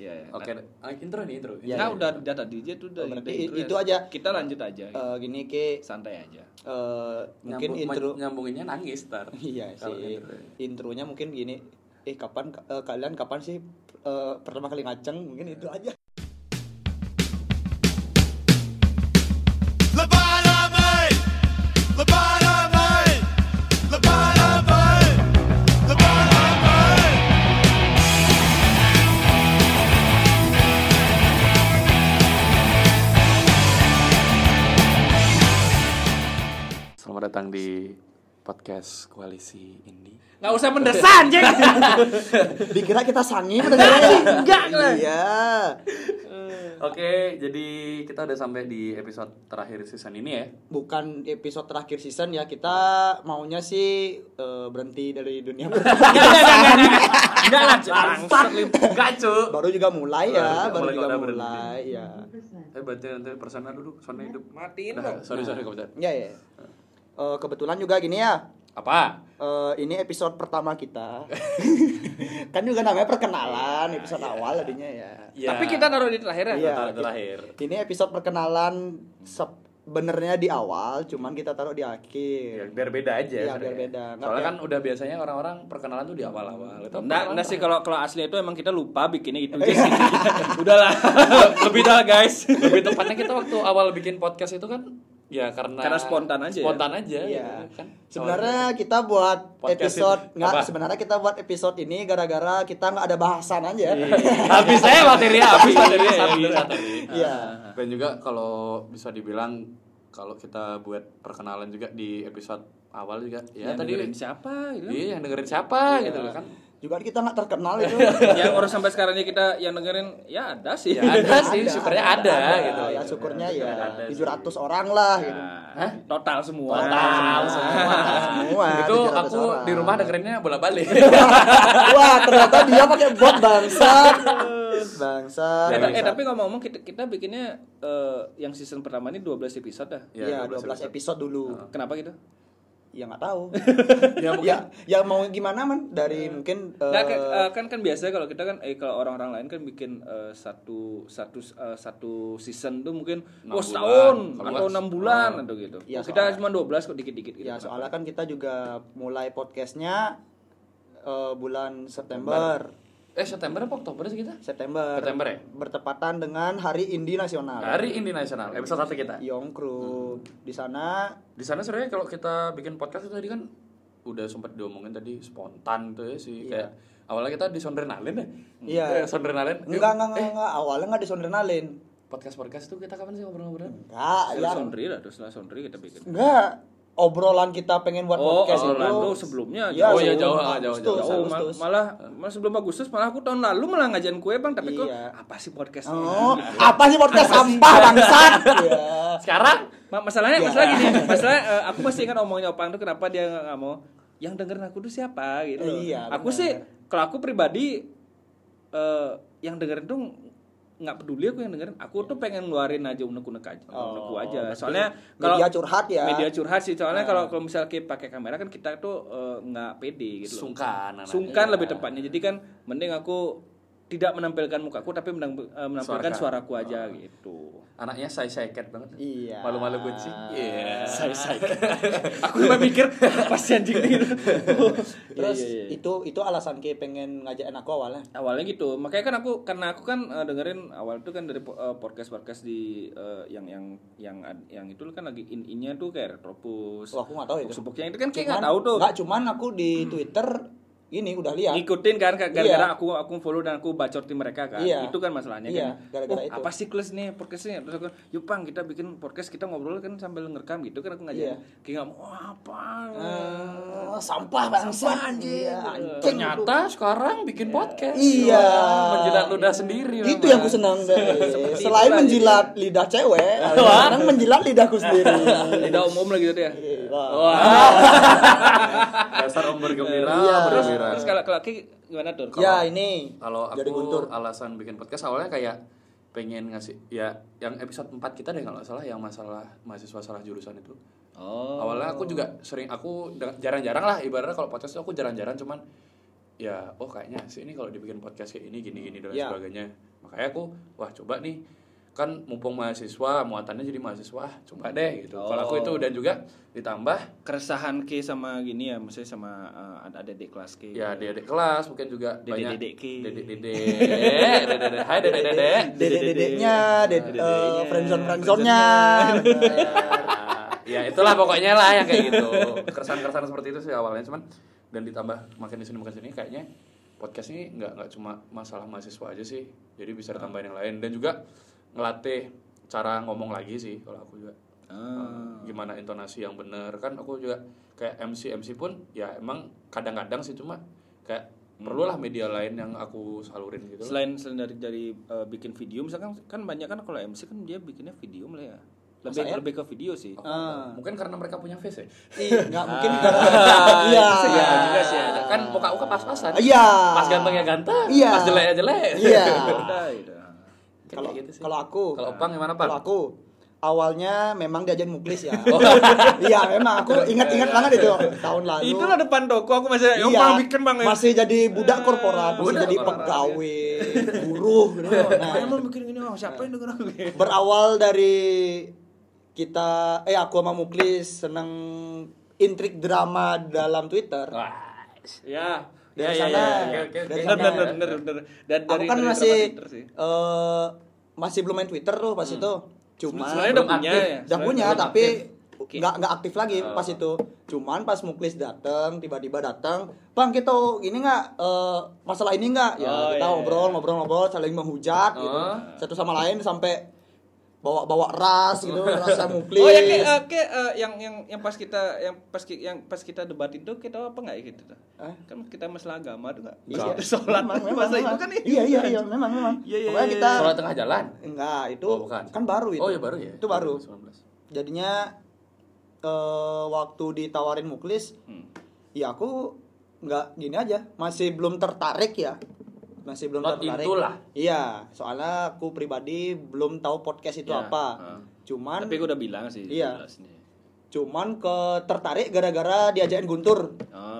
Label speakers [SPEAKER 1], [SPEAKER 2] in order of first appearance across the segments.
[SPEAKER 1] Iya, iya.
[SPEAKER 2] Oke.
[SPEAKER 3] Ah, intro nih intro.
[SPEAKER 2] Ya,
[SPEAKER 1] nah,
[SPEAKER 2] ya,
[SPEAKER 1] udah udah tadi aja tuh udah
[SPEAKER 2] Oh, berarti
[SPEAKER 1] udah
[SPEAKER 2] i-
[SPEAKER 1] intronya.
[SPEAKER 2] itu aja.
[SPEAKER 1] Kita lanjut aja.
[SPEAKER 2] Eh, gini ke
[SPEAKER 1] Santai aja.
[SPEAKER 2] eh, mungkin
[SPEAKER 3] Nyambung-
[SPEAKER 2] intro
[SPEAKER 3] nyambunginnya nangis tar.
[SPEAKER 2] Iya
[SPEAKER 3] Kalau
[SPEAKER 2] sih.
[SPEAKER 3] intro. ya.
[SPEAKER 2] Intronya mungkin gini. Eh kapan eh, kalian kapan sih eh, pertama kali ngaceng? Mungkin itu aja.
[SPEAKER 4] Lobotomy! Lobotomy! Lobotomy! Lobotomy!
[SPEAKER 3] Selamat datang di podcast Koalisi Indie.
[SPEAKER 1] Nggak usah mendesak anjing.
[SPEAKER 2] Dikira kita sangin Enggak
[SPEAKER 1] lah.
[SPEAKER 2] Iya.
[SPEAKER 3] Oke, jadi kita udah sampai di episode terakhir season ini ya.
[SPEAKER 2] Bukan episode terakhir season ya kita maunya sih eh, berhenti dari dunia
[SPEAKER 1] Enggak lah, bangsat lu.
[SPEAKER 3] Enggak, Cuk.
[SPEAKER 2] baru juga mulai ya,
[SPEAKER 3] Baru
[SPEAKER 2] baru
[SPEAKER 3] juga
[SPEAKER 2] juga
[SPEAKER 3] udah berhenti.
[SPEAKER 2] mulai ya.
[SPEAKER 3] Eh, berarti nanti persona dulu, persona hidup.
[SPEAKER 1] Matiin
[SPEAKER 3] Nah, sorry, sorry, kebetulan.
[SPEAKER 2] Ya ya. Eh, kebetulan juga gini ya.
[SPEAKER 3] Apa?
[SPEAKER 2] Eh, ini episode pertama kita. kan juga namanya perkenalan, episode
[SPEAKER 3] Iya.
[SPEAKER 2] awal tadinya ya.
[SPEAKER 1] Tapi kita taruh di terakhir ya.
[SPEAKER 2] Iya.
[SPEAKER 3] taruh terakhir.
[SPEAKER 2] Ini episode perkenalan sebenarnya di awal, cuman kita taruh di
[SPEAKER 3] Ya,
[SPEAKER 2] akhir.
[SPEAKER 3] biar beda aja.
[SPEAKER 2] Iya,
[SPEAKER 3] sebenarnya.
[SPEAKER 2] biar beda. Nggak
[SPEAKER 3] Soalnya
[SPEAKER 2] kayak-
[SPEAKER 3] kan udah biasanya orang-orang perkenalan tuh di awal-awal. Itu
[SPEAKER 1] Nah,
[SPEAKER 3] perkenalan
[SPEAKER 1] nah sih kalau
[SPEAKER 3] terakhir.
[SPEAKER 1] kalau asli itu emang kita lupa bikinnya gitu aja
[SPEAKER 2] Iya.
[SPEAKER 1] sih. Udahlah. Lebih dah guys.
[SPEAKER 3] lebih tepatnya kita waktu awal bikin podcast itu kan ya karena
[SPEAKER 1] Karena spontan aja ya?
[SPEAKER 3] Spontan aja.
[SPEAKER 2] Iya.
[SPEAKER 3] gitu kan.
[SPEAKER 2] Sebenarnya kita buat
[SPEAKER 3] Podcast
[SPEAKER 2] episode
[SPEAKER 3] ini.
[SPEAKER 2] nggak
[SPEAKER 3] Apa?
[SPEAKER 2] sebenarnya kita buat episode ini gara-gara kita nggak ada bahasan aja.
[SPEAKER 3] Iya.
[SPEAKER 1] habis saya materinya habis materinya ya.
[SPEAKER 3] Habis,
[SPEAKER 1] beneran.
[SPEAKER 3] habis.
[SPEAKER 2] Iya.
[SPEAKER 3] Dan juga kalau bisa dibilang kalau kita buat perkenalan juga di episode awal juga ya
[SPEAKER 2] Iya,
[SPEAKER 1] Yang
[SPEAKER 3] tadi
[SPEAKER 1] dengerin siapa gitu.
[SPEAKER 3] Iya, yang dengerin siapa gitu loh kan.
[SPEAKER 2] Juga kita nggak terkenal itu.
[SPEAKER 1] yang orang sampai sekarang ini kita yang dengerin ya ada sih.
[SPEAKER 3] Ya ada sih,
[SPEAKER 2] Ada,
[SPEAKER 3] syukurnya ada, gitu.
[SPEAKER 2] Ya syukurnya ya
[SPEAKER 3] Ada sih. Iya.
[SPEAKER 2] 700 orang lah gitu.
[SPEAKER 3] Hah?
[SPEAKER 1] Total semua.
[SPEAKER 2] Total semua, semua.
[SPEAKER 3] itu
[SPEAKER 2] 700
[SPEAKER 3] aku
[SPEAKER 2] orang.
[SPEAKER 3] di rumah dengerinnya bolak-balik.
[SPEAKER 2] Wah, ternyata dia pakai bot bangsat. Bangsat.
[SPEAKER 1] Eh, ta- eh
[SPEAKER 2] bangsat.
[SPEAKER 3] ya,
[SPEAKER 1] tapi ngomong-ngomong kita, kita bikinnya eh, yang season pertama ini 12 episode dah.
[SPEAKER 2] Iya, 12 episode dulu.
[SPEAKER 1] Kenapa gitu?
[SPEAKER 2] Ya nggak tahu.
[SPEAKER 3] Ah. Ya, mungkin- Ya.
[SPEAKER 2] ya, ya mau gimana man dari mungkin eh,
[SPEAKER 1] Nah, kan- eh, kan kan biasanya kalau kita kan eh kalau orang-orang lain kan bikin eh, satu satu eh, satu season tuh mungkin
[SPEAKER 3] Enam
[SPEAKER 1] wah
[SPEAKER 3] bulan,
[SPEAKER 1] setahun
[SPEAKER 3] kalau
[SPEAKER 1] atau
[SPEAKER 3] nggak-
[SPEAKER 1] enam bulan atau gitu.
[SPEAKER 2] Iya,
[SPEAKER 1] kita
[SPEAKER 2] soalnya-
[SPEAKER 1] cuma 12 kok dikit-dikit gitu.
[SPEAKER 2] ya soalnya kan kita juga mulai podcastnya eh, bulan September.
[SPEAKER 3] Eh September apa Oktober sih kita?
[SPEAKER 2] September.
[SPEAKER 3] September ya?
[SPEAKER 2] Bertepatan dengan Hari Indi Nasional.
[SPEAKER 3] Hari Hmm. Indi Nasional, episode 1 kita.
[SPEAKER 2] Yong Kru. Di sana
[SPEAKER 3] Di sana sebenarnya kalau kita bikin podcast itu tadi kan udah sempat diomongin tadi spontan tuh ya sih kayak awalnya kita di Sondrenalin ya.
[SPEAKER 2] Iya.
[SPEAKER 3] Eh, Sondrenalin. Yuk,
[SPEAKER 2] enggak enggak enggak, enggak. awalnya enggak disondrenalin.
[SPEAKER 3] Podcast-podcast tuh kita kapan sih ngobrol-ngobrol?
[SPEAKER 2] Enggak, ya.
[SPEAKER 1] Setelah Sondri lah, terus setelah Sondri kita bikin.
[SPEAKER 2] Enggak. Obrolan kita pengen buat
[SPEAKER 1] Oh,
[SPEAKER 2] podcast itu.
[SPEAKER 1] obrolan tuh sebelumnya.
[SPEAKER 3] Oh,
[SPEAKER 2] Iya,
[SPEAKER 3] iya,
[SPEAKER 2] sebelum
[SPEAKER 3] jauh, ah, jauh,
[SPEAKER 2] Agustus,
[SPEAKER 3] jauh.
[SPEAKER 1] Oh,
[SPEAKER 3] Terus,
[SPEAKER 1] ma-
[SPEAKER 2] Agustus.
[SPEAKER 1] malah, malah sebelum Agustus malah aku tahun lalu malah ngajarin kue bang tapi kok
[SPEAKER 2] Iya.
[SPEAKER 1] apa sih podcast
[SPEAKER 2] Oh, apa sih podcast sampah bangsat? Iya.
[SPEAKER 3] Sekarang
[SPEAKER 1] Ma- masalahnya
[SPEAKER 2] Ya.
[SPEAKER 1] masalah gini masalah eh, aku masih ingat omongnya opang tuh kenapa dia nggak nggak mau yang dengerin aku tuh siapa gitu loh.
[SPEAKER 2] Iya,
[SPEAKER 1] aku
[SPEAKER 2] benar.
[SPEAKER 1] sih kalau aku pribadi eh yang dengerin tuh nggak peduli aku yang dengerin aku tuh pengen ngeluarin aja unek-unek aja unekku aja soalnya kalau
[SPEAKER 2] Oh, media curhat ya.
[SPEAKER 1] media curhat sih soalnya kalau kalau misalnya kayak pakai kamera kan kita tuh eh, nggak pede gitu loh.
[SPEAKER 3] sungkan. anak.
[SPEAKER 1] sungkan
[SPEAKER 3] Iya.
[SPEAKER 1] lebih tepatnya jadi kan mending aku tidak menampilkan mukaku tapi menang- eh, menampilkan
[SPEAKER 3] Suara.
[SPEAKER 1] suaraku aja gitu
[SPEAKER 3] Anaknya saya saya cat banget.
[SPEAKER 2] Iya.
[SPEAKER 3] Malu-malu kucing. Iya.
[SPEAKER 1] saya saya aku cuma mikir apa sih anjing ini
[SPEAKER 2] Iya, Terus itu itu alasan Ki pengen ngajakin aku awalnya.
[SPEAKER 1] awalnya gitu makanya kan aku karena aku kan eh, dengerin awal itu kan dari po- eh, podcast podcast di eh, yang yang yang ad- yang itu kan lagi in innya tuh kayak retropus
[SPEAKER 2] Wah, aku nggak tahu itu.
[SPEAKER 1] Supuk-supuk yang itu kan kayak
[SPEAKER 2] Cuman-
[SPEAKER 1] nggak tahu tuh
[SPEAKER 2] Nggak, cuman aku di Twitter ini udah lihat.
[SPEAKER 1] ngikutin kan gara-gara
[SPEAKER 2] Iya.
[SPEAKER 1] aku aku follow dan aku bacotin mereka kan
[SPEAKER 2] Iya.
[SPEAKER 1] itu kan masalahnya
[SPEAKER 2] Iya,
[SPEAKER 1] kan
[SPEAKER 2] gara-gara
[SPEAKER 1] Oh,
[SPEAKER 2] itu.
[SPEAKER 1] apa sih kelas nih podcastnya terus aku yuk pang kita bikin podcast kita ngobrol kan sambil ngerekam gitu kan aku ngajak
[SPEAKER 2] Iya.
[SPEAKER 1] kayak nggak mau "Wah, apa
[SPEAKER 2] Eh, sampah bangsat anjing. anjing.
[SPEAKER 3] Ternyata sekarang bikin podcast.
[SPEAKER 2] Iya.
[SPEAKER 3] Wah, Menjilat ludah sendiri.
[SPEAKER 2] Itu
[SPEAKER 3] memang.
[SPEAKER 2] yang ku senang guys. Selain menjilat lidah cewek, sekarang menjilat lidahku sendiri.
[SPEAKER 1] lidah umum lagi gitu ya
[SPEAKER 2] Iya, Wah.
[SPEAKER 3] Dasar om bergembira,
[SPEAKER 2] Iya.
[SPEAKER 3] bergembira.
[SPEAKER 1] terus kalau kalau Ki gimana tuh
[SPEAKER 2] Ya ini
[SPEAKER 3] kalau aku
[SPEAKER 2] jadi guntur.
[SPEAKER 3] alasan bikin podcast awalnya kayak pengen ngasih ya yang episode 4 kita deh kalau nggak salah yang masalah mahasiswa salah jurusan itu
[SPEAKER 1] oh
[SPEAKER 3] awalnya aku juga sering aku de- jarang-jarang lah ibaratnya kalau podcast tuh aku jarang-jarang cuman ya oh kayaknya sih ini kalau dibikin podcast kayak ini gini-gini dan lain
[SPEAKER 2] Ya.
[SPEAKER 3] sebagainya makanya aku wah coba nih kan mumpung mahasiswa muatannya jadi mahasiswa ah, coba deh gitu kalau aku itu dan juga ditambah
[SPEAKER 1] keresahan K sama gini ya maksudnya sama eh, ada ada di kelas K
[SPEAKER 3] ya adik-adik kelas mungkin juga
[SPEAKER 1] Dedek-dedek
[SPEAKER 3] banyak
[SPEAKER 1] ki.
[SPEAKER 3] dedek-dedek dedek-dedek hai dedek-dedek
[SPEAKER 2] Dedek-dedeknya, ded- eh, friendzone friendzone-nya.
[SPEAKER 3] Nah, ya itulah pokoknya lah yang kayak gitu keresahan-keresahan seperti itu sih awalnya cuman dan ditambah makin di sini makin sini kayaknya podcast ini nggak nggak cuma masalah mahasiswa aja sih jadi bisa ditambahin yang lain dan juga ngelatih cara ngomong lagi sih kalau aku juga
[SPEAKER 1] Ah.
[SPEAKER 3] Eh, gimana intonasi yang bener kan aku juga kayak MC MC pun ya emang kadang-kadang sih cuma kayak perlulah media lain yang aku salurin gitu loh.
[SPEAKER 1] selain selain dari dari eh, bikin video misalkan kan banyak kan kalau MC kan dia bikinnya video lah ya lebih
[SPEAKER 3] Masa ya?
[SPEAKER 1] lebih ke video sih
[SPEAKER 2] Oh.
[SPEAKER 3] Aku- mungkin karena mereka punya face ya
[SPEAKER 2] Ih, nggak mungkin.
[SPEAKER 3] Iya,
[SPEAKER 2] Iya.
[SPEAKER 3] iya, juga sih ada. Kan muka muka pas-pasan.
[SPEAKER 2] Iya.
[SPEAKER 3] Pas ganteng ya ganteng.
[SPEAKER 2] Iya.
[SPEAKER 3] Pas jelek ya jelek.
[SPEAKER 2] Iya.
[SPEAKER 1] Udah, udah.
[SPEAKER 3] Kayak
[SPEAKER 2] Kalau
[SPEAKER 3] gitu sih.
[SPEAKER 2] kalau aku,
[SPEAKER 3] Kalau Opang gimana, Pak?
[SPEAKER 2] Kalau aku awalnya memang diajarin muklis ya.
[SPEAKER 3] Oh.
[SPEAKER 2] Iya, memang aku ingat-ingat banget itu tahun lalu.
[SPEAKER 1] Itulah depan toko aku masih
[SPEAKER 2] Iya,
[SPEAKER 1] yang paling bikin bang ya.
[SPEAKER 2] masih jadi budak korporat, masih
[SPEAKER 3] budak
[SPEAKER 2] jadi
[SPEAKER 3] korporat.
[SPEAKER 2] pegawai, buruh gitu. Nah,
[SPEAKER 1] Kayak mau bikin gini oh siapa yang denger aku
[SPEAKER 2] berawal dari kita eh aku sama Muklis seneng intrik drama dalam Twitter.
[SPEAKER 3] Wah. Iya.
[SPEAKER 1] Ya, ya
[SPEAKER 2] Dari
[SPEAKER 1] ya
[SPEAKER 2] sana.
[SPEAKER 1] ya. ya.
[SPEAKER 3] Oke, Iya, oke,
[SPEAKER 2] Dari
[SPEAKER 1] Bener
[SPEAKER 3] oke.
[SPEAKER 2] sana.
[SPEAKER 1] bener bener bener. Dan
[SPEAKER 2] Aku
[SPEAKER 1] dari
[SPEAKER 2] kan
[SPEAKER 1] dari
[SPEAKER 2] masih
[SPEAKER 1] drama Twitter sih. Hmm.
[SPEAKER 2] eh, masih belum main Twitter tuh pas itu. Cuma
[SPEAKER 1] Sebenarnya udah
[SPEAKER 3] belum
[SPEAKER 1] punya
[SPEAKER 3] aktif.
[SPEAKER 1] ya.
[SPEAKER 2] udah
[SPEAKER 1] sebenarnya
[SPEAKER 2] punya
[SPEAKER 1] belum
[SPEAKER 2] tapi
[SPEAKER 1] aktif. Oke. Oh.
[SPEAKER 2] nggak nggak aktif lagi pas itu cuman pas muklis dateng tiba-tiba dateng bang kita ini nggak eh, masalah ini nggak ya
[SPEAKER 1] Oh,
[SPEAKER 2] kita
[SPEAKER 1] iya,
[SPEAKER 2] ngobrol ngobrol ngobrol saling menghujat gitu
[SPEAKER 3] Oh.
[SPEAKER 2] satu sama lain sampai bawa-bawa ras gitu rasa muklis
[SPEAKER 1] Oh yang kayak eh, kayak, eh, yang yang yang pas kita yang pas ki- yang pas kita debatin tuh kita apa nggak ya gitu tuh?
[SPEAKER 2] Hah?
[SPEAKER 1] Kan kita masalah agama tuh nggak? Pas
[SPEAKER 2] Iya.
[SPEAKER 1] kita sholat
[SPEAKER 2] Memang, memang,
[SPEAKER 1] masa itu
[SPEAKER 2] memang.
[SPEAKER 1] kan
[SPEAKER 2] iya iya iya memang memang
[SPEAKER 1] Iya, iya,
[SPEAKER 2] pokoknya
[SPEAKER 1] iya,
[SPEAKER 2] kita
[SPEAKER 3] Sholat tengah jalan.
[SPEAKER 2] enggak itu
[SPEAKER 3] Oh, bukan.
[SPEAKER 2] kan baru itu
[SPEAKER 3] Oh, ya baru ya.
[SPEAKER 2] itu baru
[SPEAKER 3] 19.
[SPEAKER 2] jadinya eh, waktu ditawarin muklis
[SPEAKER 1] Hmm.
[SPEAKER 2] ya aku nggak gini aja masih belum tertarik ya masih belum
[SPEAKER 3] Not
[SPEAKER 2] tertarik
[SPEAKER 3] into lah.
[SPEAKER 2] iya soalnya aku pribadi belum tahu podcast itu
[SPEAKER 1] Ya,
[SPEAKER 2] apa
[SPEAKER 1] heeh.
[SPEAKER 2] cuman
[SPEAKER 1] Tapi gue udah bilang sih.
[SPEAKER 2] Iya.
[SPEAKER 1] jelasnya.
[SPEAKER 2] cuman ke tertarik gara-gara diajakin Guntur
[SPEAKER 1] Oh.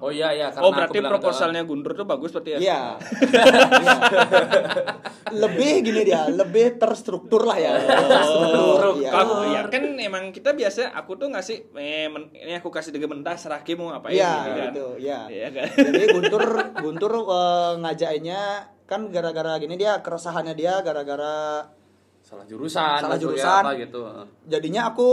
[SPEAKER 3] Oh iya iya karena
[SPEAKER 1] Oh
[SPEAKER 3] aku
[SPEAKER 1] berarti
[SPEAKER 3] bilang
[SPEAKER 1] proposalnya Guntur tuh bagus berarti ya?
[SPEAKER 2] ah. iya Iya. lebih gini dia lebih terstruktur lah
[SPEAKER 1] Oh,
[SPEAKER 2] ya terstruktur
[SPEAKER 1] Kalau
[SPEAKER 2] iya.
[SPEAKER 1] aku ya kan emang kita biasa aku tuh ngasih eh, men- ini aku kasih tiga mentah serah Ki mau ngapain
[SPEAKER 2] Iya,
[SPEAKER 1] gitu kan.
[SPEAKER 2] gitu, iya.
[SPEAKER 1] Iya kan.
[SPEAKER 2] Jadi Guntur Guntur eh, ngajainnya kan gara-gara gini dia keresahannya dia gara-gara
[SPEAKER 3] itu salah jurusan, atau
[SPEAKER 2] Salah
[SPEAKER 3] ya
[SPEAKER 2] jurusan.
[SPEAKER 3] apa gitu. Heeh.
[SPEAKER 2] jadinya aku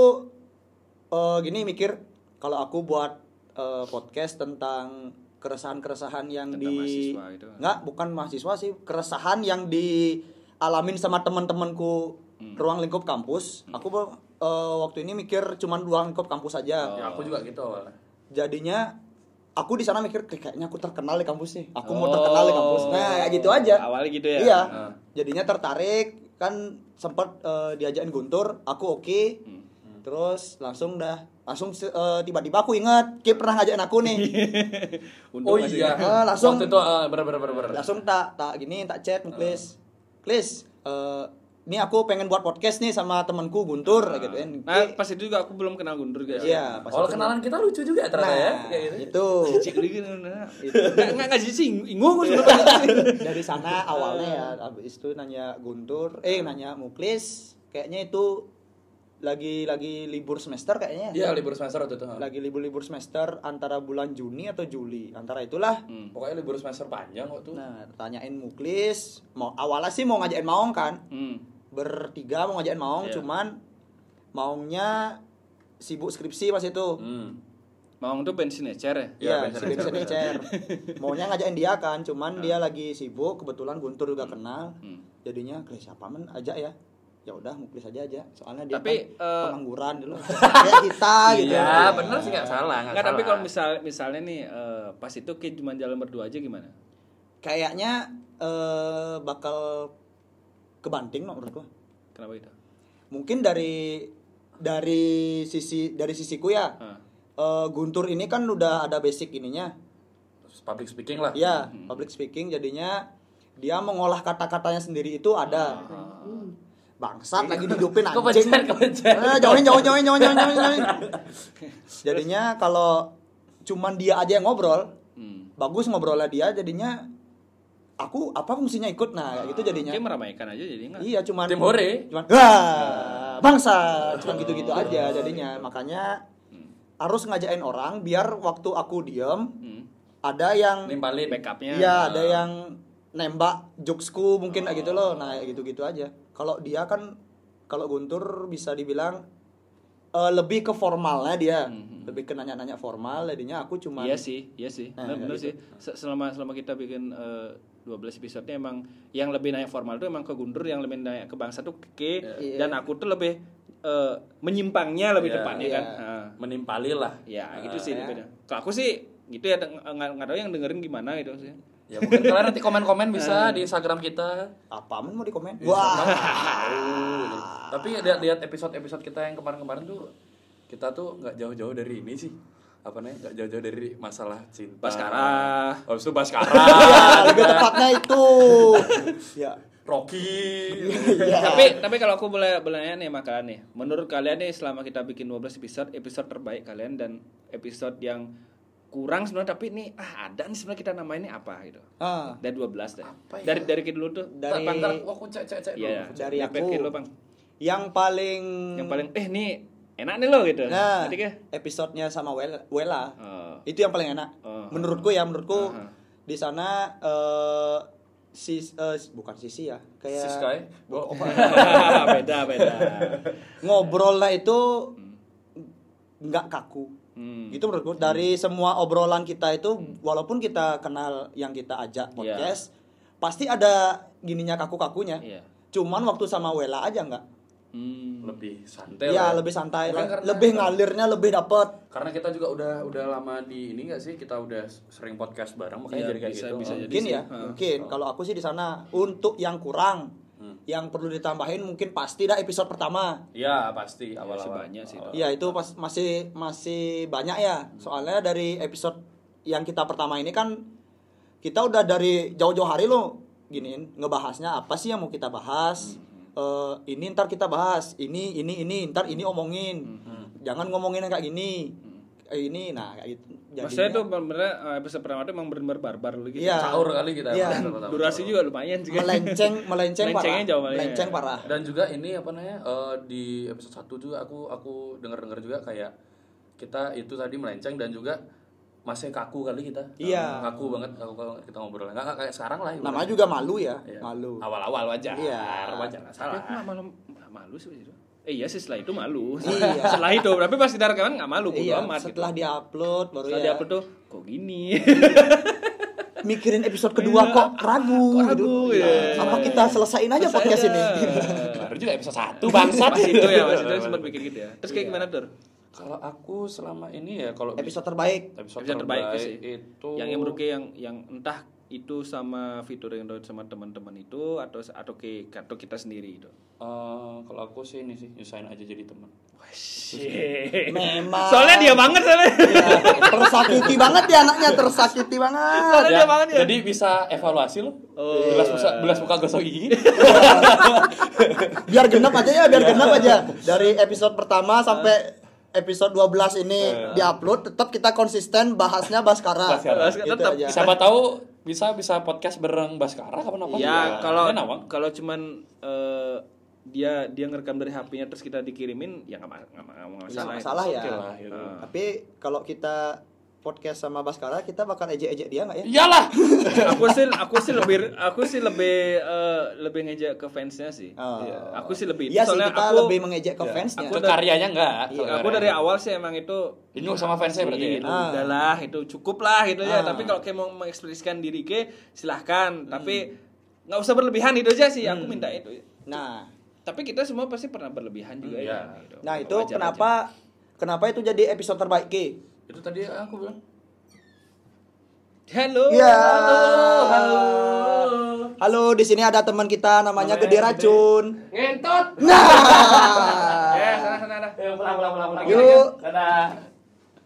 [SPEAKER 2] eh, gini mikir kalau aku buat eh, podcast tentang keresahan-keresahan yang
[SPEAKER 1] Tentang
[SPEAKER 2] di
[SPEAKER 1] mahasiswa gitu.
[SPEAKER 2] nggak bukan mahasiswa sih keresahan yang dialamin sama teman-temanku
[SPEAKER 1] Hmm.
[SPEAKER 2] ruang lingkup kampus aku eh, waktu ini mikir cuman ruang lingkup kampus
[SPEAKER 1] Oh.
[SPEAKER 2] aja
[SPEAKER 3] Ya aku juga gitu awalnya.
[SPEAKER 2] jadinya aku di sana mikir "Kayak- kayaknya aku terkenal di kampus nih aku mau terkenal di kampus nah kayak gitu aja
[SPEAKER 1] Oh. Awalnya gitu ya.
[SPEAKER 2] iya
[SPEAKER 3] Nah.
[SPEAKER 2] jadinya tertarik kan sempat eh, diajakin Guntur aku oke terus langsung dah langsung se- eh, tiba-tiba aku inget Ki pernah ngajakin aku nih
[SPEAKER 1] Untung
[SPEAKER 3] Oh
[SPEAKER 1] masih-
[SPEAKER 3] iya,
[SPEAKER 2] Ah, langsung.
[SPEAKER 3] Waktu itu eh, bener bener bener bener.
[SPEAKER 2] langsung tak tak gini tak chat Muklis Klis eh, ini aku pengen buat podcast nih sama temanku Guntur gitu kan
[SPEAKER 1] Nah, pas itu juga aku belum kenal Guntur guys.
[SPEAKER 2] Iya, pas
[SPEAKER 3] Oh,
[SPEAKER 2] itu-
[SPEAKER 3] kenalan kita lucu juga ternyata ya.
[SPEAKER 2] nah,
[SPEAKER 3] Kayak gitu.
[SPEAKER 2] itu
[SPEAKER 1] Cik lagi nah. Nggak nggak ngasih singgung aku sebenarnya.
[SPEAKER 2] dari sana awalnya ya habis itu nanya Guntur eh nanya Muklis kayaknya itu lagi lagi libur semester kayaknya
[SPEAKER 3] Iya, libur semester waktu itu. heeh.
[SPEAKER 2] lagi libur-libur semester antara bulan Juni atau Juli antara itulah
[SPEAKER 3] Hmm, Pokoknya libur semester panjang waktu.
[SPEAKER 2] nah tanyain Muklis mau awalnya sih mau ngajakin Maong kan
[SPEAKER 1] Hmm.
[SPEAKER 2] bertiga mau ngajakin Maong
[SPEAKER 1] Iya.
[SPEAKER 2] cuman Maongnya sibuk skripsi pas itu
[SPEAKER 3] Hmm.
[SPEAKER 1] Maung tuh bensin ecer ya.
[SPEAKER 2] Iya,
[SPEAKER 3] Iya,
[SPEAKER 2] sibuk
[SPEAKER 3] bensin
[SPEAKER 2] skripsi
[SPEAKER 3] ecer.
[SPEAKER 2] maunya ngajakin dia kan cuman dia lagi sibuk kebetulan Guntur juga kenal
[SPEAKER 1] Hmm.
[SPEAKER 2] jadinya Kris siapa men ajak ya ya udah Muklis aja aja soalnya dia
[SPEAKER 1] Tapi,
[SPEAKER 2] kan
[SPEAKER 1] eh,
[SPEAKER 2] pengangguran dulu kayak kita gitu
[SPEAKER 3] Iya, bener sih nggak salah, nggak
[SPEAKER 1] Nggak, tapi
[SPEAKER 3] salah.
[SPEAKER 1] kalau misal misalnya nih eh, pas itu Ki cuma jalan berdua aja gimana?
[SPEAKER 2] kayaknya eh, bakal kebanting no, menurut gua.
[SPEAKER 1] Kenapa itu?
[SPEAKER 2] Mungkin dari dari sisi dari sisiku ya.
[SPEAKER 1] Ah.
[SPEAKER 2] eh, Guntur ini kan udah ada basic ininya.
[SPEAKER 3] Terus Public speaking lah.
[SPEAKER 1] Iya.
[SPEAKER 2] Ya,
[SPEAKER 1] Hmm.
[SPEAKER 2] public speaking jadinya dia mengolah kata-katanya sendiri itu ada.
[SPEAKER 1] Ah.
[SPEAKER 2] Bangsat lagi dihidupin anjing.
[SPEAKER 3] Kepencet, kepencet.
[SPEAKER 2] Eh, jauhin, jauhin, jauhin, jauhin, jauhin, jauhin, jauhin. Jadinya kalau cuman dia aja yang ngobrol,
[SPEAKER 1] Hmm.
[SPEAKER 2] bagus ngobrolnya dia jadinya aku apa fungsinya ikut nah kayak gitu jadinya
[SPEAKER 1] Ah, Dia meramaikan aja jadi enggak.
[SPEAKER 2] iya cuman
[SPEAKER 3] Tim hore.
[SPEAKER 2] cuman wah bangsa cuman
[SPEAKER 1] Ah.
[SPEAKER 2] gitu-gitu aja jadinya makanya harus ngajain orang biar waktu aku diem
[SPEAKER 1] Hmm.
[SPEAKER 2] ada yang
[SPEAKER 3] Nimpalin.
[SPEAKER 1] Backupnya.
[SPEAKER 2] Iya, ada yang nembak jokesku mungkin kayak gitu loh. Nah, kayak gitu-gitu aja. Kalau dia kan kalau Guntur bisa dibilang eh, lebih ke formalnya dia, lebih ke nanya-nanya formal jadinya aku cuma
[SPEAKER 1] Mhm. Iya sih, iya sih. benar
[SPEAKER 2] Nah, kayak
[SPEAKER 1] benar
[SPEAKER 2] gitu.
[SPEAKER 1] sih. Se- Selama selama kita bikin eh, 12 episode-nya emang yang lebih nanya formal tuh emang ke Guntur, yang lebih nanya ke Bangsa tuh Keke
[SPEAKER 2] Iya.
[SPEAKER 1] dan aku tuh lebih eh, menyimpangnya lebih
[SPEAKER 3] Iya.
[SPEAKER 1] depannya kan.
[SPEAKER 2] Iya.
[SPEAKER 1] Ah.
[SPEAKER 3] Menimpali lah.
[SPEAKER 1] Ya, gitu
[SPEAKER 3] Ah,
[SPEAKER 1] sih
[SPEAKER 2] ya.
[SPEAKER 1] bedanya. Kalau aku sih gitu ya deng- nggak nggak tahu yang dengerin gimana gitu sih.
[SPEAKER 3] Ya mungkin kalian nanti komen-komen bisa di Instagram kita.
[SPEAKER 2] apa men mau dikomen?
[SPEAKER 1] Iya.
[SPEAKER 2] Wah.
[SPEAKER 1] Ah.
[SPEAKER 3] Tapi lihat lihat episode-episode kita yang kemarin-kemarin tuh kita tuh nggak jauh-jauh dari ini sih. Apa namanya? Nggak jauh-jauh dari masalah cinta.
[SPEAKER 1] Baskara.
[SPEAKER 3] Habis itu Baskara.
[SPEAKER 2] Ya, lebih tepatnya itu. ya.
[SPEAKER 3] Rocky.
[SPEAKER 2] Iya.
[SPEAKER 1] Tapi tapi kalau aku boleh boleh nanya nih sama kalian nih. Menurut kalian nih selama kita bikin 12 episode, episode terbaik kalian dan episode yang kurang sebenarnya tapi ini ah ada nih sebenarnya kita namainnya apa gitu.
[SPEAKER 2] Ah,
[SPEAKER 1] Dari 12 deh.
[SPEAKER 3] Apa ya?
[SPEAKER 1] Dari dari kita dulu tuh.
[SPEAKER 2] dari
[SPEAKER 3] Bang, ntar Oh, aku cek-cek dulu.
[SPEAKER 1] Iya.
[SPEAKER 2] dari
[SPEAKER 1] Dari
[SPEAKER 2] aku.
[SPEAKER 1] Dulu, bang.
[SPEAKER 2] yang paling
[SPEAKER 1] Yang paling eh nih enak nih lo gitu.
[SPEAKER 2] nah,
[SPEAKER 1] Ngerti ke?
[SPEAKER 2] episode-nya sama Wela. Wela.
[SPEAKER 1] Oh.
[SPEAKER 2] itu yang paling enak
[SPEAKER 1] Uh-huh.
[SPEAKER 2] menurutku ya menurutku
[SPEAKER 1] Uh-huh.
[SPEAKER 2] di sana eh si eh, bukan sisi ya kayak
[SPEAKER 3] Siska ya? Gua apa?
[SPEAKER 2] Ya.
[SPEAKER 1] beda beda.
[SPEAKER 2] ngobrol lah itu nggak kaku
[SPEAKER 1] Hmm.
[SPEAKER 2] gitu menurutku dari semua obrolan kita itu walaupun kita kenal yang kita
[SPEAKER 1] Iya.
[SPEAKER 2] ajak podcast pasti ada gininya kaku kakunya
[SPEAKER 1] Iya.
[SPEAKER 2] cuman waktu sama Wela aja nggak
[SPEAKER 1] Hmm.
[SPEAKER 3] Lebih santai. lah
[SPEAKER 2] ya lebih santai
[SPEAKER 3] Mungkin karena-
[SPEAKER 2] lebih ngalirnya lebih dapet
[SPEAKER 3] Karena kita juga udah udah lama di ini nggak sih? Kita udah sering podcast bareng makanya
[SPEAKER 1] Iya,
[SPEAKER 3] jadi kayak
[SPEAKER 1] bisa-
[SPEAKER 3] gitu.
[SPEAKER 1] bisa
[SPEAKER 3] Oh.
[SPEAKER 1] jadi.
[SPEAKER 2] mungkin
[SPEAKER 1] sih, eh, oh.
[SPEAKER 2] ya
[SPEAKER 1] ha.
[SPEAKER 2] mungkin kalau aku sih di sana untuk yang kurang
[SPEAKER 1] Hmm.
[SPEAKER 2] yang perlu ditambahin mungkin pasti dah episode pertama
[SPEAKER 3] Iya, pasti awal-awal.
[SPEAKER 1] banyak sih.
[SPEAKER 3] Awal-awal.
[SPEAKER 2] Iya itu pas- masih masih banyak ya
[SPEAKER 1] Hmm.
[SPEAKER 2] soalnya dari episode yang kita pertama ini kan kita udah dari jauh-jauh hari loh giniin ngebahasnya apa sih yang mau kita bahas
[SPEAKER 1] Hmm.
[SPEAKER 2] Eh, ini ntar kita bahas ini ini ini ntar ini omongin
[SPEAKER 1] Hmm.
[SPEAKER 2] jangan ngomongin yang kayak gini Eh, ini nah kayak gitu
[SPEAKER 1] Maksudnya tuh
[SPEAKER 2] Jadinya
[SPEAKER 1] benar-benar eh, episode pertama tuh emang benar-benar barbar gitu.
[SPEAKER 2] Iya.
[SPEAKER 3] Sahur kali kita.
[SPEAKER 2] Iya.
[SPEAKER 3] episode pertama.
[SPEAKER 1] Durasi juga lumayan juga.
[SPEAKER 2] melenceng melenceng parah
[SPEAKER 1] Melencengnya ya. jauh malingnya.
[SPEAKER 2] melenceng parah
[SPEAKER 3] Dan juga ini apa namanya? eh, di episode 1 juga aku aku dengar-dengar juga kayak kita itu tadi melenceng dan juga masih kaku kali kita.
[SPEAKER 2] Iya.
[SPEAKER 3] Kaku banget kaku banget kita ngobrol. Enggak kayak sekarang lah. ibaratnya.
[SPEAKER 2] namanya juga malu ya
[SPEAKER 3] Iya.
[SPEAKER 2] malu
[SPEAKER 3] Awal-awal wajar.
[SPEAKER 2] Iya.
[SPEAKER 3] Wajar lah
[SPEAKER 1] Tapi
[SPEAKER 3] salah.
[SPEAKER 1] aku nggak malu, nggak malu sih waktu itu. Eh iya sih setelah itu malu.
[SPEAKER 2] Iya.
[SPEAKER 1] setelah itu, tapi pas kita rekaman nggak malu, bodo
[SPEAKER 2] iya,
[SPEAKER 1] amat.
[SPEAKER 2] setelah Iya.
[SPEAKER 1] gitu.
[SPEAKER 2] diupload baru
[SPEAKER 1] setelah
[SPEAKER 2] ya
[SPEAKER 1] diupload tuh kok gini.
[SPEAKER 2] mikirin episode kedua kok ragu,
[SPEAKER 1] Kok ragu,
[SPEAKER 2] gitu.
[SPEAKER 1] iya.
[SPEAKER 2] Apa kita selesain aja podcast ini?
[SPEAKER 3] Baru juga episode 1 bangsat.
[SPEAKER 1] Pas itu ya, pas itu sempat bikin gitu ya. Terus kayak
[SPEAKER 2] Iya.
[SPEAKER 1] gimana tur?
[SPEAKER 3] Kalau aku selama ini ya kalau
[SPEAKER 2] episode terbaik.
[SPEAKER 3] episode,
[SPEAKER 1] Episode terbaik, sih.
[SPEAKER 3] itu
[SPEAKER 1] Yang yang menurut gue yang yang entah itu sama fitur yang download sama teman-teman itu atau atau ke atau kita sendiri itu.
[SPEAKER 3] eh, kalau aku sih ini sih nyusahin aja jadi teman.
[SPEAKER 2] Memang.
[SPEAKER 1] Soalnya dia banget soalnya.
[SPEAKER 2] Ya, tersakiti banget ya anaknya, tersakiti banget.
[SPEAKER 1] Soalnya dia banget ya.
[SPEAKER 3] Jadi bisa evaluasi loh.
[SPEAKER 2] Oh, iya.
[SPEAKER 3] Belas muka belas muka gosok gigi.
[SPEAKER 2] Biar genap aja ya, biar genap aja. Dari episode pertama sampai episode 12 ini diupload tetap kita konsisten bahasnya Baskara.
[SPEAKER 3] Baskara,
[SPEAKER 2] Gitu
[SPEAKER 1] tetap.
[SPEAKER 2] aja.
[SPEAKER 3] Siapa tahu bisa bisa podcast bareng Baskara kapan apa? Iya.
[SPEAKER 1] Ya kalau
[SPEAKER 3] Nawang.
[SPEAKER 1] kalau cuman eh, dia dia ngerekam dari HP-nya terus kita dikirimin ya nggak ma- nggak ma- nggak masalah.
[SPEAKER 2] Nggak masalah ya.
[SPEAKER 3] Oke lah, gitu.
[SPEAKER 2] Tapi kalau kita podcast sama Baskara kita bakal ejek-ejek dia nggak ya?
[SPEAKER 3] Iyalah.
[SPEAKER 1] aku sih aku sih lebih aku sih lebih eh, lebih ngejak ke fansnya sih.
[SPEAKER 2] Oh.
[SPEAKER 1] Iya. Aku sih lebih.
[SPEAKER 2] Iya sih
[SPEAKER 1] soalnya
[SPEAKER 2] kita
[SPEAKER 1] aku Iya.
[SPEAKER 2] lebih mengejek ke fansnya.
[SPEAKER 1] Aku
[SPEAKER 3] Ke
[SPEAKER 1] dari-
[SPEAKER 3] karyanya enggak.
[SPEAKER 2] Iya,
[SPEAKER 1] aku aku dari awal sih emang itu
[SPEAKER 3] Iya, Ini sama fansnya berarti.
[SPEAKER 1] Iya,
[SPEAKER 3] ya?
[SPEAKER 1] gitu.
[SPEAKER 2] Ah.
[SPEAKER 1] udahlah itu cukup lah gitu ya
[SPEAKER 2] Ah. Hmm.
[SPEAKER 1] tapi kalau kayak mau mengekspresikan diri ke silahkan tapi nggak usah berlebihan itu aja sih aku minta itu
[SPEAKER 2] Nah,
[SPEAKER 1] tapi kita semua pasti pernah berlebihan juga
[SPEAKER 3] Iya.
[SPEAKER 1] ya gitu.
[SPEAKER 2] Nah itu
[SPEAKER 1] Wajar aja.
[SPEAKER 2] kenapa kenapa itu jadi episode terbaik Ki?
[SPEAKER 3] Itu tadi aku bilang.
[SPEAKER 1] halo
[SPEAKER 2] Iya.
[SPEAKER 1] Oh, halo halo
[SPEAKER 2] Halo di sini ada teman kita
[SPEAKER 1] Namanya
[SPEAKER 2] namanya Gede
[SPEAKER 1] Gede.
[SPEAKER 2] Racun.
[SPEAKER 1] ngentot eh
[SPEAKER 2] Nah
[SPEAKER 1] sana sana ada
[SPEAKER 3] pulang pulang pulang pulang.
[SPEAKER 2] Yuk.
[SPEAKER 3] Dadah.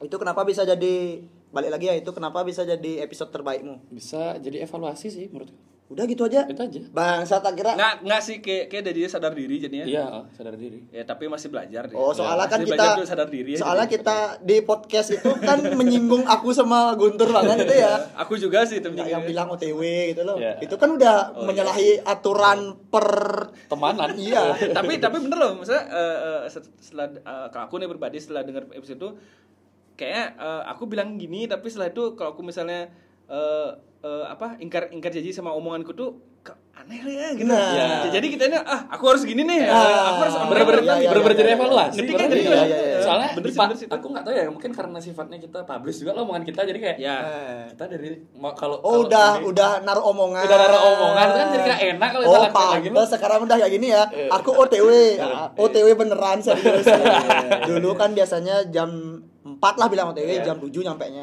[SPEAKER 2] itu kenapa bisa jadi balik lagi ya itu kenapa bisa jadi episode terbaikmu?
[SPEAKER 3] Bisa jadi evaluasi sih menurutku.
[SPEAKER 2] Udah gitu aja.
[SPEAKER 3] Itu aja.
[SPEAKER 2] Bangsat tak kira.
[SPEAKER 1] Nggak, nggak sih, kayak, kayak dari dia sadar diri
[SPEAKER 2] Ya.
[SPEAKER 1] jadinya.
[SPEAKER 3] Iya, sadar diri.
[SPEAKER 1] Ya, tapi masih belajar dia.
[SPEAKER 2] Oh,
[SPEAKER 1] Masih
[SPEAKER 2] soalnya kan
[SPEAKER 1] belajar
[SPEAKER 2] kita
[SPEAKER 1] dulu sadar diri ya.
[SPEAKER 2] soalnya
[SPEAKER 1] jadi.
[SPEAKER 2] kita di podcast itu kan menyinggung aku sama Guntur banget itu ya.
[SPEAKER 1] Aku juga sih itu
[SPEAKER 2] Nggak yang bilang OTW gitu loh.
[SPEAKER 3] Iya.
[SPEAKER 2] Itu kan udah menyalahi aturan per
[SPEAKER 3] Temanan.
[SPEAKER 2] iya.
[SPEAKER 1] tapi tapi bener loh maksudnya eh, eh, set- setelah eh, kalau aku nih pribadi setelah dengar episode itu kayaknya eh, aku bilang gini tapi setelah itu kalau aku misalnya eh, eh, apa ingkar ingkar janji sama omonganku tuh ke- aneh lah ya gitu
[SPEAKER 2] Nah.
[SPEAKER 1] Ya, jadi kita ini ah aku harus gini nih
[SPEAKER 2] Ah.
[SPEAKER 1] eh, aku harus
[SPEAKER 2] Bener-bener-
[SPEAKER 1] bener-bener
[SPEAKER 2] iya, iya,
[SPEAKER 1] tadi.
[SPEAKER 3] bener-bener
[SPEAKER 2] iya,
[SPEAKER 3] jadi
[SPEAKER 2] iya.
[SPEAKER 3] evaluasi.
[SPEAKER 1] Ngerti kan
[SPEAKER 3] bener-bener.
[SPEAKER 1] jadi kan?
[SPEAKER 2] Iya, iya, iya.
[SPEAKER 3] Soalnya
[SPEAKER 1] Bener sih,
[SPEAKER 3] dipa-
[SPEAKER 1] bener sih.
[SPEAKER 3] aku nggak tahu ya, mungkin karena sifatnya kita publish juga lah omongan kita jadi kayak
[SPEAKER 2] Iya.
[SPEAKER 1] ya
[SPEAKER 2] Eh.
[SPEAKER 3] kita dari mau- kalau
[SPEAKER 2] Oh
[SPEAKER 3] kalau
[SPEAKER 2] udah
[SPEAKER 3] ini-
[SPEAKER 2] udah naruh omongan.
[SPEAKER 3] Udah naruh omongan, itu kan gitu. Iya. jadi nggak enak kalau kita
[SPEAKER 2] Oh
[SPEAKER 3] lakuin lagi,
[SPEAKER 2] pantes sekarang udah kayak gini ya. Aku OTW, Ah, OTW beneran serius.
[SPEAKER 3] Iya.
[SPEAKER 2] Dulu kan biasanya jam 4 lah bilang
[SPEAKER 3] Iya.
[SPEAKER 2] OTW, jam 7 nyampe nya.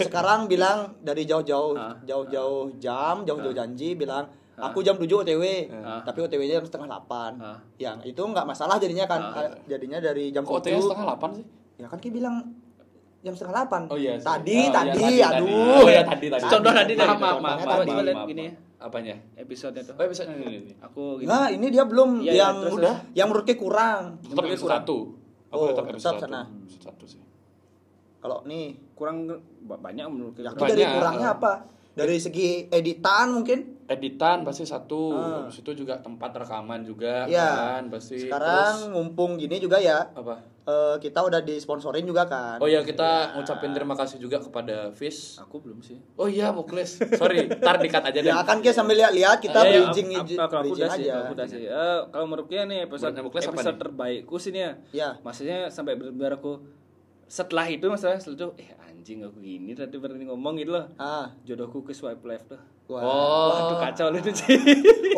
[SPEAKER 2] Sekarang bilang dari jauh-jauh,
[SPEAKER 3] Ah.
[SPEAKER 2] jauh-jauh jam, jauh-jauh janji bilang aku jam 7 OTW,
[SPEAKER 1] Ah.
[SPEAKER 2] tapi OTW-nya jam setengah 8.
[SPEAKER 1] Ah.
[SPEAKER 2] Yang itu nggak masalah jadinya kan, jadinya dari jam
[SPEAKER 3] Ah. kok OTW
[SPEAKER 2] 7.
[SPEAKER 3] setengah 8 sih?
[SPEAKER 2] Ya kan dia bilang jam setengah 8.
[SPEAKER 3] Oh iya. sih. Oh,
[SPEAKER 2] Tadi,
[SPEAKER 3] iya,
[SPEAKER 2] tadi,
[SPEAKER 3] tadi.
[SPEAKER 2] aduh.
[SPEAKER 3] Oh iya tadi tadi.
[SPEAKER 1] Contoh tadi, tadi.
[SPEAKER 3] Maaf, maaf, maaf. maaf,
[SPEAKER 2] Contohnya tadi.
[SPEAKER 3] maaf,
[SPEAKER 1] Coba
[SPEAKER 3] maaf.
[SPEAKER 1] gini.
[SPEAKER 3] Apanya?
[SPEAKER 1] episode itu
[SPEAKER 3] Oh, ya. episode ini, ini. ini.
[SPEAKER 1] aku gitu
[SPEAKER 2] Nah, ini dia belum
[SPEAKER 1] Iya, iya,
[SPEAKER 2] yang
[SPEAKER 1] terus,
[SPEAKER 2] udah, yang menurutnya kurang.
[SPEAKER 3] Tetap
[SPEAKER 1] Bentuknya
[SPEAKER 3] episode
[SPEAKER 1] kurang.
[SPEAKER 3] satu. Aku
[SPEAKER 2] Oh,
[SPEAKER 3] tetap
[SPEAKER 2] tetap
[SPEAKER 3] episode satu. Hmm,
[SPEAKER 2] sana.
[SPEAKER 3] Episode satu sih.
[SPEAKER 2] Kalau nih,
[SPEAKER 1] kurang ba- banyak menurutku
[SPEAKER 2] ya, itu
[SPEAKER 3] Banyak.
[SPEAKER 2] dari kurangnya apa? Dari segi editan mungkin.
[SPEAKER 3] Editan pasti satu.
[SPEAKER 2] Ah.
[SPEAKER 3] Habis itu juga tempat rekaman juga
[SPEAKER 2] Iya.
[SPEAKER 3] kan pasti. Terus,
[SPEAKER 2] Sekarang mumpung gini juga ya,
[SPEAKER 3] apa?
[SPEAKER 2] eh, kita udah disponsorin juga kan.
[SPEAKER 3] Oh ya kita ngucapin terima kasih juga kepada Fish.
[SPEAKER 1] aku belum sih
[SPEAKER 3] Oh iya Muklis. Sorry, ntar dikat aja deh.
[SPEAKER 2] Ya kan kita sambil lihat-lihat kita
[SPEAKER 3] Iya, iya,
[SPEAKER 2] bridging
[SPEAKER 1] Ap-
[SPEAKER 2] bridging
[SPEAKER 1] ap- kalau aku udah sih,
[SPEAKER 2] aja.
[SPEAKER 1] kalau aku udah sih. Eh, kalau menurutnya nih episode
[SPEAKER 3] Menurutnya Muklis apa
[SPEAKER 1] episode
[SPEAKER 3] nih?
[SPEAKER 1] terbaikku sih nih ya.
[SPEAKER 2] Iya.
[SPEAKER 1] Maksudnya sampai benar aku setelah itu masalah setelah itu eh anjing aku gini tadi berani ngomong gitu loh.
[SPEAKER 2] Ah.
[SPEAKER 1] Jodohku ke swipe left tuh.
[SPEAKER 2] Wah.
[SPEAKER 3] Oh.
[SPEAKER 1] Waduh kacau lu tuh sih.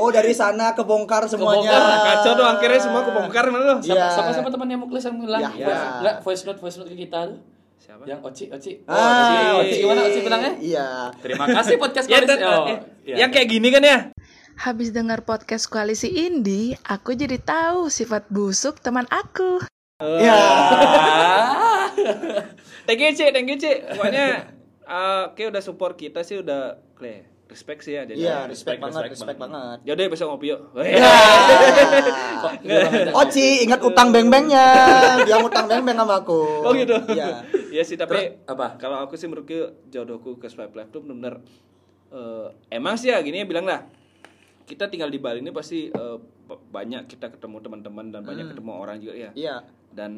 [SPEAKER 2] Oh, dari sana kebongkar semuanya.
[SPEAKER 1] Kebongkar, kacau tuh akhirnya semua kebongkar mana loh.
[SPEAKER 2] Iya.
[SPEAKER 3] Sama, sama sama temannya Muklis yang bilang
[SPEAKER 2] Ya,
[SPEAKER 3] voice-
[SPEAKER 2] ya.
[SPEAKER 3] enggak voice note voice note ke kita tuh.
[SPEAKER 1] Siapa?
[SPEAKER 3] Yang Oci Oci.
[SPEAKER 2] Ah,
[SPEAKER 3] Oh, Oci.
[SPEAKER 2] Oci.
[SPEAKER 3] Gimana Oci bilangnya?
[SPEAKER 2] Iya.
[SPEAKER 3] Terima kasih podcast
[SPEAKER 1] Ya,
[SPEAKER 3] Kolis.
[SPEAKER 1] tet-
[SPEAKER 3] Oh,
[SPEAKER 1] eh,
[SPEAKER 3] iya.
[SPEAKER 1] Yang kayak gini kan ya?
[SPEAKER 5] Habis dengar podcast Koalisi Indi, aku jadi tahu sifat busuk teman aku.
[SPEAKER 2] Iya.
[SPEAKER 3] Ah. iya.
[SPEAKER 1] Thank you, Ci, thank you, Ci. Pokoknya eh kayak udah support kita sih udah kayak respect sih ya jadi.
[SPEAKER 2] Iya, respect banget, respect banget.
[SPEAKER 1] Ya udah besok ngopi yuk.
[SPEAKER 2] Ah. Oci, ingat utang beng-bengnya. Dia utang beng-beng sama aku.
[SPEAKER 1] Oh gitu.
[SPEAKER 2] Iya.
[SPEAKER 1] Iya sih tapi
[SPEAKER 3] Terus, apa?
[SPEAKER 1] Kalau aku sih menurutku jodohku ke swipe left tuh benar-benar eh, emang sih ya gini ya bilang lah. Kita tinggal di Bali ini pasti eh, b- banyak kita ketemu teman-teman dan banyak ketemu orang juga ya.
[SPEAKER 2] Iya.
[SPEAKER 1] Dan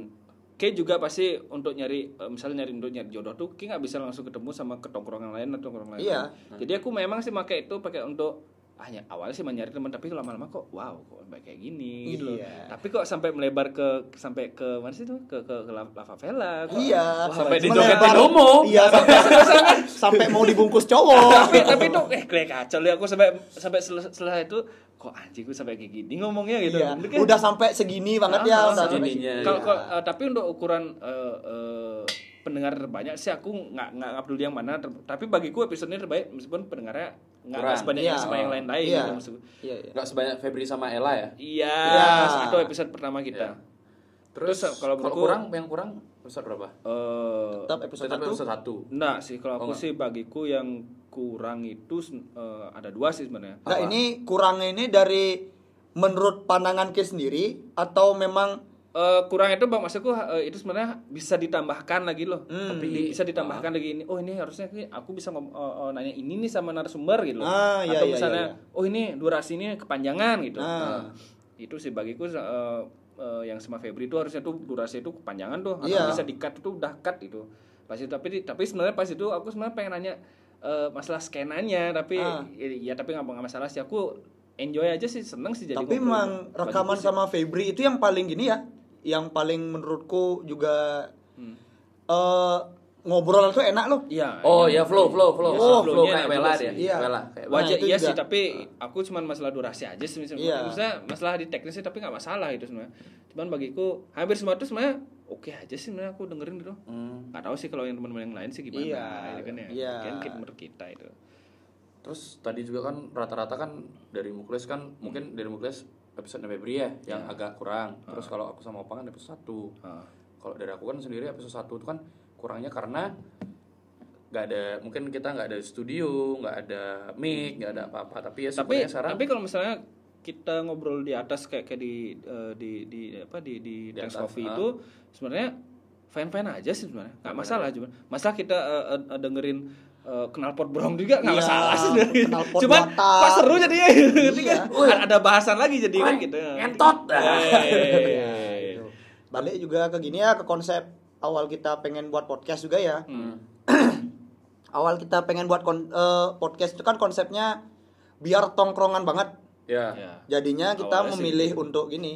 [SPEAKER 1] Kayak juga pasti untuk nyari eh, misalnya nyari untuk nyari jodoh tuh kayak nggak bisa langsung ketemu sama ketongkrongan lain atau ketongkrongan lain.
[SPEAKER 2] Iya.
[SPEAKER 1] Jadi aku memang sih pakai itu pakai untuk hanya awalnya sih mencari teman tapi lama-lama kok wow kok baik kayak gini gitu loh.
[SPEAKER 2] Iya.
[SPEAKER 1] Tapi kok sampai melebar ke sampai ke mana sih tuh ke ke, ke La, La Favela. Kok.
[SPEAKER 2] Iya.
[SPEAKER 3] sampai
[SPEAKER 2] Melebar.
[SPEAKER 3] dijogetin Domo.
[SPEAKER 2] Iya, sampai sampai mau dibungkus cowok.
[SPEAKER 1] tapi tapi tuh eh kayak kacau ya aku sampai sampai sel- setelah itu kok anjing gue sampai kayak gini ngomongnya gitu.
[SPEAKER 2] Iya.
[SPEAKER 1] Mungkin-
[SPEAKER 2] Udah sampai segini banget
[SPEAKER 1] Ah,
[SPEAKER 2] ya, udah
[SPEAKER 1] segininya,
[SPEAKER 2] sampai segini.
[SPEAKER 3] iya.
[SPEAKER 1] Kalau kalau, eh, tapi untuk ukuran eh, eh, pendengar terbanyak sih aku nggak nggak nggak peduli yang mana ter- tapi bagiku episode ini terbaik meskipun pendengarnya nggak nggak
[SPEAKER 3] Kurang.
[SPEAKER 1] sebanyak
[SPEAKER 2] Iya.
[SPEAKER 1] sama yang lain-lain
[SPEAKER 2] Iya.
[SPEAKER 1] gitu maksudku.
[SPEAKER 2] Iya, iya.
[SPEAKER 3] Enggak sebanyak Febri sama Ella ya.
[SPEAKER 1] Iya,
[SPEAKER 2] Iya.
[SPEAKER 1] itu episode pertama kita.
[SPEAKER 3] Terus,
[SPEAKER 1] Terus, kalau
[SPEAKER 3] kalau,
[SPEAKER 1] menurutku-
[SPEAKER 3] kurang yang kurang episode berapa?
[SPEAKER 1] Eh,
[SPEAKER 2] Tetap episode
[SPEAKER 3] Tetap
[SPEAKER 2] 1.
[SPEAKER 3] episode satu.
[SPEAKER 1] nah sih kalau aku
[SPEAKER 3] Oh, nggak.
[SPEAKER 1] sih bagiku yang kurang itu sen- eh, ada dua sih sebenarnya.
[SPEAKER 2] Nah, ini kurangnya ini dari menurut pandangan ke sendiri atau memang
[SPEAKER 1] Eh, kurang itu bang maksudku eh, itu sebenarnya bisa ditambahkan lagi loh
[SPEAKER 2] Hmm, iya.
[SPEAKER 3] Tapi-
[SPEAKER 1] bisa
[SPEAKER 2] Ah.
[SPEAKER 1] ditambahkan lagi ini oh ini harusnya ini aku bisa ngom- eh, eh, nanya ini nih sama narasumber gitu loh.
[SPEAKER 2] Ah, iya,
[SPEAKER 1] atau
[SPEAKER 2] iya,
[SPEAKER 1] misalnya
[SPEAKER 2] iya,
[SPEAKER 1] oh ini durasi ini kepanjangan gitu
[SPEAKER 2] Ah.
[SPEAKER 1] Nah, itu sih bagiku eh, eh, yang sama Febri itu harusnya tuh durasi itu kepanjangan tuh atau
[SPEAKER 2] Iya.
[SPEAKER 1] bisa di cut itu udah cut gitu pas itu tapi di- tapi sebenarnya pas itu aku sebenarnya pengen nanya eh, masalah skenanya tapi
[SPEAKER 2] Ah.
[SPEAKER 1] ya tapi nggak nggak masalah sih aku enjoy aja sih seneng sih jadi
[SPEAKER 2] tapi
[SPEAKER 1] ngobrol.
[SPEAKER 2] memang
[SPEAKER 1] Bagiku
[SPEAKER 2] rekaman
[SPEAKER 1] sih.
[SPEAKER 2] sama Febri itu yang paling gini ya, yang paling menurutku juga eh, ngobrol itu enak loh.
[SPEAKER 1] Iya,
[SPEAKER 3] Oh ya flow flow flow.
[SPEAKER 1] Iya,
[SPEAKER 3] Oh, flow
[SPEAKER 1] flow-nya
[SPEAKER 3] kayak
[SPEAKER 1] enak
[SPEAKER 3] Bella
[SPEAKER 1] juga
[SPEAKER 3] dia.
[SPEAKER 2] sih. Iya.
[SPEAKER 3] Bella kayak Bella.
[SPEAKER 1] wajar
[SPEAKER 2] Nah, itu
[SPEAKER 1] iya
[SPEAKER 2] juga.
[SPEAKER 1] sih tapi aku cuman masalah durasi aja sih misalnya
[SPEAKER 2] Iya.
[SPEAKER 1] maksudnya masalah di teknis sih tapi nggak masalah itu sebenarnya cuman bagiku hampir semua itu sebenarnya oke aja sih sebenarnya aku dengerin gitu nggak tahu sih kalau yang teman-teman yang lain sih gimana
[SPEAKER 2] Iya.
[SPEAKER 1] gitu kan ya
[SPEAKER 2] Iya.
[SPEAKER 1] kan kita menurut kita itu
[SPEAKER 3] Terus tadi juga kan rata-rata kan dari Muklis kan mungkin dari Muklis episode Febri ya
[SPEAKER 1] Iya.
[SPEAKER 3] yang agak kurang. Terus kalau aku sama Opang kan episode satu.
[SPEAKER 1] Ah.
[SPEAKER 3] Kalau dari aku kan sendiri episode satu itu kan kurangnya karena nggak ada mungkin kita nggak ada studio nggak ada mic nggak ada apa-apa tapi ya
[SPEAKER 1] tapi
[SPEAKER 3] sebenarnya sekarang
[SPEAKER 1] tapi kalau misalnya kita ngobrol di atas kayak kayak di eh, di di apa di di,
[SPEAKER 3] Di
[SPEAKER 1] Trans
[SPEAKER 3] atas,
[SPEAKER 1] Coffee
[SPEAKER 3] ah.
[SPEAKER 1] itu sebenarnya fan-fan aja sih sebenarnya nggak masalah cuma masalah kita eh, eh, eh, dengerin eh, knalpot brong juga nggak
[SPEAKER 2] Iya,
[SPEAKER 1] masalah sih sebenarnya.
[SPEAKER 2] knalpot
[SPEAKER 1] cuman
[SPEAKER 2] botak.
[SPEAKER 1] kok seru jadinya Jadi kan ada- ada bahasan lagi jadi kan
[SPEAKER 3] Woi,
[SPEAKER 1] gitu
[SPEAKER 3] Iya. ngentot.
[SPEAKER 1] iya, Yeay.
[SPEAKER 2] Iya. balik juga ke gini ya ke konsep awal kita pengen buat podcast juga ya
[SPEAKER 1] Hmm.
[SPEAKER 2] awal kita pengen buat kon- eh, podcast itu kan konsepnya biar tongkrongan banget
[SPEAKER 3] ya
[SPEAKER 1] Ya.
[SPEAKER 2] jadinya kita
[SPEAKER 3] Awalnya sih
[SPEAKER 2] memilih
[SPEAKER 3] gitu.
[SPEAKER 2] untuk gini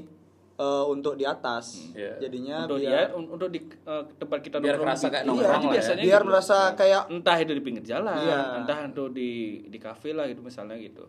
[SPEAKER 2] eh, untuk di atas
[SPEAKER 3] Iya.
[SPEAKER 2] jadinya
[SPEAKER 1] untuk
[SPEAKER 2] biar
[SPEAKER 1] dia un- untuk di eh, tempat kita
[SPEAKER 3] Biar
[SPEAKER 1] nongkrong
[SPEAKER 3] kerasa
[SPEAKER 1] di-
[SPEAKER 3] kayak
[SPEAKER 1] iya, itu
[SPEAKER 3] nongkrong lah ya.
[SPEAKER 1] biasanya
[SPEAKER 2] biar
[SPEAKER 1] gitu.
[SPEAKER 2] merasa kayak
[SPEAKER 1] entah itu di pinggir jalan,
[SPEAKER 2] Iya.
[SPEAKER 1] entah itu di di kafe lah gitu misalnya gitu.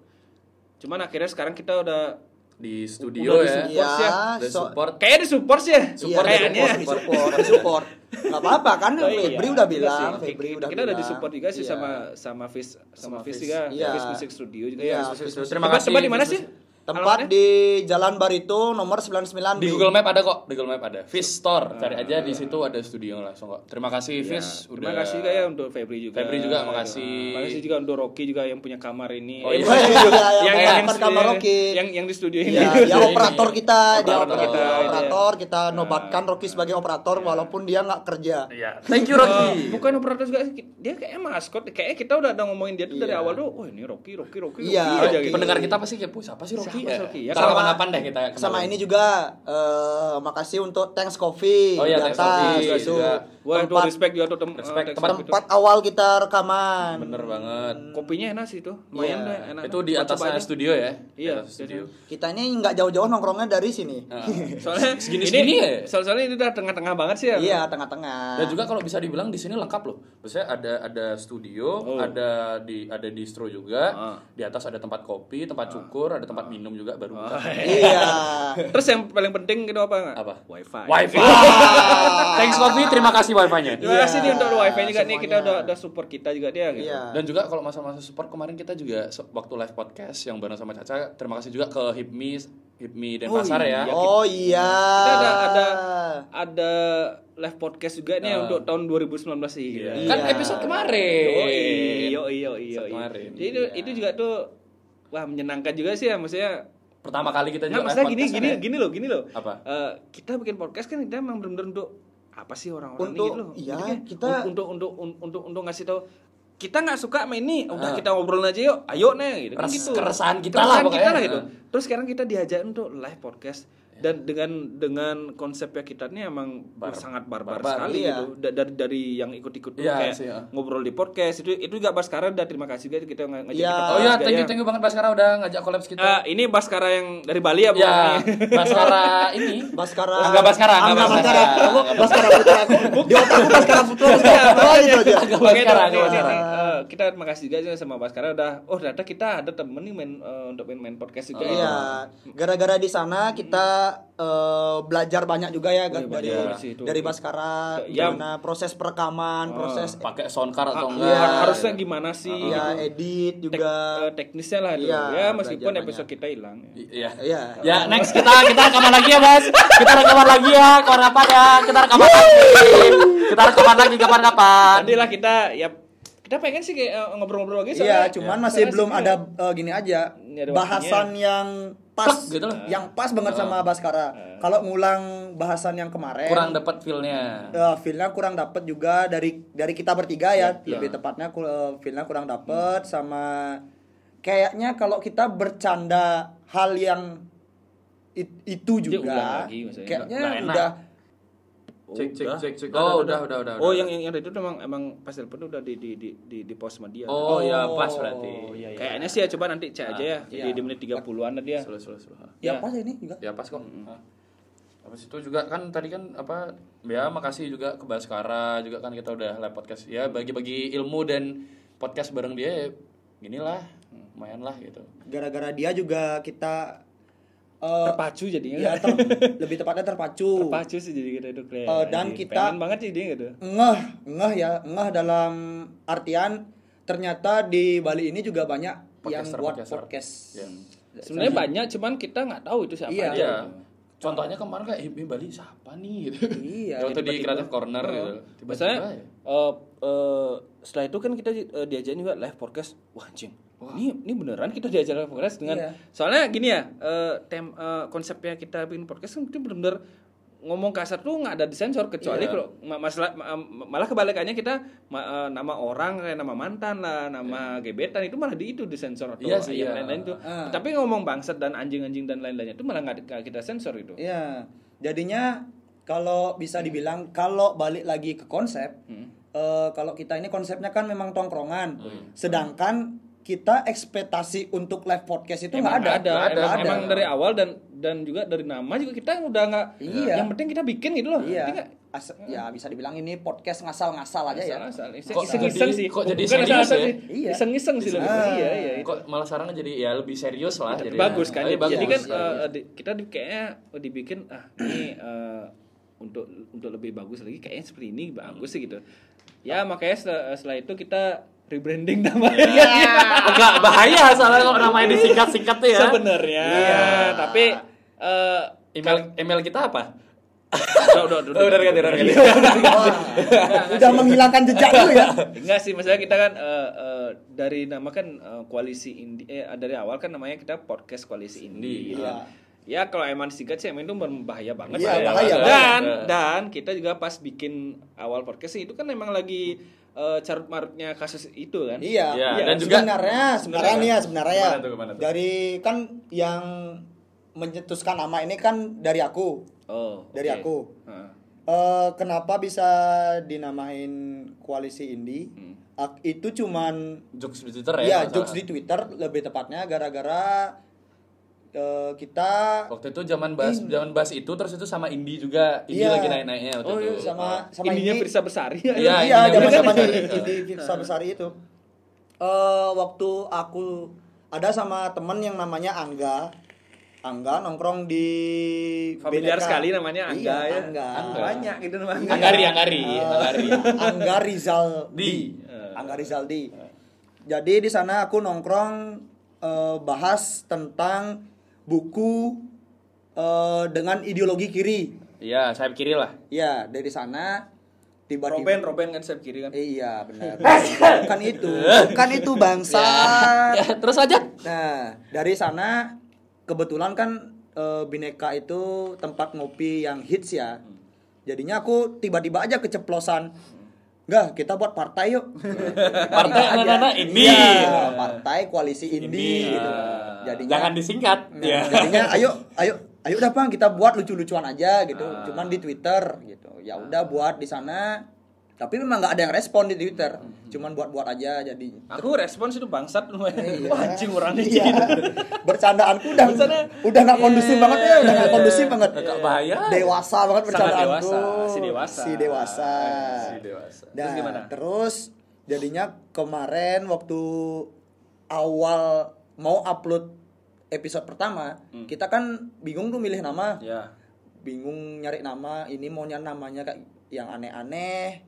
[SPEAKER 1] Cuman akhirnya sekarang kita udah
[SPEAKER 3] di studio
[SPEAKER 1] Udah di
[SPEAKER 3] ya
[SPEAKER 1] studio.
[SPEAKER 2] ya
[SPEAKER 1] ya,
[SPEAKER 3] dan
[SPEAKER 2] so-
[SPEAKER 3] support
[SPEAKER 1] kayak di support sih. ya.
[SPEAKER 3] Support,
[SPEAKER 2] iya,
[SPEAKER 1] kayaknya.
[SPEAKER 2] di support di support nggak apa-apa kan
[SPEAKER 1] Oh, iya.
[SPEAKER 2] Febri udah
[SPEAKER 1] Kita
[SPEAKER 2] bilang
[SPEAKER 1] sih,
[SPEAKER 2] Febri
[SPEAKER 1] kita-
[SPEAKER 2] udah
[SPEAKER 1] kita udah
[SPEAKER 2] bilang.
[SPEAKER 1] di support juga sih
[SPEAKER 2] Iya.
[SPEAKER 1] sama sama Fis sama
[SPEAKER 3] Sama
[SPEAKER 1] Fis
[SPEAKER 3] Fis.
[SPEAKER 1] juga,
[SPEAKER 2] Iya.
[SPEAKER 1] Fis Music Studio juga. ya.
[SPEAKER 2] Iya.
[SPEAKER 3] terima
[SPEAKER 1] Tempat-
[SPEAKER 3] kasih
[SPEAKER 1] tempat di mana sih?
[SPEAKER 2] tempat
[SPEAKER 1] Alamatnya?
[SPEAKER 2] di Jalan Barito nomor 99
[SPEAKER 3] di Google Map ada kok, di Google Map ada. Fish Store, cari aja di situ ada studio langsung kok. Terima kasih Fish, udah.
[SPEAKER 1] Ah. Iya. Terima kasih juga ya untuk Febri juga.
[SPEAKER 3] Febri juga, makasih.
[SPEAKER 1] Makasih juga untuk Rocky juga yang punya kamar ini.
[SPEAKER 3] Oh,
[SPEAKER 1] Eh,
[SPEAKER 3] iya.
[SPEAKER 1] bukan studio.
[SPEAKER 2] Iya, yang punya
[SPEAKER 1] yang
[SPEAKER 2] kamar kamar Rocky.
[SPEAKER 1] Yang yang di studio ini.
[SPEAKER 2] Ya, dia operator kita, dia
[SPEAKER 3] Operator
[SPEAKER 2] operator,
[SPEAKER 3] kita,
[SPEAKER 2] kita,
[SPEAKER 3] iya.
[SPEAKER 2] operator kita nobatkan Rocky sebagai operator walaupun dia nggak kerja.
[SPEAKER 3] Iya. Thank you
[SPEAKER 1] Eh,
[SPEAKER 3] Rocky.
[SPEAKER 1] bukan operator juga dia kayaknya maskot kayaknya kita udah ada ngomongin dia tuh dari
[SPEAKER 2] Iya.
[SPEAKER 1] awal tuh wah ini Rocky Rocky Rocky
[SPEAKER 2] Iya,
[SPEAKER 1] Rocky aja
[SPEAKER 2] Rocky.
[SPEAKER 1] gitu
[SPEAKER 3] Pendengar kita pasti kepo, siapa sih Rocky?
[SPEAKER 1] Siapa sih Rocky? Ya,
[SPEAKER 3] Ntar
[SPEAKER 1] sama-
[SPEAKER 3] kapan-kapan deh kita kenalin.
[SPEAKER 2] Sama ini juga eh, makasih untuk Thanks Coffee
[SPEAKER 3] Oh iya,
[SPEAKER 2] di
[SPEAKER 3] Thanks
[SPEAKER 2] atas
[SPEAKER 3] Coffee
[SPEAKER 2] itu.
[SPEAKER 3] juga.
[SPEAKER 1] wah itu
[SPEAKER 2] tempat
[SPEAKER 1] respect juga tuh tem-
[SPEAKER 3] Respect,
[SPEAKER 1] eh,
[SPEAKER 3] tempat-
[SPEAKER 1] gitu.
[SPEAKER 2] tempat awal kita rekaman.
[SPEAKER 3] bener banget.
[SPEAKER 1] kopinya enak sih tuh lumayan
[SPEAKER 2] Iya.
[SPEAKER 1] deh, enak
[SPEAKER 3] Itu di atasnya
[SPEAKER 1] studio
[SPEAKER 3] studio ya? Di
[SPEAKER 1] Nah, Iya,
[SPEAKER 3] atas studio.
[SPEAKER 2] Kita ini nggak jauh-jauh nongkrongnya dari sini.
[SPEAKER 3] Heeh.
[SPEAKER 1] soalnya
[SPEAKER 3] Segini-
[SPEAKER 1] segini ini
[SPEAKER 3] segini ya?
[SPEAKER 1] soal soalnya ini udah tengah-tengah banget sih ya
[SPEAKER 2] Iya, tengah-tengah.
[SPEAKER 3] Dan juga kalau bisa dibilang di sini lengkap loh. Maksudnya ada ada studio,
[SPEAKER 1] Oh.
[SPEAKER 3] ada di ada distro juga.
[SPEAKER 1] Ah.
[SPEAKER 3] Di atas ada tempat kopi, tempat cukur, ada tempat minum juga baru. buka.
[SPEAKER 2] Iya.
[SPEAKER 1] terus yang paling penting gitu apa nggak
[SPEAKER 3] Apa?
[SPEAKER 1] wifi Ah.
[SPEAKER 3] Wifi. Thanks Coffee, terima kasih wifi-nya.
[SPEAKER 1] terima kasih nih untuk wifi juga nih kita
[SPEAKER 2] Iya. semuanya.
[SPEAKER 1] udah udah support kita juga dia gitu
[SPEAKER 2] Iya.
[SPEAKER 3] Dan juga kalau masa-masa support kemarin kita juga se- waktu live podcast yang bareng sama Caca, terima kasih juga ke Hipmi, Hipmi dan Pasar ya.
[SPEAKER 2] oh iya.
[SPEAKER 1] kita ada ada ada live podcast juga nih
[SPEAKER 3] Ah.
[SPEAKER 1] untuk tahun 2019 sih gitu.
[SPEAKER 3] Iya.
[SPEAKER 2] Iya.
[SPEAKER 3] Kan episode kemarin.
[SPEAKER 1] Yo yo yo
[SPEAKER 3] Episode kemarin.
[SPEAKER 1] Jadi itu, itu juga tuh wah menyenangkan juga sih ya maksudnya.
[SPEAKER 3] Pertama kali
[SPEAKER 1] Nggak
[SPEAKER 3] kita juga
[SPEAKER 1] Nah, maksudnya
[SPEAKER 3] live
[SPEAKER 1] gini
[SPEAKER 3] podcast
[SPEAKER 1] gini
[SPEAKER 3] ada.
[SPEAKER 1] gini loh gini loh.
[SPEAKER 3] Apa?
[SPEAKER 1] Eh, kita bikin podcast kan kita memang benar-benar untuk apa sih orang-orang
[SPEAKER 2] Untuk-
[SPEAKER 1] ini gitu loh.
[SPEAKER 2] iya,
[SPEAKER 1] Jadi kayak
[SPEAKER 2] kita-
[SPEAKER 1] un- untuk untuk un- untuk untuk ngasih tahu kita nggak suka sama ini, udah kita ngobrol aja yuk, ayo nih gitu. Kan
[SPEAKER 3] Res-
[SPEAKER 1] gitu.
[SPEAKER 3] Ah. keresahan kita
[SPEAKER 1] Keresahan
[SPEAKER 3] lah pokoknya. Ah.
[SPEAKER 1] kita gitu.
[SPEAKER 3] Heeh.
[SPEAKER 1] Terus sekarang kita diajak untuk live podcast dan dengan dengan konsepnya kita nih emang
[SPEAKER 3] Bar-
[SPEAKER 1] sangat barbar
[SPEAKER 3] barbar,
[SPEAKER 1] sekali
[SPEAKER 2] iya.
[SPEAKER 1] gitu Da- dari dari yang ikut-ikut dulu
[SPEAKER 3] Iya
[SPEAKER 1] kayak
[SPEAKER 3] sih, ya.
[SPEAKER 1] ngobrol di podcast itu itu juga Baskara udah terima kasih juga kita ng- ngajak
[SPEAKER 2] Iya.
[SPEAKER 1] kita
[SPEAKER 3] Oh iya,
[SPEAKER 1] podcast
[SPEAKER 3] thank you
[SPEAKER 1] ya.
[SPEAKER 3] thank you banget Baskara udah ngajak collabs kita.
[SPEAKER 1] Eh, ini Baskara yang dari Bali ya Bu?
[SPEAKER 3] ya, Baskara ini.
[SPEAKER 2] Baskara.
[SPEAKER 3] Enggak Baskara, enggak
[SPEAKER 2] Angga
[SPEAKER 3] Baskara.
[SPEAKER 2] Aku Baskara Putra. aku. Di otakku Baskara Putra. Baskara Putra itu aja.
[SPEAKER 3] Agak
[SPEAKER 1] Oke, dong,
[SPEAKER 3] Baskara, agak
[SPEAKER 1] nih, nih,
[SPEAKER 3] Baskara.
[SPEAKER 1] nih, eh, kita terima kasih juga sama Baskara udah oh ternyata kita ada temen nih main eh, untuk main main podcast juga ya.
[SPEAKER 2] Iya, gara-gara di sana kita eh, belajar banyak juga ya
[SPEAKER 1] Iya,
[SPEAKER 2] dari
[SPEAKER 1] banyak dari situ.
[SPEAKER 2] dari Baskara,
[SPEAKER 1] Iya.
[SPEAKER 2] gimana proses perekaman, proses
[SPEAKER 3] Pakai sound card
[SPEAKER 1] Ha-
[SPEAKER 3] atau enggak?
[SPEAKER 1] har- Iya, harusnya
[SPEAKER 3] gitu.
[SPEAKER 1] gimana sih
[SPEAKER 2] ya
[SPEAKER 1] gitu.
[SPEAKER 2] edit
[SPEAKER 1] Tek- eh,
[SPEAKER 2] juga.
[SPEAKER 1] teknisnya lah dulu
[SPEAKER 2] Iya,
[SPEAKER 1] ya meskipun
[SPEAKER 2] belajar
[SPEAKER 1] episode kita hilang ya.
[SPEAKER 3] Iya.
[SPEAKER 2] Iya.
[SPEAKER 3] Ya, next kita kita rekaman lagi ya, Mas. Kita rekaman lagi ya, kapan kapan ya. Kita rekaman lagi. Kita rekaman lagi kapan-kapan.
[SPEAKER 1] Tadi lah kita ya kita pengen sih kayak eh, ngobrol-ngobrol lagi
[SPEAKER 2] Iya, cuman masih
[SPEAKER 1] soalnya
[SPEAKER 2] belum
[SPEAKER 1] sih
[SPEAKER 2] ada eh, gini aja
[SPEAKER 1] Ini ada ya.
[SPEAKER 2] bahasan yang pas,
[SPEAKER 3] Plek gitu loh.
[SPEAKER 2] yang pas
[SPEAKER 1] Oh.
[SPEAKER 2] banget
[SPEAKER 1] Eh.
[SPEAKER 2] sama Baskara. Kalau ngulang bahasan yang kemarin,
[SPEAKER 3] Kurang dapat feel-nya.
[SPEAKER 2] Eh, feel-nya kurang dapet juga dari dari kita bertiga ya
[SPEAKER 1] Iya.
[SPEAKER 2] lebih tepatnya ku- eh, feel-nya kurang dapet
[SPEAKER 1] Hmm.
[SPEAKER 2] sama kayaknya kalau kita bercanda hal yang it- itu
[SPEAKER 1] Dia ulang
[SPEAKER 2] juga
[SPEAKER 1] lagi maksudnya.
[SPEAKER 2] kayaknya
[SPEAKER 3] Nggak enak.
[SPEAKER 2] udah
[SPEAKER 3] Cek cek
[SPEAKER 1] Udah.
[SPEAKER 3] cek cek. Oh, udah udah udah.
[SPEAKER 1] Oh,
[SPEAKER 3] udah.
[SPEAKER 1] yang yang yang itu emang emang pas telepon udah di di di di, di post sama dia.
[SPEAKER 3] Oh, Ah, ya pas berarti.
[SPEAKER 1] Kayaknya sih ya coba nanti cek aja ya di,
[SPEAKER 3] iya.
[SPEAKER 1] di menit 30-an tadi ya.
[SPEAKER 3] Slow slow slow.
[SPEAKER 2] ya pas ini juga
[SPEAKER 3] Ya pas kok. Hah. Habis itu juga kan tadi kan apa ya makasih juga ke Baskara juga kan kita udah live podcast ya bagi-bagi ilmu dan podcast bareng dia ya ginilah lumayan lah gitu.
[SPEAKER 2] gara-gara dia juga kita eh,
[SPEAKER 1] Terpacu jadinya.
[SPEAKER 2] ya,
[SPEAKER 1] kan?
[SPEAKER 2] ter- lebih tepatnya terpacu
[SPEAKER 1] Terpacu sih jadi kita itu kayak.
[SPEAKER 2] Eh, dan
[SPEAKER 1] jadi
[SPEAKER 2] kita-
[SPEAKER 1] pengen banget sih dia gitu.
[SPEAKER 2] ngeh ngeh ya ngeh dalam artian ternyata di Bali ini juga banyak yang
[SPEAKER 3] Podcaster,
[SPEAKER 2] buat
[SPEAKER 3] podcaster.
[SPEAKER 2] podcast
[SPEAKER 1] Iya.
[SPEAKER 3] Ya.
[SPEAKER 1] Sebenarnya banyak cuman kita nggak tahu itu siapa
[SPEAKER 2] Iya.
[SPEAKER 1] aja.
[SPEAKER 3] Iya.
[SPEAKER 1] gitu.
[SPEAKER 3] Contohnya kemarin kayak Hipmi Bali siapa nih gitu.
[SPEAKER 2] Iya,
[SPEAKER 3] Waktu di
[SPEAKER 2] tiba-tiba.
[SPEAKER 3] Creative Corner gitu.
[SPEAKER 1] Biasanya
[SPEAKER 3] Tiba-tiba ya.
[SPEAKER 1] eh, eh, setelah itu kan kita eh, diajarin juga live podcast wah anjing ini ini beneran kita diajarin live podcast dengan
[SPEAKER 3] Iya.
[SPEAKER 1] soalnya gini ya eh, tem eh, konsepnya kita bikin podcast kan itu bener-bener ngomong kasar tuh nggak ada disensor kecuali
[SPEAKER 3] Iya.
[SPEAKER 1] kalau ma- masalah ma- ma- malah kebalikannya kita ma- eh, nama orang kayak nama mantan lah nama gebetan itu malah di itu disensor atau
[SPEAKER 3] Iya sih,
[SPEAKER 1] yang
[SPEAKER 3] iya.
[SPEAKER 1] lain-lain tuh
[SPEAKER 2] Ah.
[SPEAKER 1] tapi ngomong bangsat dan anjing-anjing dan lain-lainnya itu malah nggak nggak kita sensor itu
[SPEAKER 2] Iya. Jadinya kalau bisa dibilang kalau balik lagi ke konsep,
[SPEAKER 1] Hmm.
[SPEAKER 2] eh, kalau kita ini konsepnya kan memang tongkrongan.
[SPEAKER 1] Oh, iya.
[SPEAKER 2] Sedangkan kita ekspektasi untuk live podcast itu nggak
[SPEAKER 1] Emang
[SPEAKER 2] ada.
[SPEAKER 1] nggak ada,
[SPEAKER 3] Nggak ada,
[SPEAKER 1] emang,
[SPEAKER 3] nggak ada.
[SPEAKER 1] emang dari awal dan dan juga dari nama juga kita udah nggak
[SPEAKER 2] Iya.
[SPEAKER 1] yang penting kita bikin gitu loh
[SPEAKER 2] Iya.
[SPEAKER 1] Ngerti nggak?
[SPEAKER 2] As- ya bisa dibilang ini podcast ngasal-ngasal aja ya.
[SPEAKER 1] Asal-asal.
[SPEAKER 3] Kok
[SPEAKER 1] iseng-iseng
[SPEAKER 3] jadi-
[SPEAKER 1] sih
[SPEAKER 3] kok jadi
[SPEAKER 1] Bukan
[SPEAKER 3] serius
[SPEAKER 1] asal-asal
[SPEAKER 3] ya?
[SPEAKER 1] sih.
[SPEAKER 2] Iya.
[SPEAKER 1] iseng-iseng sih lebih
[SPEAKER 2] Ah.
[SPEAKER 1] iya iya itu.
[SPEAKER 3] Kok malah sekarang jadi ya lebih serius lah.
[SPEAKER 1] Tapi
[SPEAKER 3] jadi ya.
[SPEAKER 1] bagus kan jadi, jadi kan
[SPEAKER 3] bagus.
[SPEAKER 1] eh, di- kita di- kayaknya dibikin ah ini eh, untuk untuk lebih bagus lagi kayaknya seperti ini bagus sih gitu ya makanya setelah, setelah itu kita rebranding namanya
[SPEAKER 3] Agak bahaya soalnya kalau namanya disingkat-singkat tuh ya.
[SPEAKER 1] sebenarnya
[SPEAKER 3] Iya.
[SPEAKER 1] tapi eh,
[SPEAKER 3] Email email kita apa?
[SPEAKER 1] udah udah udah,
[SPEAKER 3] Oh, udah ganti, udah ganti.
[SPEAKER 2] Udah menghilangkan jejak dulu
[SPEAKER 1] Iya.
[SPEAKER 2] ya.
[SPEAKER 1] Enggak sih, maksudnya kita kan eh, eh, dari nama kan eh, koalisi indie eh, dari awal kan namanya kita podcast koalisi indie. gitu kan. Ya kalau emang singkat sih emang itu berbahaya banget.
[SPEAKER 2] Ah. Iya,
[SPEAKER 1] Bahaya
[SPEAKER 2] bahaya,
[SPEAKER 1] banget.
[SPEAKER 2] bahaya.
[SPEAKER 1] Dan dan kita juga pas bikin awal podcast sih, itu kan emang lagi eh, carut marutnya kasus itu kan.
[SPEAKER 2] Iya.
[SPEAKER 3] Iya,
[SPEAKER 2] Dan
[SPEAKER 3] dan juga-
[SPEAKER 2] sebenarnya sebenarnya nih ya sebenarnya ya.
[SPEAKER 3] Gimana tuh, gimana tuh?
[SPEAKER 2] Dari kan yang mencetuskan nama ini kan dari aku.
[SPEAKER 1] Oh.
[SPEAKER 2] Dari
[SPEAKER 1] oke.
[SPEAKER 2] aku.
[SPEAKER 1] Heeh.
[SPEAKER 2] Eh, kenapa bisa dinamain koalisi indie? Ak- Itu cuman
[SPEAKER 3] Jokes di Hmm. Twitter ya.
[SPEAKER 2] ya
[SPEAKER 3] kalau
[SPEAKER 2] jokes
[SPEAKER 3] salah.
[SPEAKER 2] di Twitter lebih tepatnya gara-gara eh, kita
[SPEAKER 3] Waktu itu zaman bahas zaman bahas itu terus itu sama Indi juga. Indi
[SPEAKER 2] Iya.
[SPEAKER 3] lagi naik-naiknya waktu
[SPEAKER 1] Oh,
[SPEAKER 3] itu. Ah.
[SPEAKER 1] iya,
[SPEAKER 2] sama sama
[SPEAKER 1] Indinya
[SPEAKER 2] Indi-
[SPEAKER 1] Firsa Besari.
[SPEAKER 3] Iya,
[SPEAKER 2] iya
[SPEAKER 3] Indi
[SPEAKER 2] zaman
[SPEAKER 3] Firsa
[SPEAKER 2] zaman
[SPEAKER 3] Besari.
[SPEAKER 2] Indi Firsa Besari itu. Eh waktu aku ada sama temen yang namanya Angga. Angga nongkrong di
[SPEAKER 1] Familiar
[SPEAKER 2] Bineka.
[SPEAKER 1] sekali namanya Angga
[SPEAKER 2] Iya,
[SPEAKER 1] ya.
[SPEAKER 2] Angga.
[SPEAKER 3] Angga.
[SPEAKER 1] Banyak gitu namanya.
[SPEAKER 3] Anggari, Anggari,
[SPEAKER 2] Eh,
[SPEAKER 3] Anggari.
[SPEAKER 2] Angga Rizal
[SPEAKER 3] Di.
[SPEAKER 2] Angga Rizaldi. Jadi di sana aku nongkrong eh, bahas tentang buku eh, dengan ideologi kiri.
[SPEAKER 3] Iya, saya kiri lah.
[SPEAKER 2] Ya, dari sana
[SPEAKER 1] Roben,
[SPEAKER 2] tiba-tiba
[SPEAKER 1] Roben kan sayap kiri kan.
[SPEAKER 2] Eh, Iya, benar. Bukan itu. Bukan itu bangsa. Iya.
[SPEAKER 3] Ya, terus aja.
[SPEAKER 2] Nah, dari sana kebetulan kan eh, Bineka itu tempat ngopi yang hits ya. Jadinya aku tiba-tiba aja keceplosan. Enggak, kita buat partai yuk.
[SPEAKER 3] Partai
[SPEAKER 2] Tiba-tiba aja.
[SPEAKER 3] anak-anak ini.
[SPEAKER 2] Iya, partai koalisi indie
[SPEAKER 3] Ini,
[SPEAKER 2] gitu.
[SPEAKER 3] ah,
[SPEAKER 2] Jadinya
[SPEAKER 3] jangan disingkat.
[SPEAKER 2] Nah,
[SPEAKER 3] Ya.
[SPEAKER 2] jadinya ayo ayo ayo udah Bang kita buat lucu-lucuan aja gitu.
[SPEAKER 3] Ah.
[SPEAKER 2] Cuman di Twitter gitu. Ya udah buat di sana. Tapi memang nggak ada yang respon di Twitter.
[SPEAKER 3] Hmm.
[SPEAKER 2] Cuman buat-buat aja jadi
[SPEAKER 1] Aku respons itu bangsat
[SPEAKER 2] Iya.
[SPEAKER 1] lumayan. Wah, anjing orangnya gitu.
[SPEAKER 2] bercandaanku udah udah nggak kondusif banget ya udah nggak kondusif banget
[SPEAKER 3] Agak bahaya.
[SPEAKER 2] dewasa banget
[SPEAKER 1] Sangat
[SPEAKER 2] bercandaanku
[SPEAKER 1] dewasa, si dewasa.
[SPEAKER 2] si dewasa
[SPEAKER 3] Si dewasa.
[SPEAKER 2] Nah,
[SPEAKER 1] Terus gimana?
[SPEAKER 2] terus jadinya kemarin waktu awal mau upload episode pertama kita kan bingung tuh milih nama
[SPEAKER 1] Ya.
[SPEAKER 2] bingung nyari nama ini maunya namanya kayak yang aneh-aneh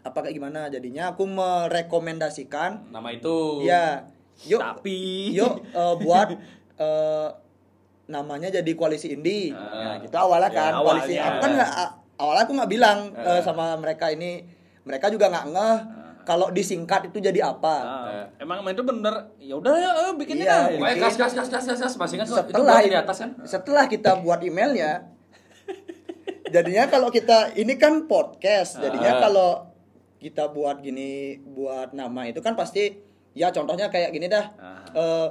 [SPEAKER 2] apa kayak gimana jadinya aku merekomendasikan
[SPEAKER 3] Nama itu.
[SPEAKER 2] ya yuk
[SPEAKER 1] Tapi
[SPEAKER 2] yuk eh, buat eh, namanya jadi koalisi indie nah, gitu awalnya
[SPEAKER 3] Ya,
[SPEAKER 2] kan koalisi
[SPEAKER 3] awalnya.
[SPEAKER 2] aku kan nggak a- awalnya aku nggak bilang eh, sama mereka ini mereka juga nggak ngeh kalau disingkat itu jadi apa
[SPEAKER 1] Ah, emang main itu bener. Ya udah ya, ayo bikinnya
[SPEAKER 2] Iya,
[SPEAKER 1] dah.
[SPEAKER 3] Pokoknya
[SPEAKER 2] Bikin.
[SPEAKER 3] gas gas gas gas gas gas masih kan itu
[SPEAKER 2] setelah
[SPEAKER 3] buat di atas kan.
[SPEAKER 2] setelah kita buat emailnya jadinya kalau kita ini kan podcast jadinya
[SPEAKER 3] Ah.
[SPEAKER 2] kalau kita buat gini buat nama itu kan pasti ya contohnya kayak gini dah
[SPEAKER 1] Ah.
[SPEAKER 2] Eh,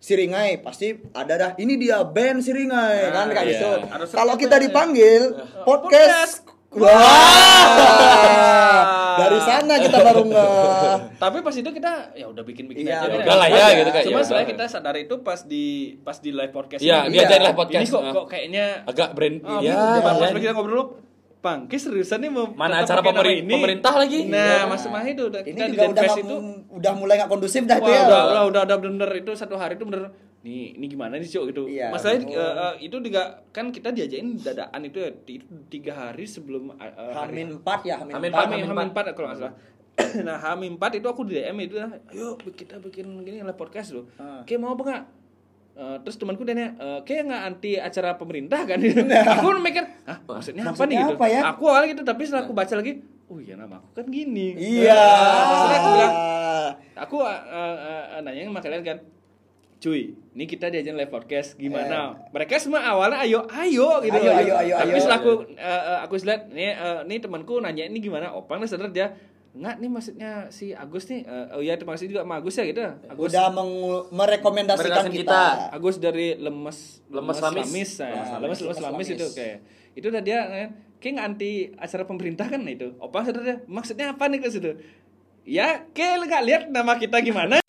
[SPEAKER 2] Siringai pasti ada dah ini dia band Siringai kan kayak
[SPEAKER 3] iya.
[SPEAKER 2] gitu
[SPEAKER 1] Ah, Harus ya.
[SPEAKER 2] kalau
[SPEAKER 1] ada
[SPEAKER 2] kita
[SPEAKER 1] bandnya.
[SPEAKER 2] dipanggil
[SPEAKER 1] Ah.
[SPEAKER 2] podcast, Wah,
[SPEAKER 1] Ah.
[SPEAKER 2] dari sana kita baru nge
[SPEAKER 1] Tapi pas itu kita ya udah bikin-bikin aja.
[SPEAKER 2] Iya, ya
[SPEAKER 1] deh.
[SPEAKER 3] udah lah ya,
[SPEAKER 1] Aja.
[SPEAKER 3] gitu kayak,
[SPEAKER 1] Cuma
[SPEAKER 3] ya
[SPEAKER 1] setelah
[SPEAKER 3] udah.
[SPEAKER 1] kita sadar itu pas di pas di live podcast.
[SPEAKER 3] Iya,
[SPEAKER 1] ini.
[SPEAKER 2] dia jadi
[SPEAKER 3] live podcast.
[SPEAKER 1] Ini kok
[SPEAKER 3] Nah.
[SPEAKER 1] kok kayaknya
[SPEAKER 3] Agak brand.
[SPEAKER 1] Oh,
[SPEAKER 3] Iya,
[SPEAKER 1] ya, pas
[SPEAKER 3] brand.
[SPEAKER 1] kita ngobrol dulu, Bang, Ki seriusan nih mau
[SPEAKER 3] Mana
[SPEAKER 1] tetap
[SPEAKER 3] acara
[SPEAKER 1] pakai nama
[SPEAKER 3] pemerin- pemerintah lagi?
[SPEAKER 1] Nah,
[SPEAKER 3] Iya.
[SPEAKER 1] maksud mah itu udah
[SPEAKER 2] ini
[SPEAKER 1] kita di
[SPEAKER 2] juga udah
[SPEAKER 1] Denfest
[SPEAKER 2] nggak-
[SPEAKER 1] itu
[SPEAKER 2] udah mulai nggak kondusif dah
[SPEAKER 1] Wah,
[SPEAKER 2] itu ya
[SPEAKER 1] udah, udah, udah, udah bener itu satu hari itu bener. Nih, ini gimana nih cok gitu.
[SPEAKER 2] Iya,
[SPEAKER 1] Masalahnya
[SPEAKER 2] betul.
[SPEAKER 1] eh, eh, itu juga kan kita diajain dadaan itu ya di- tiga hari sebelum eh, eh, hari
[SPEAKER 2] Hamin 4 ya Hamin,
[SPEAKER 3] Hamin
[SPEAKER 1] Hamin Hamin
[SPEAKER 3] empat,
[SPEAKER 2] Hamin 4
[SPEAKER 3] Hamin
[SPEAKER 1] empat kalau nggak salah. nah Hamin empat itu aku di DM itu lah, ayo kita bikin gini lah podcast loh.
[SPEAKER 2] Ah.
[SPEAKER 1] Oke mau apa nggak? Eh, terus temanku tanya, "Eh, kayak nggak anti acara pemerintah kan? aku mikir, Hah, maksudnya, apa nih
[SPEAKER 2] Maksudnya
[SPEAKER 1] gitu?
[SPEAKER 2] apa ya?
[SPEAKER 1] Aku awalnya gitu, tapi setelah aku baca lagi, oh iya nama aku kan gini
[SPEAKER 2] Iya.
[SPEAKER 1] Terus aku bilang, aku eh, eh, eh, nanya sama kalian kan cuy ini kita diajarin live podcast gimana mereka semua awalnya ayo ayo gitu
[SPEAKER 2] Eh. Ayo,
[SPEAKER 1] loh.
[SPEAKER 2] ayo, ayo,
[SPEAKER 1] tapi
[SPEAKER 2] ayo.
[SPEAKER 1] setelah aku eh, eh, aku lihat ini eh, ini temanku nanya ini gimana opang sadar dia nggak nih maksudnya si Agus nih eh, oh iya terima kasih juga sama Agus ya gitu Agus
[SPEAKER 2] Udah mengu- merekomendasikan
[SPEAKER 3] Merekomendasikan
[SPEAKER 2] kita.
[SPEAKER 3] kita.
[SPEAKER 1] Agus dari lemes
[SPEAKER 3] Lemes
[SPEAKER 1] ya.
[SPEAKER 3] Lamis.
[SPEAKER 2] Lemes Lamis.
[SPEAKER 1] lemes lemes lamis itu kayak itu udah dia eh, kayak nggak anti acara pemerintah kan itu opang sadar dia maksudnya apa nih ke situ ya kayak nggak lihat nama kita gimana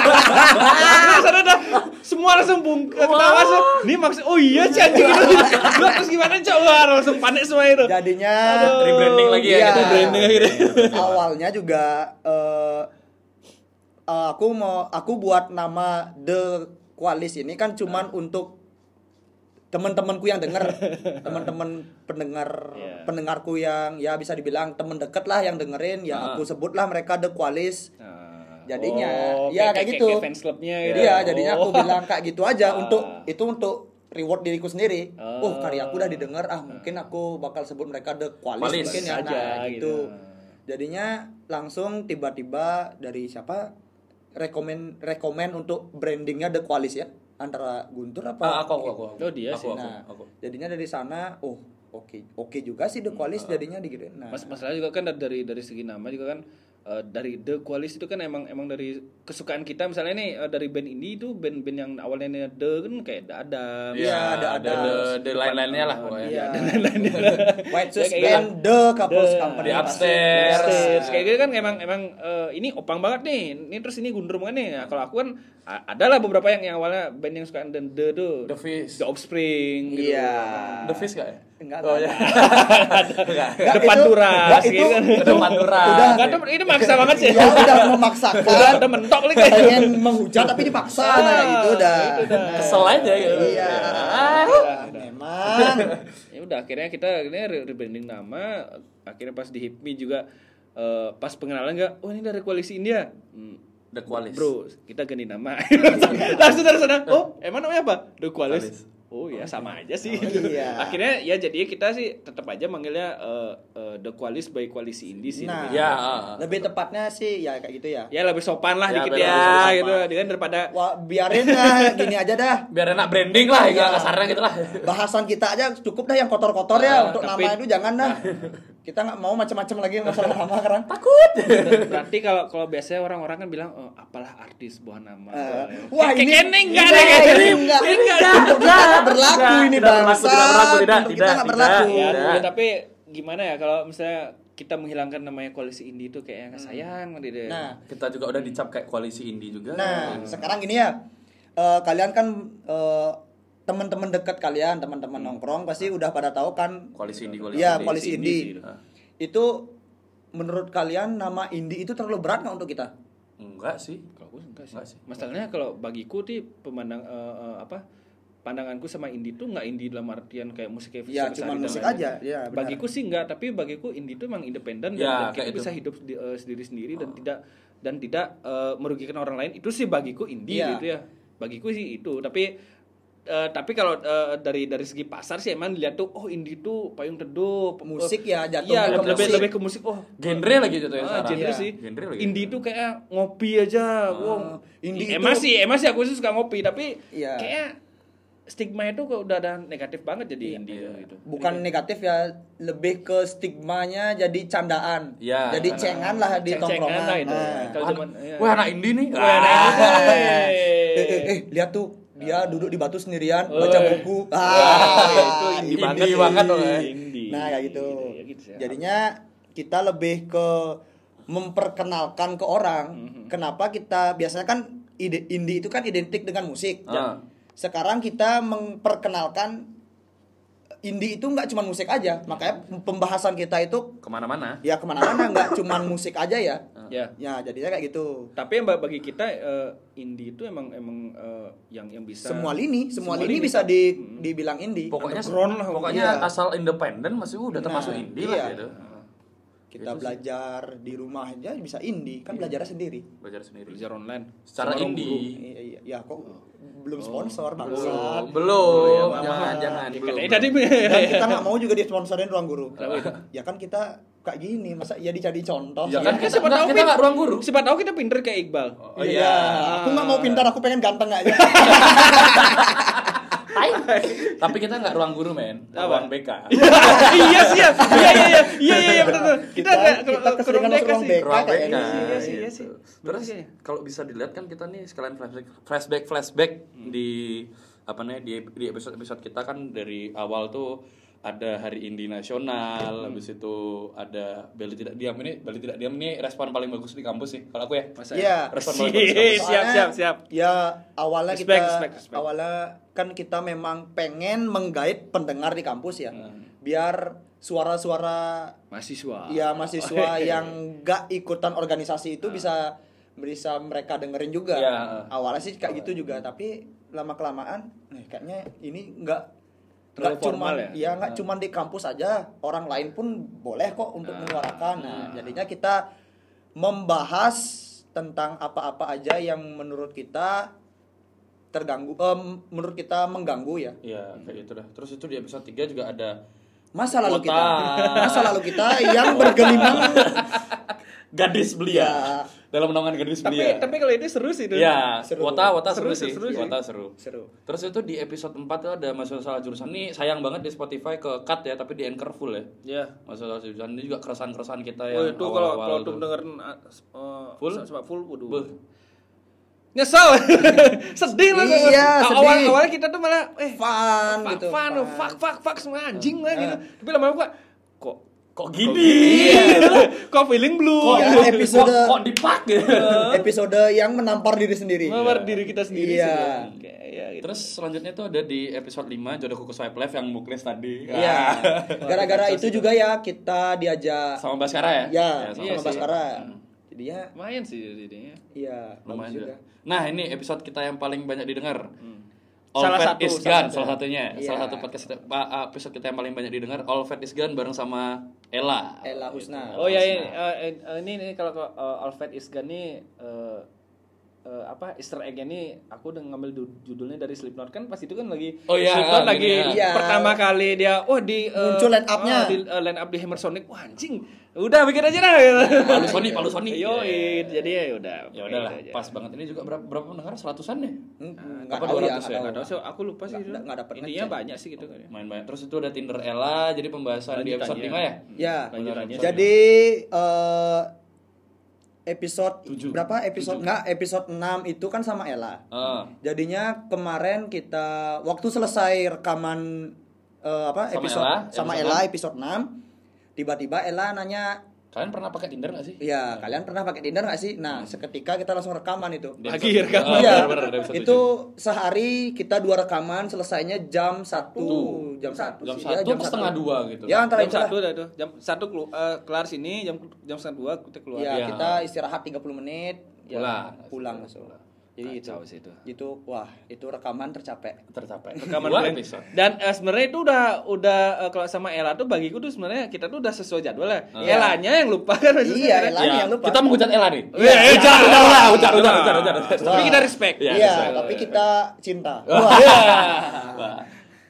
[SPEAKER 1] Terus ada- ada semua langsung bung ketawa langsung. Ini maksud oh iya Ci anjing gitu. Gua terus gimana Cak? Wah, langsung panik semua itu.
[SPEAKER 2] Jadinya
[SPEAKER 1] Aduh.
[SPEAKER 3] Rebranding lagi ya
[SPEAKER 2] Iya.
[SPEAKER 3] kita.
[SPEAKER 1] Rebranding akhirnya.
[SPEAKER 2] awalnya juga eh, eh, aku mau aku buat nama The Qualis ini kan cuman
[SPEAKER 1] Ah.
[SPEAKER 2] untuk teman-temanku yang denger, teman-teman pendengar
[SPEAKER 1] Iya.
[SPEAKER 2] pendengarku yang ya bisa dibilang temen deket lah yang dengerin
[SPEAKER 1] Ah.
[SPEAKER 2] ya aku sebutlah mereka The Qualis.
[SPEAKER 1] Nah,
[SPEAKER 2] Jadinya,
[SPEAKER 1] oh,
[SPEAKER 2] ya, kayak gitu.
[SPEAKER 1] Kayak fans clubnya gitu.
[SPEAKER 2] Iya, jadinya
[SPEAKER 1] Oh.
[SPEAKER 2] aku bilang kayak gitu aja
[SPEAKER 1] Ah.
[SPEAKER 2] untuk itu untuk reward diriku sendiri.
[SPEAKER 1] Ah.
[SPEAKER 2] Oh, karyaku udah didengar, ah mungkin aku bakal sebut mereka the qualis,
[SPEAKER 3] Qualis
[SPEAKER 2] mungkin ya
[SPEAKER 1] aja,
[SPEAKER 2] nah, gitu.
[SPEAKER 1] gitu.
[SPEAKER 2] Jadinya langsung tiba-tiba dari siapa rekomen rekomen untuk brandingnya the qualis ya antara Guntur apa?
[SPEAKER 3] Ah, aku aku aku. aku.
[SPEAKER 1] Oh, dia
[SPEAKER 3] aku,
[SPEAKER 1] sih.
[SPEAKER 3] Aku,
[SPEAKER 2] Nah,
[SPEAKER 3] aku.
[SPEAKER 2] jadinya dari sana, oh oke oke juga sih the qualis jadinya digituin. Nah,
[SPEAKER 1] Hmm. Mas masalah juga kan dari dari segi nama juga kan eh, dari The Qualis itu kan emang emang dari kesukaan kita misalnya nih eh, dari band ini itu band-band yang awalnya The kan kayak The Adam
[SPEAKER 2] Iya, ada-
[SPEAKER 3] ada
[SPEAKER 2] ada.
[SPEAKER 3] ada- ada lain-lainnya lah pokoknya.
[SPEAKER 1] Iya, dan lain-lainnya.
[SPEAKER 2] White Shoes
[SPEAKER 1] Ya, kayak
[SPEAKER 2] Band the couples
[SPEAKER 1] The-
[SPEAKER 2] company
[SPEAKER 3] Di upstairs.
[SPEAKER 1] Upstairs. kayak gitu kan emang emang eh, ini opang banget nih ini terus ini gundur banget nih nah, kalau aku kan a- ada lah beberapa yang yang awalnya band yang suka dan the the
[SPEAKER 3] The Fish.
[SPEAKER 1] the offspring gitu
[SPEAKER 2] Iya.
[SPEAKER 3] The Fish gak ya?
[SPEAKER 2] Enggak,
[SPEAKER 3] Oh ya.
[SPEAKER 2] enggak.
[SPEAKER 3] Enggak.
[SPEAKER 2] Enggak,
[SPEAKER 1] Depan
[SPEAKER 2] itu-
[SPEAKER 1] Duras,
[SPEAKER 2] enggak,
[SPEAKER 1] gitu
[SPEAKER 2] itu,
[SPEAKER 1] kan.
[SPEAKER 2] itu-
[SPEAKER 3] Depan Duras.
[SPEAKER 2] Udah,
[SPEAKER 1] Enggak, tuh, ini maksa banget sih
[SPEAKER 2] ya udah
[SPEAKER 1] udah
[SPEAKER 2] memaksakan
[SPEAKER 1] udah mentok gitu. lagi
[SPEAKER 2] pengen menghujat tapi dipaksa nah kayak gitu udah
[SPEAKER 3] Kesel aja gitu.
[SPEAKER 2] iya
[SPEAKER 1] Udah, udah.
[SPEAKER 2] memang
[SPEAKER 1] ya udah akhirnya kita akhirnya re- rebranding nama akhirnya pas di hipmi juga eh, pas pengenalan nggak oh ini dari koalisi India Hmm,
[SPEAKER 3] The Qualis.
[SPEAKER 1] Bro, kita ganti nama. Langsung dari sana. Oh, emang namanya apa? The Qualis. Oh ya sama aja sih.
[SPEAKER 2] iya.
[SPEAKER 1] Akhirnya ya jadi kita sih tetap aja manggilnya eh, eh, The Qualis by Koalisi Indi sih.
[SPEAKER 2] nah
[SPEAKER 3] Ya, ah, ah.
[SPEAKER 2] lebih tepatnya sih ya kayak gitu ya
[SPEAKER 1] Ya lebih sopan lah
[SPEAKER 3] Ya,
[SPEAKER 1] dikit
[SPEAKER 3] biar
[SPEAKER 1] ya
[SPEAKER 3] lebih sopan.
[SPEAKER 1] gitu. Dia kan daripada
[SPEAKER 2] Wah, biarin lah gini aja dah
[SPEAKER 3] Biar enak branding lah, ya
[SPEAKER 2] Iya.
[SPEAKER 3] kasarnya gitu lah.
[SPEAKER 2] bahasan kita aja cukup dah yang kotor-kotor ya untuk
[SPEAKER 1] tapi-
[SPEAKER 2] nama itu jangan dah kita nggak mau macam-macam lagi masalah nama karena takut
[SPEAKER 1] berarti kalau kalau biasanya orang-orang kan bilang "Oh, apalah artis buah nama.
[SPEAKER 2] wah
[SPEAKER 1] Kayak- kayak
[SPEAKER 2] ini
[SPEAKER 1] ini enggak ada
[SPEAKER 2] ini
[SPEAKER 1] kayak
[SPEAKER 2] ini
[SPEAKER 1] gini.
[SPEAKER 2] enggak
[SPEAKER 1] Ini enggak.
[SPEAKER 2] Untuk kita nggak berlaku
[SPEAKER 3] Tidak,
[SPEAKER 2] ini
[SPEAKER 3] tidak berlaku,
[SPEAKER 2] bangsa
[SPEAKER 3] tidak berlaku, tidak,
[SPEAKER 2] Untuk kita
[SPEAKER 3] tidak,
[SPEAKER 2] nggak berlaku
[SPEAKER 3] tidak.
[SPEAKER 1] Ya,
[SPEAKER 3] Iya.
[SPEAKER 1] ya, tapi gimana ya kalau misalnya kita menghilangkan namanya koalisi Indi itu kayak yang sayang gitu deh.
[SPEAKER 2] nah
[SPEAKER 3] Kita juga udah dicap kayak koalisi indie juga.
[SPEAKER 2] Nah, sekarang gini ya. eh, kalian kan eh, teman-teman dekat kalian, teman-teman nongkrong pasti udah pada tahu kan
[SPEAKER 3] Koalisi indie, koalisi
[SPEAKER 2] ya
[SPEAKER 3] indie.
[SPEAKER 2] koalisi
[SPEAKER 1] indie
[SPEAKER 2] indie.
[SPEAKER 1] sih.
[SPEAKER 3] Ah.
[SPEAKER 2] Itu menurut kalian nama indie itu terlalu berat nggak untuk kita?
[SPEAKER 3] Enggak sih.
[SPEAKER 1] Kalau gue enggak sih.
[SPEAKER 3] Enggak sih.
[SPEAKER 1] Masalahnya kalau bagiku sih pemandang eh, eh, apa pandanganku sama indie tuh nggak indie dalam artian kayak musik kayak
[SPEAKER 2] Ya,
[SPEAKER 1] Fishers Sari
[SPEAKER 2] cuman
[SPEAKER 1] dan
[SPEAKER 2] musik
[SPEAKER 1] lain-lain.
[SPEAKER 2] aja, ya, benar.
[SPEAKER 1] kan. bagiku sih nggak, tapi bagiku indie tuh emang independen dan-
[SPEAKER 3] Ya,
[SPEAKER 1] dan, kita
[SPEAKER 3] kayak itu.
[SPEAKER 2] gitu.
[SPEAKER 1] bisa hidup di- eh, sendiri sendiri
[SPEAKER 2] Oh.
[SPEAKER 1] dan tidak dan tidak eh, merugikan orang lain. Itu sih bagiku indie
[SPEAKER 2] Iya.
[SPEAKER 1] gitu ya. Bagiku sih itu, tapi eh, tapi kalau eh, dari dari segi pasar sih emang dilihat tuh oh indie tuh payung teduh pe-
[SPEAKER 2] Musik ya, jatuhnya
[SPEAKER 1] iya,
[SPEAKER 2] ke
[SPEAKER 1] lebih, lebih
[SPEAKER 2] musik.
[SPEAKER 1] lebih ke musik oh
[SPEAKER 3] Genre lagi jatuhnya
[SPEAKER 1] Ah,
[SPEAKER 3] sekarang.
[SPEAKER 1] genre
[SPEAKER 2] Iya.
[SPEAKER 1] sih.
[SPEAKER 3] Genre gitu. lagi.
[SPEAKER 1] Indie tuh kayak ngopi aja. Wow.
[SPEAKER 2] indie
[SPEAKER 1] emang
[SPEAKER 2] itu-
[SPEAKER 1] sih, emang sih aku sih suka ngopi, tapi
[SPEAKER 2] Iya.
[SPEAKER 1] kayak stigma itu kok udah ada negatif banget jadi indie tuh gitu.
[SPEAKER 2] Bukan negatif ya, lebih ke stigmanya jadi candaan.
[SPEAKER 3] Ya,
[SPEAKER 2] jadi
[SPEAKER 3] candaan.
[SPEAKER 2] cengan lah di
[SPEAKER 1] Ceng-cengan
[SPEAKER 2] tongkrongan.
[SPEAKER 1] lah itu.
[SPEAKER 2] Nah.
[SPEAKER 1] Kalau
[SPEAKER 3] Wah,
[SPEAKER 1] zaman iya.
[SPEAKER 3] Wah, anak indie nih.
[SPEAKER 1] Wah, anak
[SPEAKER 3] Ah.
[SPEAKER 1] indie.
[SPEAKER 2] Eh,
[SPEAKER 1] nah,
[SPEAKER 2] eh, eh, lihat tuh dia duduk di batu sendirian baca buku. Ah,
[SPEAKER 1] Eh. itu indie,
[SPEAKER 3] indie
[SPEAKER 1] banget. eh.
[SPEAKER 3] banget loh, ya.
[SPEAKER 1] Indie.
[SPEAKER 2] Nah kayak gitu.
[SPEAKER 1] Ya, gitu sih.
[SPEAKER 2] Jadinya kita lebih ke memperkenalkan ke orang.
[SPEAKER 1] Mm-hmm.
[SPEAKER 2] Kenapa kita biasanya kan ide indie itu kan identik dengan musik.
[SPEAKER 3] Ah.
[SPEAKER 2] Sekarang kita memperkenalkan indie itu nggak cuma musik aja. Makanya pembahasan kita itu
[SPEAKER 3] Kemana-mana.
[SPEAKER 2] ya kemana-mana nggak cuma musik aja ya.
[SPEAKER 1] Ya.
[SPEAKER 2] Ya, jadinya kayak gitu.
[SPEAKER 1] Tapi yang ba- bagi kita eh, indie itu emang emang eh, yang yang bisa
[SPEAKER 2] Semua lini, semua,
[SPEAKER 1] Semua
[SPEAKER 2] lini,
[SPEAKER 1] lini
[SPEAKER 2] bisa
[SPEAKER 1] kan?
[SPEAKER 2] di
[SPEAKER 1] Mm.
[SPEAKER 2] dibilang indie.
[SPEAKER 3] pokoknya
[SPEAKER 1] Underground lah,
[SPEAKER 3] pokoknya
[SPEAKER 2] iya.
[SPEAKER 3] asal independen masih udah termasuk
[SPEAKER 2] Nah,
[SPEAKER 3] indie
[SPEAKER 2] iya.
[SPEAKER 3] lah gitu
[SPEAKER 2] Kita
[SPEAKER 3] Itu sih.
[SPEAKER 2] belajar di rumah aja bisa indie, kan belajarnya sendiri.
[SPEAKER 3] belajar sendiri
[SPEAKER 1] belajar online.
[SPEAKER 3] secara
[SPEAKER 1] Sama orang
[SPEAKER 3] indie
[SPEAKER 2] Iya, iya. ya kok belum sponsor bangsat.
[SPEAKER 3] belum belum
[SPEAKER 2] Iya,
[SPEAKER 3] jangan
[SPEAKER 2] Bang.
[SPEAKER 3] jangan
[SPEAKER 1] guru.
[SPEAKER 3] belum
[SPEAKER 1] Katanya Eh, tadi
[SPEAKER 2] Dan kita nggak mau juga disponsorin ruang guru. ya kan kita kayak gini, masa ya dicari contoh.
[SPEAKER 3] Ya
[SPEAKER 1] kan
[SPEAKER 3] kan
[SPEAKER 1] kita
[SPEAKER 3] kita-
[SPEAKER 1] siapa
[SPEAKER 3] enggak,
[SPEAKER 1] tahu
[SPEAKER 3] kita
[SPEAKER 1] pin-
[SPEAKER 3] nggak ruang guru.
[SPEAKER 1] Siapa tahu kita pinter kayak Iqbal.
[SPEAKER 3] Oh,
[SPEAKER 2] iya.
[SPEAKER 3] iya.
[SPEAKER 2] Aku nggak mau pintar, aku pengen ganteng aja.
[SPEAKER 3] tapi kita nggak ruang guru men
[SPEAKER 1] Apa?
[SPEAKER 3] ruang BK
[SPEAKER 1] iya sih ya. Iya iya iya. Iya iya iya benar. benar. Kita
[SPEAKER 2] Kita-
[SPEAKER 1] nggak
[SPEAKER 2] kita keseringan masuk ruang
[SPEAKER 1] kan sih.
[SPEAKER 2] BK.
[SPEAKER 3] ruang
[SPEAKER 2] Kayak
[SPEAKER 3] BK
[SPEAKER 2] ini sih,
[SPEAKER 1] iya sih, iya sih.
[SPEAKER 3] gitu.
[SPEAKER 1] Bener
[SPEAKER 3] terus
[SPEAKER 1] sih ya.
[SPEAKER 3] kalau bisa dilihat kan kita nih sekalian flashback flashback flashback
[SPEAKER 1] Hmm.
[SPEAKER 3] di apa namanya di, di episode episode kita kan dari awal tuh ada hari Indi Nasional,
[SPEAKER 1] Hmm.
[SPEAKER 3] habis itu ada Bali tidak diam ini, Bali tidak diam ini respon paling bagus di kampus sih kalau aku ya.
[SPEAKER 1] Masa
[SPEAKER 2] Iya.
[SPEAKER 3] Respon paling bagus. di
[SPEAKER 1] Sih,
[SPEAKER 3] kampus.
[SPEAKER 1] siap
[SPEAKER 2] Soalnya,
[SPEAKER 1] siap siap.
[SPEAKER 2] Ya awalnya
[SPEAKER 1] Respect,
[SPEAKER 2] kita
[SPEAKER 1] respect, respect.
[SPEAKER 2] awalnya kan kita memang pengen menggait pendengar di kampus ya.
[SPEAKER 1] Hmm.
[SPEAKER 2] Biar suara-suara
[SPEAKER 1] Mahasiswa.
[SPEAKER 2] ya mahasiswa yang gak ikutan
[SPEAKER 1] Ah.
[SPEAKER 2] organisasi itu bisa bisa mereka dengerin juga.
[SPEAKER 1] Ya.
[SPEAKER 3] Iya.
[SPEAKER 2] Awalnya sih kayak gitu juga, tapi lama kelamaan kayaknya ini nggak
[SPEAKER 1] Terlalu
[SPEAKER 2] nggak cuman
[SPEAKER 1] formal ya?
[SPEAKER 2] ya nggak cuman di kampus aja orang lain pun boleh
[SPEAKER 1] Ah.
[SPEAKER 2] kok untuk menyuarakan nah jadinya kita membahas tentang apa-apa aja yang menurut kita terganggu em, menurut kita mengganggu ya
[SPEAKER 3] Iya, kayak gitu dah. Terus itu di episode 3 juga ada
[SPEAKER 2] masa lalu kita
[SPEAKER 3] Kota.
[SPEAKER 2] masa lalu kita yang bergelimang
[SPEAKER 3] gadis belia.
[SPEAKER 2] Ya.
[SPEAKER 3] Dalam naungan gadis
[SPEAKER 1] Tapi
[SPEAKER 3] belia.
[SPEAKER 1] tapi kalau ini seru sih itu.
[SPEAKER 3] Iya,
[SPEAKER 2] Seru.
[SPEAKER 3] wota wota seru,
[SPEAKER 1] Seru sih,
[SPEAKER 3] sih.
[SPEAKER 1] seru sih.
[SPEAKER 3] wota seru.
[SPEAKER 2] seru
[SPEAKER 3] Terus itu di episode 4 tuh ada masalah salah jurusan. Ini sayang banget di Spotify ke cut ya, tapi di Anchor full ya.
[SPEAKER 1] Iya.
[SPEAKER 3] Masalah salah jurusan ini juga keresahan-keresahan kita
[SPEAKER 1] Oh,
[SPEAKER 3] yang
[SPEAKER 1] itu kalau
[SPEAKER 3] awal-awal
[SPEAKER 1] kalau
[SPEAKER 3] tuh.
[SPEAKER 1] tuh dengerin uh,
[SPEAKER 3] Full?
[SPEAKER 1] sebab full waduh.
[SPEAKER 3] Beuh.
[SPEAKER 1] Nyesel. sedih lah. gua.
[SPEAKER 2] Iya,
[SPEAKER 1] Aw-
[SPEAKER 2] sedih.
[SPEAKER 1] Awal-awalnya kita tuh malah eh
[SPEAKER 2] fun
[SPEAKER 1] fuck,
[SPEAKER 2] gitu
[SPEAKER 1] fun,
[SPEAKER 2] fun.
[SPEAKER 1] fuck, fuck, fuck, semua anjing lah
[SPEAKER 3] Iya.
[SPEAKER 1] gitu. Tapi lama-lama gua kok
[SPEAKER 3] Kok gini?
[SPEAKER 1] kok feeling blue
[SPEAKER 3] Iya. Kok,
[SPEAKER 2] Iya,
[SPEAKER 1] gitu.
[SPEAKER 3] kok- kok,
[SPEAKER 2] episode-
[SPEAKER 3] gitu? kok dipakai?
[SPEAKER 1] Iya.
[SPEAKER 2] episode yang menampar diri sendiri
[SPEAKER 1] Mawar diri kita sendiri
[SPEAKER 2] Iya.
[SPEAKER 1] sih. Oke, iya gitu.
[SPEAKER 3] Iya. Terus selanjutnya tuh ada di episode 5 jodohku ke swipe left yang muklis tadi.
[SPEAKER 2] Iya.
[SPEAKER 3] Ah.
[SPEAKER 2] Gara-gara itu juga ya kita diajak
[SPEAKER 3] Sama Baskara ya? Hmm.
[SPEAKER 2] ya,
[SPEAKER 1] iya
[SPEAKER 2] sama
[SPEAKER 1] sih.
[SPEAKER 2] Baskara. Jadi ya,
[SPEAKER 1] lumayan sih jadinya.
[SPEAKER 2] iya, bagus
[SPEAKER 3] Lumayan
[SPEAKER 2] juga. Hmm.
[SPEAKER 3] juga. Nah, ini episode kita yang paling banyak didengar. All
[SPEAKER 1] Salah
[SPEAKER 3] Fat
[SPEAKER 1] satu,
[SPEAKER 3] is
[SPEAKER 1] salah
[SPEAKER 3] Gone,
[SPEAKER 1] satu.
[SPEAKER 3] salah satunya.
[SPEAKER 2] Iya.
[SPEAKER 3] Salah satu podcast kita, pa- ah, episode kita yang paling banyak didengar All Fat is Gone bareng sama Ella. Gitu.
[SPEAKER 2] Ella Husna.
[SPEAKER 1] Oh ya ini eh, eh, ini, ini kalau kalau, eh, All Fat Is Gone nih eh, eh, apa Easter egg ini aku udah ngambil du- judulnya dari Slipknot kan pas itu kan lagi
[SPEAKER 3] Oh iya,
[SPEAKER 1] Slipknot
[SPEAKER 3] ah,
[SPEAKER 1] lagi
[SPEAKER 3] gini,
[SPEAKER 2] iya.
[SPEAKER 1] pertama kali dia wah di eh,
[SPEAKER 2] Muncul line up-nya.
[SPEAKER 1] ah, di eh, line up di Hammer Sonic wah anjing udah bikin aja dah gitu.
[SPEAKER 3] Palu Sony, Palu Sony.
[SPEAKER 1] Yo, jadi ya udah.
[SPEAKER 3] Ya udahlah,
[SPEAKER 1] Gitu aja.
[SPEAKER 2] Oh,
[SPEAKER 3] pas banget ini juga berapa berapa pendengar? Seratusan ya?
[SPEAKER 2] Enggak
[SPEAKER 3] apa
[SPEAKER 2] tahu
[SPEAKER 1] Nggak
[SPEAKER 3] 200 ya?
[SPEAKER 2] ya, nggak
[SPEAKER 1] tahu
[SPEAKER 2] tahu.
[SPEAKER 1] sih, aku lupa sih.
[SPEAKER 2] Nggak-
[SPEAKER 1] itu.
[SPEAKER 2] nggak dapet
[SPEAKER 1] Intinya
[SPEAKER 2] ngecek.
[SPEAKER 1] banyak sih gitu
[SPEAKER 2] Iya.
[SPEAKER 1] kan. ya.
[SPEAKER 3] Main banyak. Terus itu ada Tinder Ella, jadi pembahasan di episode 5 ya?
[SPEAKER 2] Ya.
[SPEAKER 1] Lanjutannya.
[SPEAKER 2] Jadi eh, episode
[SPEAKER 3] Tujuh.
[SPEAKER 2] berapa episode enggak episode 6 itu kan sama Ella.
[SPEAKER 3] Ah.
[SPEAKER 2] Jadinya kemarin kita waktu selesai rekaman eh, apa
[SPEAKER 3] Sama
[SPEAKER 2] episode
[SPEAKER 3] Ella,
[SPEAKER 2] sama
[SPEAKER 3] episode
[SPEAKER 2] Ella episode 6 tiba-tiba Ella nanya
[SPEAKER 3] Kalian pernah pakai Tinder gak sih?
[SPEAKER 2] Ya, kalian pernah pakai Tinder nggak sih? Nah, seketika kita langsung rekaman itu.
[SPEAKER 3] Di
[SPEAKER 1] Lagi
[SPEAKER 3] episode-
[SPEAKER 1] rekaman.
[SPEAKER 3] Ah,
[SPEAKER 2] Iya.
[SPEAKER 3] benar-benar, di episode
[SPEAKER 2] itu sehari kita dua rekaman selesainya jam satu, jam satu,
[SPEAKER 3] 7. jam
[SPEAKER 2] sih, ya,
[SPEAKER 3] satu apa setengah dua gitu.
[SPEAKER 2] Ya
[SPEAKER 1] Jam
[SPEAKER 2] antara itu lah.
[SPEAKER 1] satu udah tuh. Jam satu kelu- eh, kelar sini, jam jam setengah dua kita keluar.
[SPEAKER 2] Ya,
[SPEAKER 3] Ya.
[SPEAKER 2] kita istirahat 30 menit, ya,
[SPEAKER 3] Pulang.
[SPEAKER 2] pulang langsung. Jadi itu.
[SPEAKER 1] Kacau sih itu.
[SPEAKER 2] Itu wah, itu rekaman tercapek.
[SPEAKER 3] tercapai.
[SPEAKER 1] rekaman
[SPEAKER 3] Dua
[SPEAKER 1] kalian.
[SPEAKER 3] episode.
[SPEAKER 1] Dan eh, sebenarnya itu udah udah eh, kalau sama Ella tuh bagiku tuh sebenarnya kita tuh udah sesuai jadwal ya.
[SPEAKER 2] Iya.
[SPEAKER 1] Ellanya yang lupa kan maksudnya
[SPEAKER 2] Iya,
[SPEAKER 1] kan?
[SPEAKER 2] Ella. Lagi yang lupa.
[SPEAKER 3] Kita menghujat Ella nih.
[SPEAKER 1] Iya, iya.
[SPEAKER 3] Hujan, udah lah, hujan, hujan, hujan, hujan.
[SPEAKER 1] Tapi kita respect.
[SPEAKER 3] Iya,
[SPEAKER 2] Iya,
[SPEAKER 3] sesuai. Iya.
[SPEAKER 2] tapi kita cinta.
[SPEAKER 3] Wah.
[SPEAKER 1] Iya.
[SPEAKER 2] Wah,
[SPEAKER 3] Wah.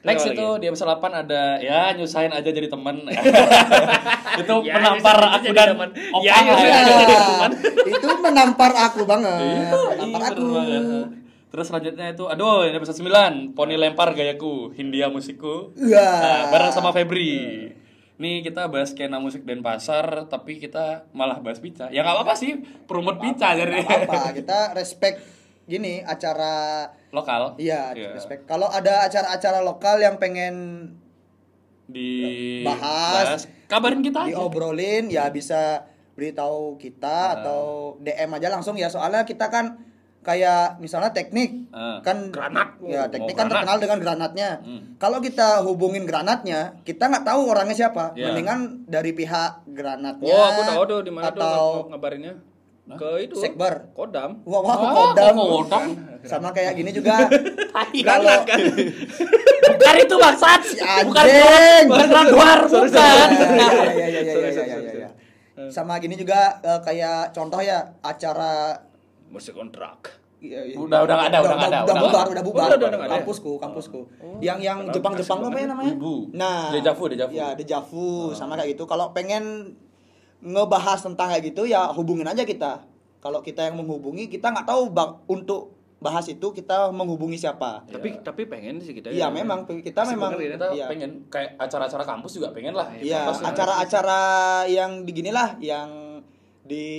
[SPEAKER 3] Next
[SPEAKER 1] Apa
[SPEAKER 3] itu
[SPEAKER 1] lagi?
[SPEAKER 3] di episode 8 ada ya nyusahin aja jadi teman. itu
[SPEAKER 1] Ya,
[SPEAKER 3] penampar
[SPEAKER 1] nyusahin aja
[SPEAKER 3] aku
[SPEAKER 1] jadi
[SPEAKER 3] dan
[SPEAKER 1] teman.
[SPEAKER 3] Opa
[SPEAKER 1] Ya,
[SPEAKER 3] lah
[SPEAKER 1] nyusahin
[SPEAKER 3] ya.
[SPEAKER 1] aja jadi
[SPEAKER 2] Nah, itu menampar aku banget. menampar
[SPEAKER 3] Iya,
[SPEAKER 2] aku.
[SPEAKER 3] bener banget. Terus selanjutnya itu aduh ini episode 9 Poni lempar gayaku Hindia musikku.
[SPEAKER 2] Iya.
[SPEAKER 3] Nah, bareng sama Febri. Nih kita bahas skena musik Denpasar tapi kita malah bahas pica. Ya nggak apa-apa sih, promote pica jadi
[SPEAKER 1] Iya.
[SPEAKER 2] Apa kita respect gini acara
[SPEAKER 3] lokal.
[SPEAKER 2] Iya, respect. Kalau ada acara-acara lokal yang pengen
[SPEAKER 3] Di
[SPEAKER 2] Bahas.
[SPEAKER 3] kabarin kita aja.
[SPEAKER 2] diobrolin, ya
[SPEAKER 1] Iya.
[SPEAKER 2] bisa beritahu kita atau DM aja langsung ya. Soalnya kita kan kayak misalnya teknik
[SPEAKER 1] Iya.
[SPEAKER 3] Ah.
[SPEAKER 2] kan
[SPEAKER 3] Granat.
[SPEAKER 1] Oh,
[SPEAKER 2] ya
[SPEAKER 3] Mau
[SPEAKER 2] teknik kan
[SPEAKER 3] granat.
[SPEAKER 2] terkenal dengan granatnya
[SPEAKER 1] Hmm.
[SPEAKER 2] kalau kita hubungin granatnya kita nggak tahu orangnya siapa
[SPEAKER 3] Iya.
[SPEAKER 2] mendingan dari pihak granatnya
[SPEAKER 1] Oh, aku Oh, tahu tuh di mana tuh
[SPEAKER 2] atau
[SPEAKER 1] ngab- ngabarinnya. ke itu
[SPEAKER 2] Sekber.
[SPEAKER 1] Kodam.
[SPEAKER 2] Wah, wah,
[SPEAKER 3] Ah,
[SPEAKER 2] kodam.
[SPEAKER 3] kok kodam?
[SPEAKER 2] Sama kayak gini juga.
[SPEAKER 1] Ganas
[SPEAKER 2] Kalau
[SPEAKER 1] kan.
[SPEAKER 3] Bukan itu bangsat.
[SPEAKER 2] Bukan
[SPEAKER 3] Bukan
[SPEAKER 2] anjing.
[SPEAKER 3] bukan Radwar, bukan.
[SPEAKER 2] Ya, ya, ya, ya,
[SPEAKER 1] Sorry,
[SPEAKER 2] ya,
[SPEAKER 1] sorry,
[SPEAKER 2] ya,
[SPEAKER 1] sorry,
[SPEAKER 2] ya, ya.
[SPEAKER 1] sorry.
[SPEAKER 2] Sama gini juga eh, kayak contoh ya acara
[SPEAKER 1] Musik kontrak.
[SPEAKER 2] Iya, iya.
[SPEAKER 3] Udah, udah nggak ada, udah nggak ada,
[SPEAKER 2] Udah
[SPEAKER 3] udah
[SPEAKER 2] bubar,
[SPEAKER 3] nggak
[SPEAKER 2] udah
[SPEAKER 1] ada. Udah,
[SPEAKER 2] bubar.
[SPEAKER 1] udah, udah nggak ada.
[SPEAKER 2] Kampusku, kampusku. Yang yang
[SPEAKER 1] Padahal
[SPEAKER 2] Jepang-Jepang
[SPEAKER 1] kasih
[SPEAKER 2] apa
[SPEAKER 1] banget.
[SPEAKER 2] ya namanya?
[SPEAKER 3] Wibu.
[SPEAKER 2] Nah,
[SPEAKER 3] Dejavu, dejavu.
[SPEAKER 2] Ya, dejavu sama kayak gitu. Kalau pengen ngebahas tentang kayak gitu ya hubungin aja kita. Kalau kita yang menghubungi, kita nggak tahu bang, untuk bahas itu kita menghubungi siapa.
[SPEAKER 1] Tapi tapi pengen sih kita. ya.
[SPEAKER 2] Iya, memang kita
[SPEAKER 1] Asik
[SPEAKER 2] memang
[SPEAKER 1] banget
[SPEAKER 3] ya. Kita
[SPEAKER 2] iya.
[SPEAKER 3] pengen kayak acara-acara kampus juga pengen lah. kan. Nah,
[SPEAKER 2] Iya,
[SPEAKER 3] Kampus lah.
[SPEAKER 2] acara-acara yang beginilah yang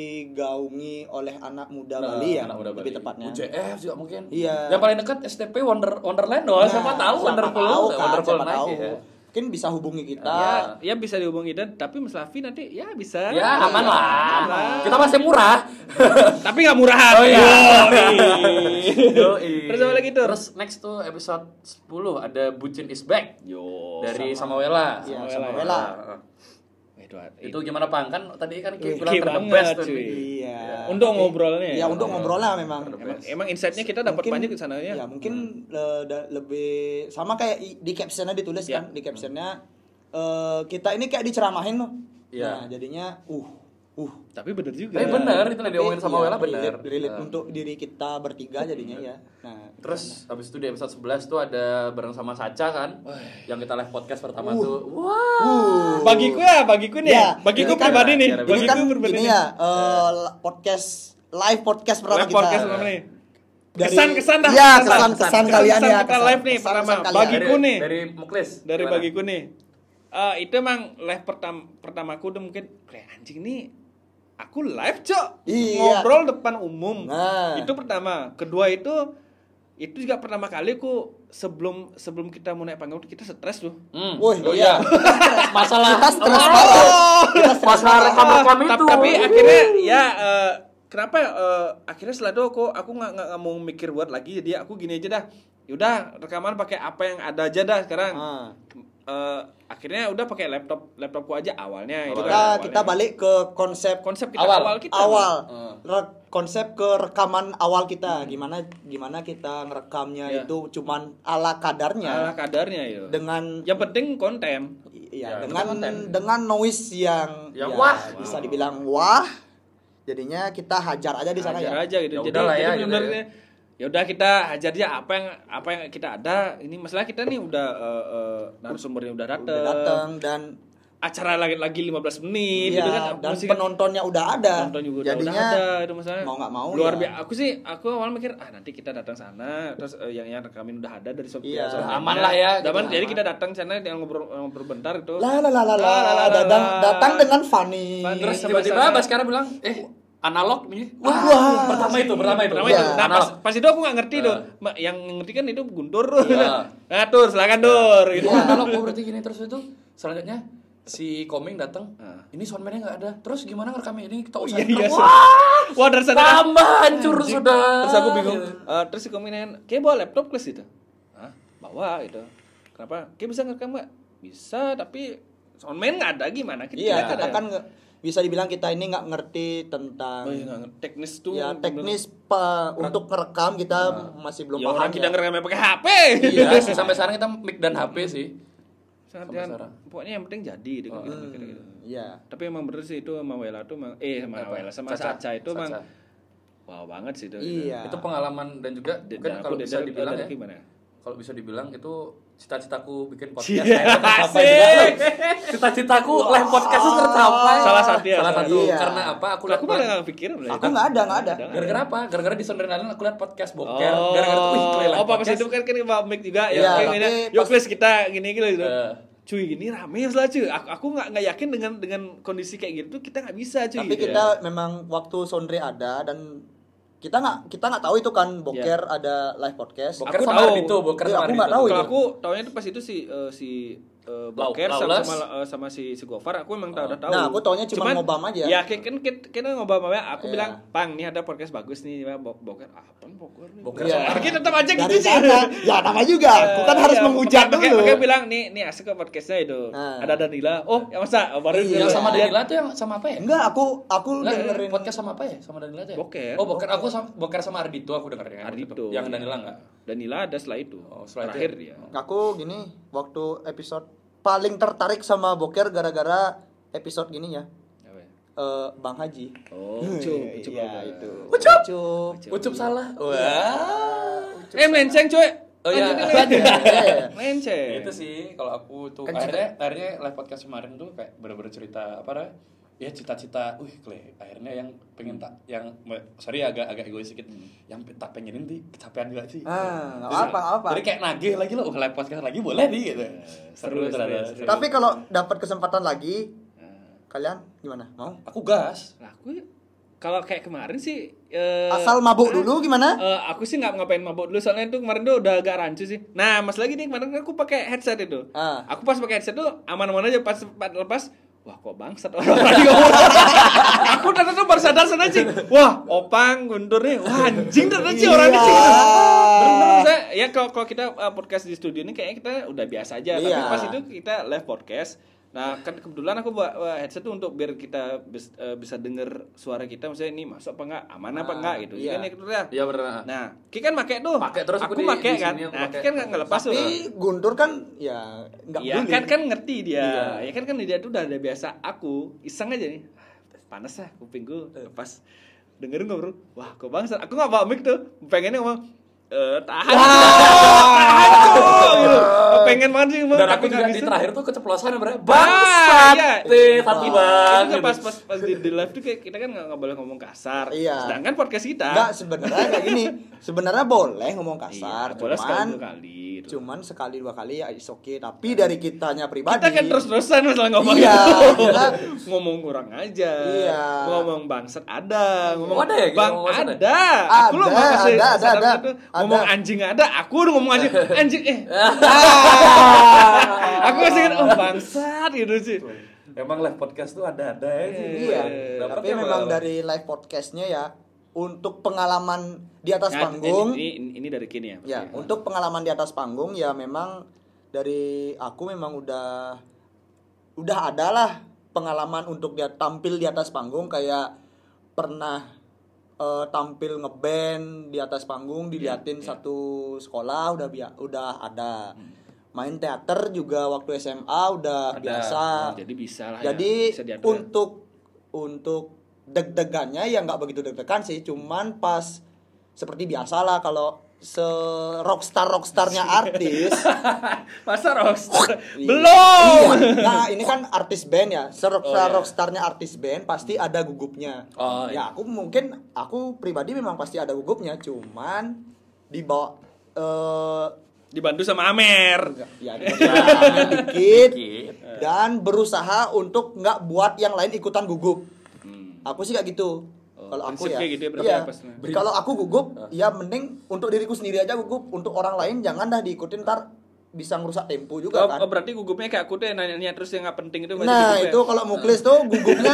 [SPEAKER 2] digaungi oleh anak muda
[SPEAKER 3] Nah,
[SPEAKER 2] Bali ya,
[SPEAKER 3] anak muda
[SPEAKER 2] lebih
[SPEAKER 3] Bali. eh,
[SPEAKER 2] tepatnya.
[SPEAKER 3] UJF juga mungkin.
[SPEAKER 2] Iya. Nah,
[SPEAKER 3] Yang paling dekat STP Wonder Wonderland loh. siapa tahu Wonderful,
[SPEAKER 2] tahu kan,
[SPEAKER 3] Wonderful
[SPEAKER 2] siapa
[SPEAKER 3] naik
[SPEAKER 2] tahu.
[SPEAKER 3] ya.
[SPEAKER 2] Mungkin bisa hubungi kita.
[SPEAKER 1] Ya, ya bisa dihubungi dan tapi Mas Lafi nanti ya bisa.
[SPEAKER 2] kan
[SPEAKER 3] Ya aman
[SPEAKER 1] Iya,
[SPEAKER 3] lah.
[SPEAKER 1] aman.
[SPEAKER 3] Kita masih murah.
[SPEAKER 1] Tapi nggak murahan.
[SPEAKER 3] Oh, iya.
[SPEAKER 1] Yoi.
[SPEAKER 3] Yoi.
[SPEAKER 1] Terus apa lagi tuh?
[SPEAKER 3] Terus next tuh episode 10 ada Bucin is back
[SPEAKER 1] Yo.
[SPEAKER 3] dari Samawela.
[SPEAKER 2] Iya,
[SPEAKER 1] Samawela.
[SPEAKER 2] Samawela.
[SPEAKER 3] Heeh.
[SPEAKER 1] Itu,
[SPEAKER 3] Itu gimana Pang? Kan tadi kan
[SPEAKER 1] Wih,
[SPEAKER 3] Ki bilang
[SPEAKER 1] Ki
[SPEAKER 3] ter the
[SPEAKER 1] banget,
[SPEAKER 3] best tuh.
[SPEAKER 1] cuy.
[SPEAKER 3] Ki.
[SPEAKER 2] Iya.
[SPEAKER 1] Untuk
[SPEAKER 2] Tapi-
[SPEAKER 1] ngobrolnya
[SPEAKER 2] Iya,
[SPEAKER 1] ya.
[SPEAKER 2] untuk ngobrol lah memang.
[SPEAKER 3] Iya.
[SPEAKER 1] Emang, emang insight-nya kita dapat
[SPEAKER 2] Mungkin-
[SPEAKER 1] banyak di sana ya.
[SPEAKER 2] Iya,
[SPEAKER 3] Hmm.
[SPEAKER 2] mungkin le- da- lebih sama kayak i- di captionnya ditulis
[SPEAKER 1] Iya.
[SPEAKER 2] kan, di captionnya eh, kita ini kayak diceramahin loh.
[SPEAKER 3] Iya.
[SPEAKER 2] Nah, jadinya uh uh
[SPEAKER 1] Tapi bener juga.
[SPEAKER 3] Tapi bener itu yang
[SPEAKER 2] Tapi
[SPEAKER 3] diomongin sama
[SPEAKER 2] iya,
[SPEAKER 3] Wela bener.
[SPEAKER 2] relate- relate
[SPEAKER 3] Nah.
[SPEAKER 2] untuk diri kita bertiga jadinya ya. Nah,
[SPEAKER 3] Terus habis itu di episode 11 tuh ada bareng sama Saca kan yang kita live podcast pertama
[SPEAKER 2] Uh.
[SPEAKER 3] tuh. Wah.
[SPEAKER 1] Bagiku ya, bagiku nih.
[SPEAKER 2] Iya.
[SPEAKER 1] bagiku
[SPEAKER 2] Ini kan-
[SPEAKER 1] pribadi nih.
[SPEAKER 3] ini
[SPEAKER 2] ini
[SPEAKER 1] Bagiku
[SPEAKER 2] kan
[SPEAKER 1] pribadi
[SPEAKER 2] gini
[SPEAKER 1] nih.
[SPEAKER 2] ya, eh, la- podcast live podcast pertama
[SPEAKER 1] Live
[SPEAKER 2] kita.
[SPEAKER 1] podcast pertama nih.
[SPEAKER 2] Dari-
[SPEAKER 1] Kesan-kesan dah.
[SPEAKER 2] Iya, kesan-kesan kalian ya,
[SPEAKER 1] Kita
[SPEAKER 2] kesan-
[SPEAKER 1] live nih
[SPEAKER 2] kesan-
[SPEAKER 1] pertama.
[SPEAKER 2] kesan kalian.
[SPEAKER 3] Dari,
[SPEAKER 1] Bagiku nih.
[SPEAKER 3] dari Muklis.
[SPEAKER 1] Dari
[SPEAKER 3] gimana?
[SPEAKER 1] bagiku nih. Eh, itu emang live pertam pertamaku tuh mungkin kayak anjing nih aku live cok
[SPEAKER 2] Iya.
[SPEAKER 1] ngobrol depan umum
[SPEAKER 2] Nah.
[SPEAKER 1] itu pertama kedua itu itu juga pertama kali aku sebelum sebelum kita mau naik panggung kita stres loh
[SPEAKER 3] Hmm.
[SPEAKER 2] Wih,
[SPEAKER 3] oh
[SPEAKER 2] iya.
[SPEAKER 3] iya. Masalah
[SPEAKER 2] Kita stres banget. Kita
[SPEAKER 3] masalah
[SPEAKER 2] stres banget. Iya.
[SPEAKER 3] rekam rekam
[SPEAKER 1] Ta-
[SPEAKER 3] itu.
[SPEAKER 1] tapi akhirnya ya eh, kenapa eh, akhirnya setelah itu aku aku nggak nggak nggak mau mikir buat lagi jadi aku gini aja dah yaudah rekaman pakai apa yang ada aja dah sekarang
[SPEAKER 2] Ah.
[SPEAKER 1] Eh, akhirnya udah pakai laptop laptopku aja awalnya itu
[SPEAKER 2] Kita
[SPEAKER 1] kan
[SPEAKER 2] kita
[SPEAKER 1] awalnya.
[SPEAKER 2] balik ke konsep
[SPEAKER 1] konsep kita awal,
[SPEAKER 3] Awal.
[SPEAKER 1] kita
[SPEAKER 2] awal.
[SPEAKER 3] Hmm.
[SPEAKER 2] Re- konsep ke rekaman awal kita. Gimana gimana kita ngerekamnya
[SPEAKER 1] Iya.
[SPEAKER 2] itu cuman
[SPEAKER 1] ala Ya.
[SPEAKER 2] ala kadarnya
[SPEAKER 1] kadarnya itu
[SPEAKER 2] dengan
[SPEAKER 1] yang penting konten
[SPEAKER 2] iya,
[SPEAKER 3] Ya,
[SPEAKER 2] dengan
[SPEAKER 3] konten.
[SPEAKER 2] dengan noise yang
[SPEAKER 3] Yang
[SPEAKER 2] ya,
[SPEAKER 3] wah.
[SPEAKER 2] bisa dibilang wah. Jadinya kita hajar aja di sana
[SPEAKER 1] hajar
[SPEAKER 2] ya.
[SPEAKER 1] aja gitu
[SPEAKER 3] Ya
[SPEAKER 1] jadi,
[SPEAKER 3] udahlah
[SPEAKER 1] jadi
[SPEAKER 3] ya, gitu
[SPEAKER 1] benar-benar
[SPEAKER 3] ya.
[SPEAKER 1] ya udah kita hajar aja apa yang apa yang kita ada ini masalah kita nih udah eh, eh, narasumbernya udah
[SPEAKER 2] Udah
[SPEAKER 1] dateng,
[SPEAKER 2] datang dan
[SPEAKER 1] acara lagi lagi 15 menit
[SPEAKER 2] iya,
[SPEAKER 1] gitu kan
[SPEAKER 2] dan
[SPEAKER 1] Masih kan-
[SPEAKER 2] penontonnya udah ada.
[SPEAKER 1] nonton juga udah-
[SPEAKER 2] Jadinya
[SPEAKER 1] udah ada itu masalahnya
[SPEAKER 2] mau nggak mau
[SPEAKER 1] luar
[SPEAKER 2] ya.
[SPEAKER 1] biasa aku sih aku awal mikir ah nanti kita datang sana terus eh, yang yang rekamin udah ada dari Sophia
[SPEAKER 2] Iya.
[SPEAKER 1] Sophia.
[SPEAKER 3] Udah aman lah ya,
[SPEAKER 1] Udah aman
[SPEAKER 3] gitu.
[SPEAKER 1] jadi
[SPEAKER 3] Aman.
[SPEAKER 1] kita datang sana yang ngobrol ngobrol bentar itu
[SPEAKER 2] La la la
[SPEAKER 1] La,
[SPEAKER 2] la la,
[SPEAKER 1] la, la, la,
[SPEAKER 2] datang
[SPEAKER 1] la.
[SPEAKER 2] datang dengan Fanny.
[SPEAKER 1] Fanny.
[SPEAKER 3] Terus
[SPEAKER 1] Sama-sama.
[SPEAKER 3] tiba-tiba Baskara bilang, "Eh, analog nih."
[SPEAKER 2] Wah,
[SPEAKER 3] Pertama itu, pertama itu.
[SPEAKER 1] Pertama
[SPEAKER 2] Iya.
[SPEAKER 1] itu, nah, pas,
[SPEAKER 3] analog.
[SPEAKER 1] pas itu aku nggak ngerti
[SPEAKER 3] Ah.
[SPEAKER 1] tuh Ma- yang ngerti kan itu guntur tuh
[SPEAKER 3] Iya.
[SPEAKER 1] nah tur silakan tur gitu
[SPEAKER 3] Wah,
[SPEAKER 2] Iya.
[SPEAKER 3] analog oh, berarti gini terus itu selanjutnya si Komeng datang.
[SPEAKER 1] Ah.
[SPEAKER 2] Nah.
[SPEAKER 3] Ini soundman-nya enggak ada. Terus gimana ngerekamnya ini? Kita usah.
[SPEAKER 1] iya iya
[SPEAKER 3] Wah,
[SPEAKER 1] so- wah kan terus ada
[SPEAKER 3] tambah hancur sudah. Iya.
[SPEAKER 1] terus aku bingung
[SPEAKER 3] gitu.
[SPEAKER 1] Eh, terus si kominan kayak bawa laptop kelas gitu Hah? bawa gitu kenapa kayak bisa ngerekam nggak bisa tapi soundman nggak ada gimana kita
[SPEAKER 2] Iya,
[SPEAKER 1] nggak
[SPEAKER 2] kita
[SPEAKER 1] ada.
[SPEAKER 2] kan nge- bisa dibilang kita ini nggak ngerti tentang
[SPEAKER 1] Oh iya, nggak ngerti. teknis tuh
[SPEAKER 2] ya teknis pa- untuk ngerekam kita masih belum
[SPEAKER 1] ya
[SPEAKER 2] paham.
[SPEAKER 1] orang kita
[SPEAKER 2] ya.
[SPEAKER 1] ngerekamnya pakai HP
[SPEAKER 3] Iya, sih, sampai sekarang kita mic dan HP sih.
[SPEAKER 1] Sangat
[SPEAKER 3] Sampai
[SPEAKER 1] kan,
[SPEAKER 3] sekarang.
[SPEAKER 1] pokoknya yang penting jadi gitu, gitu,
[SPEAKER 2] Hmm,
[SPEAKER 1] gitu, gitu.
[SPEAKER 2] Iya.
[SPEAKER 1] tapi emang bener sih itu sama Wela tuh emang- eh sama
[SPEAKER 3] Apa?
[SPEAKER 1] Wela sama
[SPEAKER 3] Caca.
[SPEAKER 1] Caca, itu emang
[SPEAKER 3] Caca.
[SPEAKER 1] wow banget sih itu
[SPEAKER 2] Iya.
[SPEAKER 3] Itu pengalaman dan juga
[SPEAKER 1] gitu.
[SPEAKER 3] kan kalau bisa dibilang ya.
[SPEAKER 1] gimana
[SPEAKER 3] Kalau bisa dibilang itu cita-citaku bikin
[SPEAKER 1] Cie,
[SPEAKER 3] podcast saya itu tercapai
[SPEAKER 1] asik.
[SPEAKER 3] juga. Cita-citaku live podcast itu tercapai.
[SPEAKER 1] Salah satu ya,
[SPEAKER 3] Salah
[SPEAKER 1] salah
[SPEAKER 3] satu.
[SPEAKER 2] satu.
[SPEAKER 3] Karena apa? Aku
[SPEAKER 1] aku malah
[SPEAKER 3] lihat
[SPEAKER 1] nggak pikiran
[SPEAKER 2] Aku nggak ada, nggak ada.
[SPEAKER 3] gara-gara apa? Gara-gara di Sondernalan aku lihat podcast boker.
[SPEAKER 1] Oh,
[SPEAKER 3] Gara-gara itu wih, keren lah
[SPEAKER 1] oh pas
[SPEAKER 3] podcast.
[SPEAKER 1] itu kan kan Pak Mik juga
[SPEAKER 2] Iya,
[SPEAKER 1] ya.
[SPEAKER 2] tapi
[SPEAKER 1] ya Yuk
[SPEAKER 2] pas- Iya.
[SPEAKER 1] Chris kita gini gini gitu.
[SPEAKER 3] Eh.
[SPEAKER 1] Cuy ini rame lah cuy. Aku aku nggak nggak yakin dengan dengan kondisi kayak gitu ya. kita nggak bisa cuy.
[SPEAKER 2] Tapi kita memang waktu Sondre ada dan kita nggak kita nggak tahu itu
[SPEAKER 1] Iya.
[SPEAKER 2] kan boker ada live podcast.
[SPEAKER 3] Boker
[SPEAKER 1] Aku
[SPEAKER 3] sama
[SPEAKER 1] tahu.
[SPEAKER 3] Ardito, boker
[SPEAKER 2] Iya,
[SPEAKER 3] sama
[SPEAKER 2] aku nggak
[SPEAKER 3] Ardito.
[SPEAKER 2] tahu
[SPEAKER 1] Kalau
[SPEAKER 2] itu.
[SPEAKER 1] aku tahunya itu pas itu si eh, si eh, eh,
[SPEAKER 3] Lau-
[SPEAKER 1] Boker sama,
[SPEAKER 3] Laulas.
[SPEAKER 1] sama, eh, sama si si Gofar aku emang udah tahu.
[SPEAKER 2] Nah, aku taunya cuma
[SPEAKER 1] Cuman,
[SPEAKER 2] ngobam aja.
[SPEAKER 1] Ya, kan kan kan- kan ngobam aja. Aku
[SPEAKER 2] Iya.
[SPEAKER 1] bilang, "Pang, nih ada podcast bagus nih, Bang. Bo- Boker." Apa Boker? nih?"
[SPEAKER 3] Boker
[SPEAKER 1] Iya.
[SPEAKER 3] sama-
[SPEAKER 1] Tapi tetap aja gitu
[SPEAKER 2] Dari
[SPEAKER 1] sih.
[SPEAKER 2] sana, ya nama juga. Aku kan harus
[SPEAKER 1] Iya,
[SPEAKER 2] menghujat
[SPEAKER 1] makanya-
[SPEAKER 2] dulu.
[SPEAKER 1] Makanya bilang, "Nih, nih asik kok podcastnya itu."
[SPEAKER 2] Ah.
[SPEAKER 1] Ada Danila. Oh, ya masa Oh, baru
[SPEAKER 2] Iya.
[SPEAKER 3] Yang sama
[SPEAKER 1] dia.
[SPEAKER 3] Danila tuh yang sama apa ya?
[SPEAKER 2] Enggak, aku aku
[SPEAKER 3] Enggak,
[SPEAKER 2] dengerin
[SPEAKER 3] podcast sama apa ya? Sama Danila tuh ya?
[SPEAKER 1] Boker.
[SPEAKER 3] Oh, boker. Aku sama, boker sama Ardito aku dengerin.
[SPEAKER 1] Ardhito.
[SPEAKER 3] Yang Danila enggak?
[SPEAKER 1] Danila ada setelah itu.
[SPEAKER 3] Oh, setelah itu.
[SPEAKER 1] Terakhir ya.
[SPEAKER 2] Aku gini waktu episode paling tertarik sama Boker gara-gara episode gini ya.
[SPEAKER 1] Apa ya?
[SPEAKER 2] Eh, Bang Haji.
[SPEAKER 1] Oh, ucup, ucup apa?
[SPEAKER 2] Iya, itu.
[SPEAKER 1] Ucup.
[SPEAKER 2] Ucup.
[SPEAKER 3] Ucup salah. Wah.
[SPEAKER 1] Eh, melenceng, cuy.
[SPEAKER 3] Oh iya.
[SPEAKER 1] Lanjutin,
[SPEAKER 2] Iya.
[SPEAKER 1] Melenceng.
[SPEAKER 3] Ya, itu sih kalau aku tuh
[SPEAKER 2] Kan
[SPEAKER 3] akhirnya akhirnya live podcast kemarin tuh kayak bener-bener cerita apa namanya, ya cita-cita wih kle akhirnya yang pengen tak yang sorry agak agak egois sedikit yang pe- tak pengenin di kecapean juga sih
[SPEAKER 2] Ah, nggak
[SPEAKER 3] Terus,
[SPEAKER 2] apa-apa, nggak apa-apa.
[SPEAKER 3] jadi kayak nagih lagi loh "Uh, live podcast lagi boleh nih gitu
[SPEAKER 1] seru, seru,
[SPEAKER 3] ternyata,
[SPEAKER 1] seru.
[SPEAKER 2] Tapi kalau dapat kesempatan lagi, kalian gimana? Mau?
[SPEAKER 3] aku gas
[SPEAKER 1] Lah, Nah, aku kalau kayak kemarin sih eh,
[SPEAKER 2] Asal mabuk dulu gimana?
[SPEAKER 1] eh, aku sih nggak ngapain mabuk dulu soalnya itu kemarin tuh udah agak rancu sih. Nah, mas lagi nih kemarin kan aku pakai headset itu.
[SPEAKER 2] Ah.
[SPEAKER 1] Aku pas pakai headset tuh aman-aman aja pas, pas lepas Wah kok bangsat orang-orang ngomong. Aku ternyata tuh baru sadar sana sih. Wah opang guntur nih. Wah anjing ternyata sih orang ini sih.
[SPEAKER 2] Iya.
[SPEAKER 1] Bener-bener saya- ya kalau kalau kita uh, podcast di studio ini kayaknya kita udah biasa aja. Tapi
[SPEAKER 2] Iya.
[SPEAKER 1] pas itu kita live podcast. Nah kan kebetulan aku bawa bawa headset tuh untuk biar kita bis- eh, bisa denger suara kita. Maksudnya ini masuk apa enggak, aman apa
[SPEAKER 2] Ah,
[SPEAKER 1] enggak gitu. Iya.
[SPEAKER 2] iya.
[SPEAKER 1] Kan, ya, gitu ya.
[SPEAKER 3] iya bener
[SPEAKER 1] Nah, Ki kan pakai tuh.
[SPEAKER 3] Pakai terus
[SPEAKER 1] aku
[SPEAKER 3] aku di-
[SPEAKER 1] pakai
[SPEAKER 3] di
[SPEAKER 1] kan.
[SPEAKER 3] sini aku
[SPEAKER 1] Nah, Ki
[SPEAKER 3] pakai.
[SPEAKER 1] kan enggak ngelepas tuh.
[SPEAKER 2] Tapi Guntur kan ya nggak
[SPEAKER 1] Iya
[SPEAKER 2] peduli.
[SPEAKER 1] kan kan ngerti dia. Ya kan kan dia tuh udah ada biasa aku iseng aja nih. Ah, Panas lah kuping gue pas dengerin ngobrol. Wah, kok bangsat. Aku nggak bawa mic tuh. Pengennya ngomong eh tahan. tahan tuh. Gitu. Pengen banget sih ngomong,
[SPEAKER 3] dan
[SPEAKER 1] tapi
[SPEAKER 3] aku
[SPEAKER 1] nggak
[SPEAKER 3] juga di
[SPEAKER 1] bisa.
[SPEAKER 3] terakhir tuh keceplosan ya, bener
[SPEAKER 1] Ah, iya.
[SPEAKER 3] bangsat teh tapi
[SPEAKER 1] Itu
[SPEAKER 3] banget
[SPEAKER 1] nggak pas pas pas di, di live tuh kayak kita kan nggak nggak boleh ngomong kasar.
[SPEAKER 2] Iya.
[SPEAKER 1] Sedangkan podcast kita
[SPEAKER 2] Enggak sebenarnya kayak gini. Sebenarnya boleh ngomong kasar,
[SPEAKER 1] Iya, boleh sekali
[SPEAKER 2] cuman
[SPEAKER 1] dua kali. gitu. Iya.
[SPEAKER 2] cuman sekali dua kali ya it's okay. Tapi dari kitanya pribadi
[SPEAKER 1] kita kan terus-terusan masalah ngomong
[SPEAKER 2] Iya,
[SPEAKER 1] itu.
[SPEAKER 2] kita-
[SPEAKER 1] ngomong kurang aja
[SPEAKER 2] Iya.
[SPEAKER 1] ngomong bangsat ada ngomong
[SPEAKER 3] Oh, ada ya, kita
[SPEAKER 1] bang
[SPEAKER 3] ngomong bangsat
[SPEAKER 1] ada.
[SPEAKER 3] ya?
[SPEAKER 1] aku lo
[SPEAKER 2] Ada,
[SPEAKER 1] masih
[SPEAKER 2] ada, ada,
[SPEAKER 1] sadar
[SPEAKER 2] ada.
[SPEAKER 1] gitu. ngomong
[SPEAKER 2] Ada.
[SPEAKER 1] anjing ada aku udah ngomong anjing anjing eh aku masih ingat oh bangsat gitu sih
[SPEAKER 3] emang live podcast tuh ada-ada ya sih.
[SPEAKER 2] Iya,
[SPEAKER 3] Dapatnya
[SPEAKER 2] tapi memang
[SPEAKER 3] malah-
[SPEAKER 2] dari live podcastnya ya untuk pengalaman di atas
[SPEAKER 1] Nah,
[SPEAKER 2] panggung.
[SPEAKER 1] ini, ini, ini dari kini ya pasti
[SPEAKER 2] Ya, untuk pengalaman di atas panggung ya memang dari aku memang udah udah ada lah pengalaman untuk dia tampil di atas panggung kayak pernah eh, tampil ngeband di atas panggung diliatin satu sekolah udah bia- udah ada. Main teater juga waktu SMA udah
[SPEAKER 3] Ada.
[SPEAKER 2] biasa.
[SPEAKER 1] Oh, Nah, jadi bisa lah
[SPEAKER 2] Jadi
[SPEAKER 1] ya. bisa diatur ya.
[SPEAKER 2] untuk untuk deg-degannya ya nggak begitu deg-degan sih, cuman pas seperti biasa lah kalau se rockstar rockstarnya artis.
[SPEAKER 1] masa rockstar belum Oh, iya.
[SPEAKER 2] Iya. Nah ini kan artis band ya, se rockstar rockstarnya artis band pasti ada gugupnya.
[SPEAKER 3] Oh,
[SPEAKER 2] ya aku mungkin aku pribadi memang pasti ada gugupnya, cuman dibawa eh
[SPEAKER 1] dibantu sama Amer
[SPEAKER 2] ya dikit, dikit
[SPEAKER 3] Dikit.
[SPEAKER 2] dan berusaha untuk nggak buat yang lain ikutan gugup.
[SPEAKER 1] Hmm.
[SPEAKER 2] Aku sih kayak gitu. kalau aku ya,
[SPEAKER 1] prinsipnya gitu ya, berarti
[SPEAKER 2] iya.
[SPEAKER 1] apa sebenarnya?
[SPEAKER 2] Berarti- Kalau aku gugup, ya mending untuk diriku sendiri aja gugup. Untuk orang lain jangan dah diikutin ntar bisa ngerusak tempo juga
[SPEAKER 1] Oh,
[SPEAKER 2] kan.
[SPEAKER 1] oh, berarti gugupnya kayak aku tuh yang nanya-nanya terus yang nggak penting itu berarti
[SPEAKER 2] Nah
[SPEAKER 1] gugup ya?
[SPEAKER 2] itu kalau muklis tuh gugupnya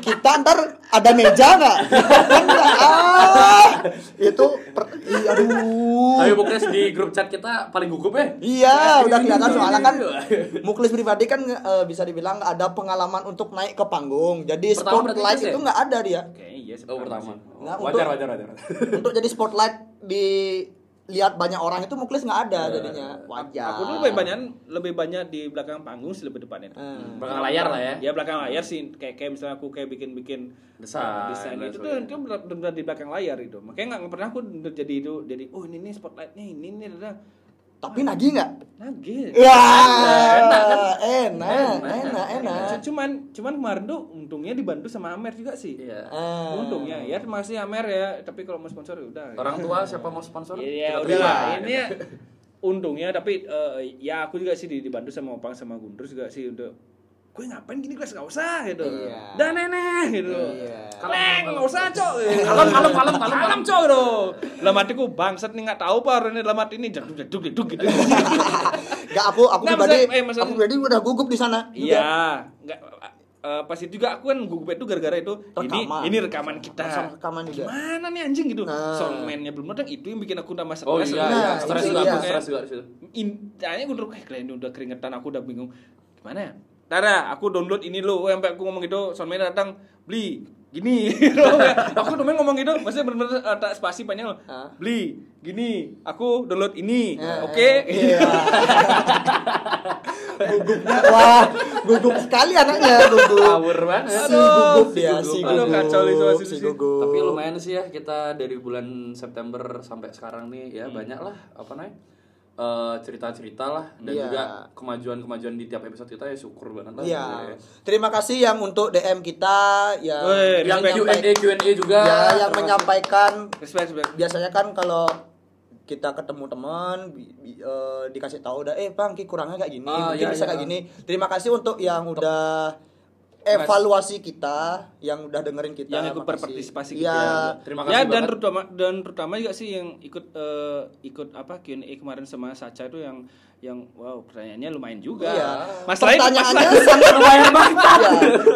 [SPEAKER 2] kita ntar ada meja nggak? Kan nggak, ah, itu per- ih, aduh.
[SPEAKER 3] Ayo Bukres di grup chat kita paling gugup ya.
[SPEAKER 1] Nah,
[SPEAKER 2] Iya, udah kelihatan soalnya kan muklis pribadi kan eh, bisa dibilang nggak ada pengalaman untuk naik ke panggung. Jadi
[SPEAKER 3] Pertama berarti
[SPEAKER 2] spotlight
[SPEAKER 3] Chris ya?
[SPEAKER 2] itu nggak ada dia.
[SPEAKER 1] Kayaknya iya sih,
[SPEAKER 3] Oh pertama.
[SPEAKER 2] Nah,
[SPEAKER 3] wajar,
[SPEAKER 2] untuk-
[SPEAKER 3] wajar wajar wajar.
[SPEAKER 2] Untuk jadi spotlight dilihat banyak orang itu muklis nggak ada jadinya. Wajar.
[SPEAKER 1] Eh, Aku tuh lebih banyak lebih banyak di belakang panggung sih lebih depannya.
[SPEAKER 2] Eh,
[SPEAKER 3] Belakang layar lah ya.
[SPEAKER 1] Ya belakang layar sih kayak kayak misalnya aku kayak bikin-bikin
[SPEAKER 3] Desain,
[SPEAKER 1] eh, desain
[SPEAKER 3] dan
[SPEAKER 1] itu tuh
[SPEAKER 3] sebagainya.
[SPEAKER 1] itu benar-benar di belakang layar itu. Makanya nggak pernah aku jadi itu jadi oh ini nih spotlightnya ini nih ada
[SPEAKER 2] tapi nagih nggak?
[SPEAKER 1] nagih.
[SPEAKER 2] Ya, enak, enak,
[SPEAKER 3] Iya.
[SPEAKER 2] enak.
[SPEAKER 1] Nah, Cuman cuman kemarin tuh untungnya dibantu sama Amer juga sih.
[SPEAKER 3] Iya.
[SPEAKER 2] Ah.
[SPEAKER 1] Untungnya ya terima kasih Amer ya. Tapi kalau mau sponsor ya udah. ya.
[SPEAKER 3] Orang tua siapa mau sponsor?
[SPEAKER 1] Iya,
[SPEAKER 3] Kita
[SPEAKER 1] udah lah.
[SPEAKER 3] terima.
[SPEAKER 1] Ini ya, untungnya tapi eh, ya aku juga sih di- dibantu sama Opang sama Guntur juga sih untuk gue ngapain gini kelas nggak usah gitu.
[SPEAKER 2] Iya.
[SPEAKER 1] Dan nenek gitu. Leng,
[SPEAKER 3] Kalem, kalem.
[SPEAKER 1] nggak usah cok.
[SPEAKER 3] Kalem, kalem, kalem, kalem,
[SPEAKER 1] kalem
[SPEAKER 3] kalem.
[SPEAKER 1] cok
[SPEAKER 3] Iya.
[SPEAKER 1] gitu. Dalam hatiku bangsat nih nggak tahu apa orangnya dalam hati ini jaduk jaduk jaduk gitu.
[SPEAKER 2] Gak aku aku
[SPEAKER 1] Nah,
[SPEAKER 2] pribadi
[SPEAKER 1] maksudnya- eh, maksudnya-
[SPEAKER 2] aku pribadi udah gugup di sana. juga.
[SPEAKER 1] Iya, nggak eh, pas itu juga aku kan gugup itu gara-gara itu
[SPEAKER 2] Rekaman.
[SPEAKER 1] ini ini rekaman kita.
[SPEAKER 2] Masa rekaman juga.
[SPEAKER 1] Gimana nih anjing gitu.
[SPEAKER 2] Nah.
[SPEAKER 1] Soundman-nya belum datang itu yang bikin aku tambah stres.
[SPEAKER 3] Oh iya,
[SPEAKER 2] Nah,
[SPEAKER 3] iya.
[SPEAKER 2] itu
[SPEAKER 3] stres juga,
[SPEAKER 2] dia.
[SPEAKER 3] aku stres juga di situ.
[SPEAKER 1] Intinya gue udah eh, kalian udah keringetan aku udah bingung. Gimana ya? Tara, aku download ini lo, sampai aku ngomong gitu, soundman datang beli gini. aku domain ngomong gitu, maksudnya bener-bener eh, tak spasi panjang loh.
[SPEAKER 2] Ah.
[SPEAKER 1] Beli gini, aku download ini. Nah,
[SPEAKER 2] Eh,
[SPEAKER 1] Oke.
[SPEAKER 2] eh, iya. Gugupnya wah, gugup sekali anaknya gugup.
[SPEAKER 3] Power banget.
[SPEAKER 2] Si gugup dia,
[SPEAKER 1] si
[SPEAKER 2] si
[SPEAKER 1] gugup.
[SPEAKER 2] gugup.
[SPEAKER 1] Aduh, kacau nih sama si
[SPEAKER 2] si
[SPEAKER 1] Susi.
[SPEAKER 2] gugup.
[SPEAKER 3] Tapi lumayan sih ya kita dari bulan September sampai sekarang nih ya banyak lah apa namanya eh, cerita-cerita lah dan
[SPEAKER 2] Iya.
[SPEAKER 3] juga kemajuan-kemajuan di tiap episode kita ya syukur banget lah.
[SPEAKER 2] Iya.
[SPEAKER 3] sebenarnya ya.
[SPEAKER 2] Terima kasih yang untuk DM kita yang
[SPEAKER 1] Weh,
[SPEAKER 2] yang,
[SPEAKER 1] respect.
[SPEAKER 3] Q&A
[SPEAKER 2] nyampai-
[SPEAKER 3] Q&A juga.
[SPEAKER 2] ya, yang
[SPEAKER 3] termasuk-
[SPEAKER 2] menyampaikan
[SPEAKER 1] Respect, respect.
[SPEAKER 2] biasanya kan kalau kita ketemu teman bi- bi- eh, dikasih tahu udah eh bang Ki kurangnya kayak gini
[SPEAKER 3] Ah,
[SPEAKER 2] mungkin
[SPEAKER 3] iya,
[SPEAKER 2] bisa
[SPEAKER 3] iya.
[SPEAKER 2] kayak gini terima kasih untuk yang udah evaluasi kita yang udah dengerin kita
[SPEAKER 1] yang ikut
[SPEAKER 2] Ya, makasih.
[SPEAKER 1] berpartisipasi
[SPEAKER 2] Iya.
[SPEAKER 1] ya.
[SPEAKER 3] Terima
[SPEAKER 1] ya, dan
[SPEAKER 3] kasih banget.
[SPEAKER 1] terutama dan terutama juga sih yang ikut eh, ikut apa Q&A kemarin sama Sacha itu yang yang wow pertanyaannya lumayan juga.
[SPEAKER 2] Iya.
[SPEAKER 1] ya. Mas Rai itu pas
[SPEAKER 2] Pertanyaannya Iya.
[SPEAKER 1] live-
[SPEAKER 2] sangat lumayan banget.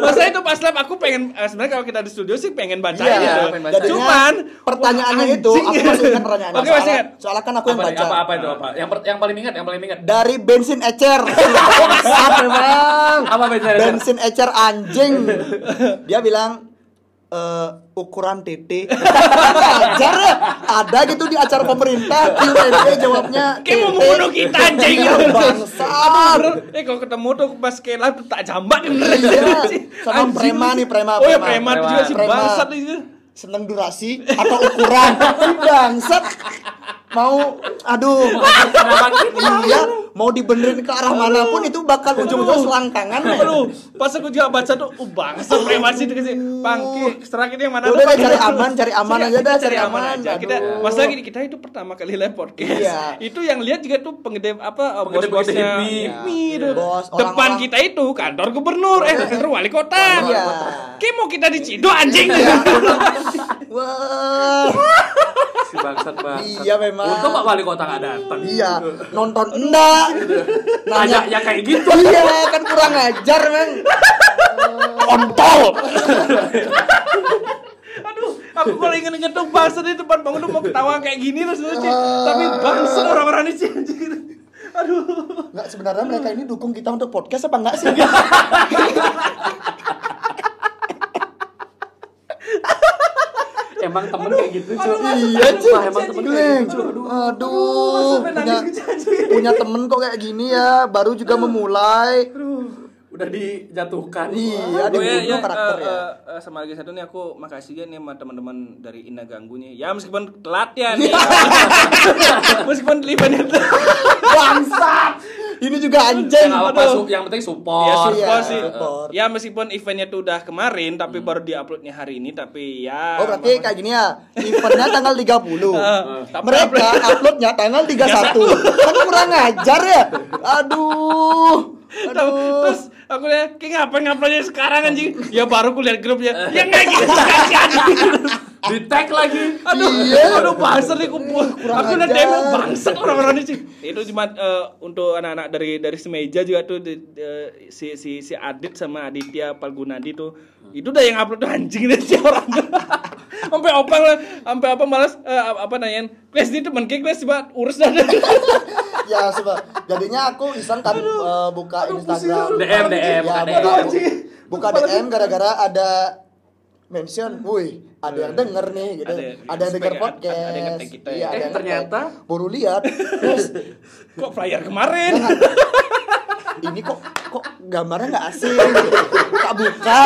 [SPEAKER 1] Mas Rai itu pas live aku pengen eh, sebenarnya kalau kita di studio sih pengen baca
[SPEAKER 2] Iya,
[SPEAKER 1] gitu.
[SPEAKER 3] pengen bacain.
[SPEAKER 1] Cuman
[SPEAKER 2] pertanyaannya
[SPEAKER 1] wah,
[SPEAKER 2] itu aku
[SPEAKER 1] anjing.
[SPEAKER 2] masih ingat pertanyaannya.
[SPEAKER 1] Oke, masih
[SPEAKER 2] Soalnya-
[SPEAKER 1] ingat.
[SPEAKER 2] Soalnya kan aku yang
[SPEAKER 3] apa, nih?
[SPEAKER 2] baca.
[SPEAKER 3] apa apa itu apa? Yang per, yang paling ingat, yang paling ingat.
[SPEAKER 2] Dari bensin ecer. Apa bang?
[SPEAKER 3] Apa bensin ecer?
[SPEAKER 2] Bensin ecer anjing. Dia bilang eh, ukuran TT ajar ya ada gitu di acara pemerintah Q&A jawabnya
[SPEAKER 1] Kayak mau
[SPEAKER 2] TT.
[SPEAKER 1] membunuh kita, anjing.
[SPEAKER 2] Iya, bangsat
[SPEAKER 1] Eh kalau ketemu tuh pas kayak live tuh tak jambak nih beneran.
[SPEAKER 2] Iya, sama
[SPEAKER 1] Anjing.
[SPEAKER 2] preman nih, preman,
[SPEAKER 1] Oh ya
[SPEAKER 2] preman.
[SPEAKER 1] preman juga sih
[SPEAKER 2] Preman.
[SPEAKER 1] bangsat gitu. itu.
[SPEAKER 2] seneng durasi atau ukuran Si bangsat mau aduh iya mau dibenerin ke arah manapun itu bakal ujung-ujung selangkangan ya
[SPEAKER 1] Aduh, pas aku juga baca tuh, oh bangsa privasi itu sih. Bangki, serak ini yang mana?
[SPEAKER 2] Udah deh,
[SPEAKER 1] Bang?
[SPEAKER 2] cari aman, cari aman
[SPEAKER 1] Iya,
[SPEAKER 2] aja
[SPEAKER 1] kita
[SPEAKER 2] dah, cari aman.
[SPEAKER 1] aja. Kita
[SPEAKER 2] Aduh.
[SPEAKER 1] mas lagi kita itu pertama kali live podcast.
[SPEAKER 2] Iya.
[SPEAKER 1] Itu yang lihat juga tuh pengedep apa uh,
[SPEAKER 3] Penggedep-penggedep
[SPEAKER 1] bos-bosnya.
[SPEAKER 3] hipmi.
[SPEAKER 1] Iya. Itu.
[SPEAKER 2] Bos,
[SPEAKER 1] Depan
[SPEAKER 2] orang-orang-
[SPEAKER 1] kita itu kantor gubernur, eh kantor wali kota.
[SPEAKER 2] Iya.
[SPEAKER 1] Kayak mau kita diciduk anjing.
[SPEAKER 2] Wah,
[SPEAKER 3] Si bangsat bangsat.
[SPEAKER 2] Iya, memang.
[SPEAKER 3] Untung Pak Wali Kota nggak datang.
[SPEAKER 2] iya, nonton enggak.
[SPEAKER 3] Tanya ya kayak gitu.
[SPEAKER 2] Iya, kan kurang ajar, Bang.
[SPEAKER 1] Kontol. Aduh, aku kalau inget-inget tuh bangsa di depan bangun tuh mau ketawa kayak gini terus terus, Ci.
[SPEAKER 2] Ah.
[SPEAKER 1] Tapi bangsa orang-orang ini Ci, anjing. Aduh.
[SPEAKER 2] Enggak sebenarnya mereka ini dukung kita untuk podcast apa enggak sih?
[SPEAKER 3] Iya, Emang temen kayak gitu cuy.
[SPEAKER 2] iya, cuy.
[SPEAKER 3] Sumpah, emang temen kayak
[SPEAKER 2] Gleng.
[SPEAKER 3] gitu. Aduh. gitu
[SPEAKER 2] Aduh, punya, punya temen kok kayak gini ya, baru juga memulai.
[SPEAKER 3] Udah dijatuhkan.
[SPEAKER 1] Oh,
[SPEAKER 2] Iya, dibunuh
[SPEAKER 1] iya, iya,
[SPEAKER 2] karakter
[SPEAKER 1] eh,
[SPEAKER 2] ya.
[SPEAKER 1] eh, eh, sama lagi satu nih aku makasih ya nih sama teman-teman dari Ina Ganggu nih. Ya meskipun telat ya nih. meskipun delivernya telat.
[SPEAKER 2] Bangsat. Ini juga anjing.
[SPEAKER 3] Yang apa
[SPEAKER 1] Aduh.
[SPEAKER 3] su- yang penting
[SPEAKER 1] ya
[SPEAKER 3] support.
[SPEAKER 2] iya,
[SPEAKER 1] support sih.
[SPEAKER 2] support.
[SPEAKER 1] Ya meskipun eventnya tuh udah kemarin tapi baru di-uploadnya hari ini tapi ya
[SPEAKER 2] Hmm.
[SPEAKER 1] Eh,
[SPEAKER 2] Oh berarti kayak gini ya Eventnya tanggal 30
[SPEAKER 1] tapi
[SPEAKER 2] Mereka uploadnya tanggal 31 Kan kurang ajar ya Aduh Aduh
[SPEAKER 1] Terus aku lihat kayak ngapain nguploadnya sekarang anjing. Ya baru aku lihat grupnya. Ya enggak gitu kan anjing.
[SPEAKER 3] Di tag lagi.
[SPEAKER 1] Aduh,
[SPEAKER 2] Iya.
[SPEAKER 1] aduh bangsa nih aku
[SPEAKER 2] kurang
[SPEAKER 1] aku udah
[SPEAKER 2] ajar.
[SPEAKER 1] demo bangsa orang-orang ini. sih. Itu cuma eh, untuk anak-anak dari dari semeja juga tuh di- eh, si si si Adit sama Aditya Palgunadi tuh. Itu udah yang upload tuh anjing deh si orang. Sampai opang lah, sampai apa malas eh, apa nanyain. Kles ini temen kayak Kles coba urus dah.
[SPEAKER 2] Ya sebab Jadinya aku Isan kan eh, buka
[SPEAKER 3] pusing, aduh.
[SPEAKER 2] Instagram
[SPEAKER 3] DM,
[SPEAKER 2] Ya,
[SPEAKER 3] DM.
[SPEAKER 2] buka,
[SPEAKER 3] Aduh, anjing.
[SPEAKER 2] buka DM gara-gara ada mention, wih ada yang denger nih
[SPEAKER 1] Ada
[SPEAKER 2] gitu, ada,
[SPEAKER 1] yang-
[SPEAKER 2] yang denger
[SPEAKER 1] sebagai-
[SPEAKER 2] podcast,
[SPEAKER 1] ada yang nge-tag kita ya.
[SPEAKER 3] Eh,
[SPEAKER 2] iya ada yang nge-tag.
[SPEAKER 3] ternyata-
[SPEAKER 2] baru lihat, terus
[SPEAKER 1] Kok flyer kemarin?
[SPEAKER 2] ini kok kok gambarnya nggak asing tak buka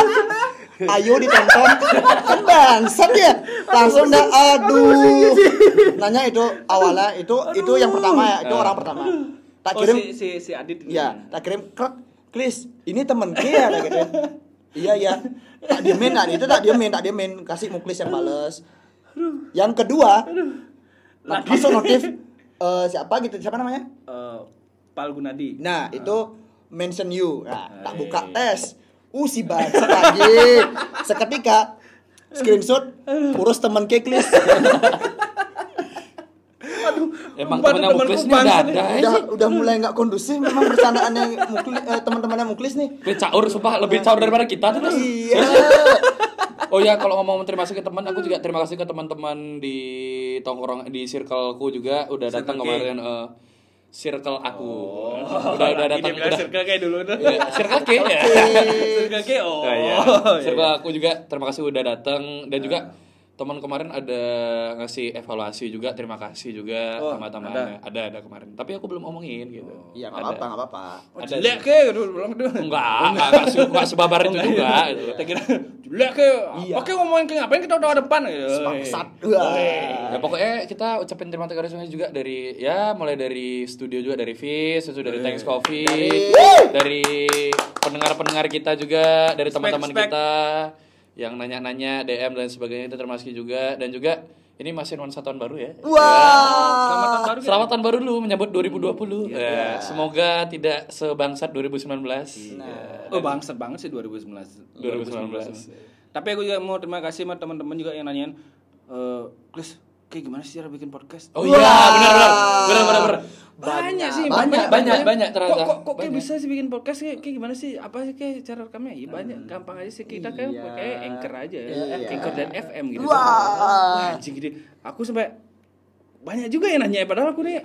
[SPEAKER 2] ayo ditonton kan bangsat ya langsung dah aduh nanya itu awalnya itu itu yang pertama ya itu orang pertama tak
[SPEAKER 1] Oh, si
[SPEAKER 2] kirim
[SPEAKER 1] si si Adit. ini.
[SPEAKER 2] ya tak kirim krek Chris ini temen kia ya gitu iya iya tak diemin tak itu tak diemin tak diemin kasih muklis yang bales yang kedua ma- masuk notif eh, siapa gitu siapa namanya
[SPEAKER 1] Eh, Palgunadi.
[SPEAKER 3] Ah.
[SPEAKER 2] Nah, itu mention you. Nah, tak
[SPEAKER 1] Hai.
[SPEAKER 2] buka tes. Uh, si bangsat lagi. Seketika screenshot urus teman keklis.
[SPEAKER 6] Aduh.
[SPEAKER 3] Emang
[SPEAKER 1] Umpan
[SPEAKER 3] temennya
[SPEAKER 1] temanku
[SPEAKER 3] Muklis nih udah
[SPEAKER 1] bangsat
[SPEAKER 3] ada eh.
[SPEAKER 2] udah
[SPEAKER 3] sih.
[SPEAKER 2] udah mulai nggak kondusif memang bercandaannya Mukli- eh, teman-temannya muklis nih
[SPEAKER 3] Dia caur, sumpah lebih caur daripada kita tuh. Nas.
[SPEAKER 2] iya
[SPEAKER 3] Oh ya, kalau ngomong terima kasih ke teman, aku juga terima kasih ke teman-teman di tongkrong di circleku juga udah datang
[SPEAKER 1] Circle K. Oh.
[SPEAKER 3] kemarin eh, circle aku. Udah udah
[SPEAKER 1] Ini
[SPEAKER 3] datang
[SPEAKER 1] dia bilang
[SPEAKER 3] udah.
[SPEAKER 1] circle kayak dulu tuh.
[SPEAKER 3] Iya, circle K ya.
[SPEAKER 1] Circle kayak oh.
[SPEAKER 3] Nah, iya.
[SPEAKER 1] iya,
[SPEAKER 3] Circle aku juga terima kasih udah datang dan juga teman kemarin ada ngasih evaluasi juga terima kasih juga
[SPEAKER 1] Oh,
[SPEAKER 3] sama temannya ada ada kemarin tapi aku belum omongin gitu
[SPEAKER 2] iya
[SPEAKER 3] Ada.
[SPEAKER 2] nggak apa-apa nggak apa-apa
[SPEAKER 1] Oh,
[SPEAKER 3] Ada
[SPEAKER 1] jelek kayak dulu bilang tuh.
[SPEAKER 3] enggak enggak enggak, se- enggak sebabar itu juga gitu.
[SPEAKER 1] Kita kira Iya. jelek kayak. Apa kayak ngomongin kayak ngapain kita udah depan gitu.
[SPEAKER 2] bangsat Wah.
[SPEAKER 3] Ya pokoknya kita ucapin terima kasih juga dari ya mulai dari studio juga dari Fis, terus dari Thanks Coffee, dari pendengar-pendengar kita juga, dari teman-teman
[SPEAKER 1] spek.
[SPEAKER 3] kita yang nanya-nanya DM dan sebagainya itu termasuk juga dan juga ini masih nuansa tahun baru ya.
[SPEAKER 2] wah
[SPEAKER 1] Selamat tahun baru.
[SPEAKER 3] Selamat tahun baru ya? Hmm, lu menyambut 2020. Ya, semoga tidak sebangsat 2019. Nah.
[SPEAKER 1] Kak. Oh bangsat banget sih 2019.
[SPEAKER 3] 2019.
[SPEAKER 1] Tapi aku juga mau terima kasih sama teman-teman juga yang nanyain eh Chris, kayak gimana sih cara bikin podcast?
[SPEAKER 3] Oh iya, benar benar. Benar benar benar.
[SPEAKER 1] banyak sih
[SPEAKER 3] banyak, banyak, banyak ternyata.
[SPEAKER 1] kok kok, kok kayak
[SPEAKER 3] Banyak.
[SPEAKER 1] bisa sih bikin podcast kayak, kayak gimana sih apa sih kayak cara rekamnya ya banyak
[SPEAKER 3] Hmm.
[SPEAKER 1] gampang aja sih kita kayak
[SPEAKER 3] Iya.
[SPEAKER 1] pakai anchor aja anchor dan fm gitu wah anjing gitu aku sampai banyak juga yang nanya padahal aku nih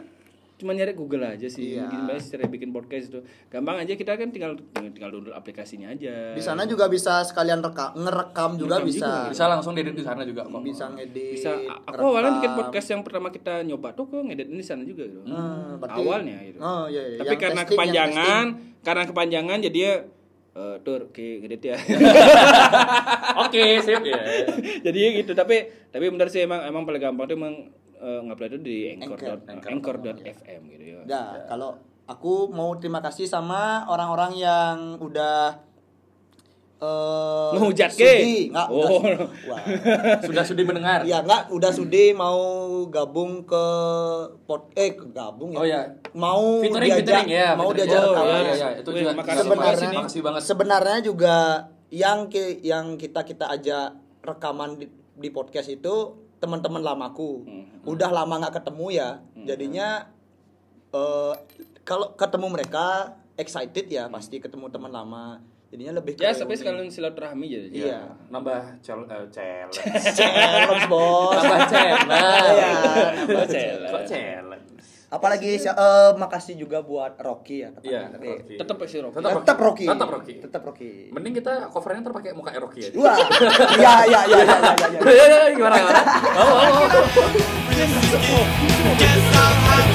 [SPEAKER 1] cuma nyari Google aja sih
[SPEAKER 3] Iya.
[SPEAKER 1] gimana sih cara bikin podcast itu gampang aja kita kan tinggal tinggal download aplikasinya aja
[SPEAKER 2] di sana juga bisa sekalian reka ngerekam juga bisa
[SPEAKER 3] Bisa langsung diedit di sana juga kok.
[SPEAKER 2] bisa ngedit
[SPEAKER 1] bisa a- aku
[SPEAKER 2] rekam.
[SPEAKER 1] awalnya bikin podcast yang pertama kita nyoba tuh aku ngedit di sana juga gitu
[SPEAKER 2] Hmm, berarti-
[SPEAKER 1] awalnya gitu
[SPEAKER 2] Oh, iya, iya.
[SPEAKER 1] tapi karena
[SPEAKER 2] Yang testing, yang
[SPEAKER 1] kepanjangan karena kepanjangan jadi ya eh tur kayak ngedit ya
[SPEAKER 3] Oke, sip ya.
[SPEAKER 1] jadi ya gitu tapi tapi benar sih emang emang paling gampang tuh emang eh, ngupload itu di anchor
[SPEAKER 2] Anchor, iya.
[SPEAKER 1] dot anchor dot fm gitu ya
[SPEAKER 2] Nah, kalau aku mau terima kasih sama orang-orang yang udah eh
[SPEAKER 1] Ngehujat ke?
[SPEAKER 2] sudi, nggak
[SPEAKER 1] Oh.
[SPEAKER 2] udah, wah.
[SPEAKER 3] Sudah sudi mendengar.
[SPEAKER 2] Ya nggak udah sudi mau gabung ke pot eh ke gabung ya.
[SPEAKER 3] Oh, iya.
[SPEAKER 2] Mau
[SPEAKER 3] Featuring, featuring, ya,
[SPEAKER 2] mau
[SPEAKER 3] featuring.
[SPEAKER 2] diajak
[SPEAKER 3] Oh,
[SPEAKER 2] rekaman.
[SPEAKER 3] iya, iya, itu
[SPEAKER 1] Wih,
[SPEAKER 3] juga.
[SPEAKER 1] makasih,
[SPEAKER 2] sebenarnya
[SPEAKER 1] makasih nih.
[SPEAKER 3] makasih banget.
[SPEAKER 2] sebenarnya juga yang ki- yang kita kita aja rekaman di, di podcast itu teman-teman lamaku
[SPEAKER 3] Hmm.
[SPEAKER 2] udah lama nggak ketemu ya jadinya eh, kalau ketemu mereka excited ya
[SPEAKER 3] Hmm.
[SPEAKER 2] pasti ketemu teman lama jadinya lebih
[SPEAKER 1] ya tapi sekalian silaturahmi jadi ya.
[SPEAKER 2] iya
[SPEAKER 3] Nambah cel eh, cel.
[SPEAKER 2] challenge bos
[SPEAKER 3] Nambah cel.
[SPEAKER 2] Iya.
[SPEAKER 1] Kok cel?
[SPEAKER 3] Kok cel?
[SPEAKER 6] Apalagi si- eh, makasih juga buat Rocky ya
[SPEAKER 3] Iya,
[SPEAKER 6] tepatnya. Tapi
[SPEAKER 3] Rocky.
[SPEAKER 1] tetap sih Rocky
[SPEAKER 3] Tetap
[SPEAKER 6] tetap Rocky.
[SPEAKER 3] Tetap Rocky.
[SPEAKER 6] Tetap Rocky.
[SPEAKER 3] Mending kita covernya ntar pakai muka Rocky aja.
[SPEAKER 6] Wah. Iya iya iya iya iya. iya.
[SPEAKER 3] Gimana gimana? Oh, oh, oh.
[SPEAKER 4] Guess I'll have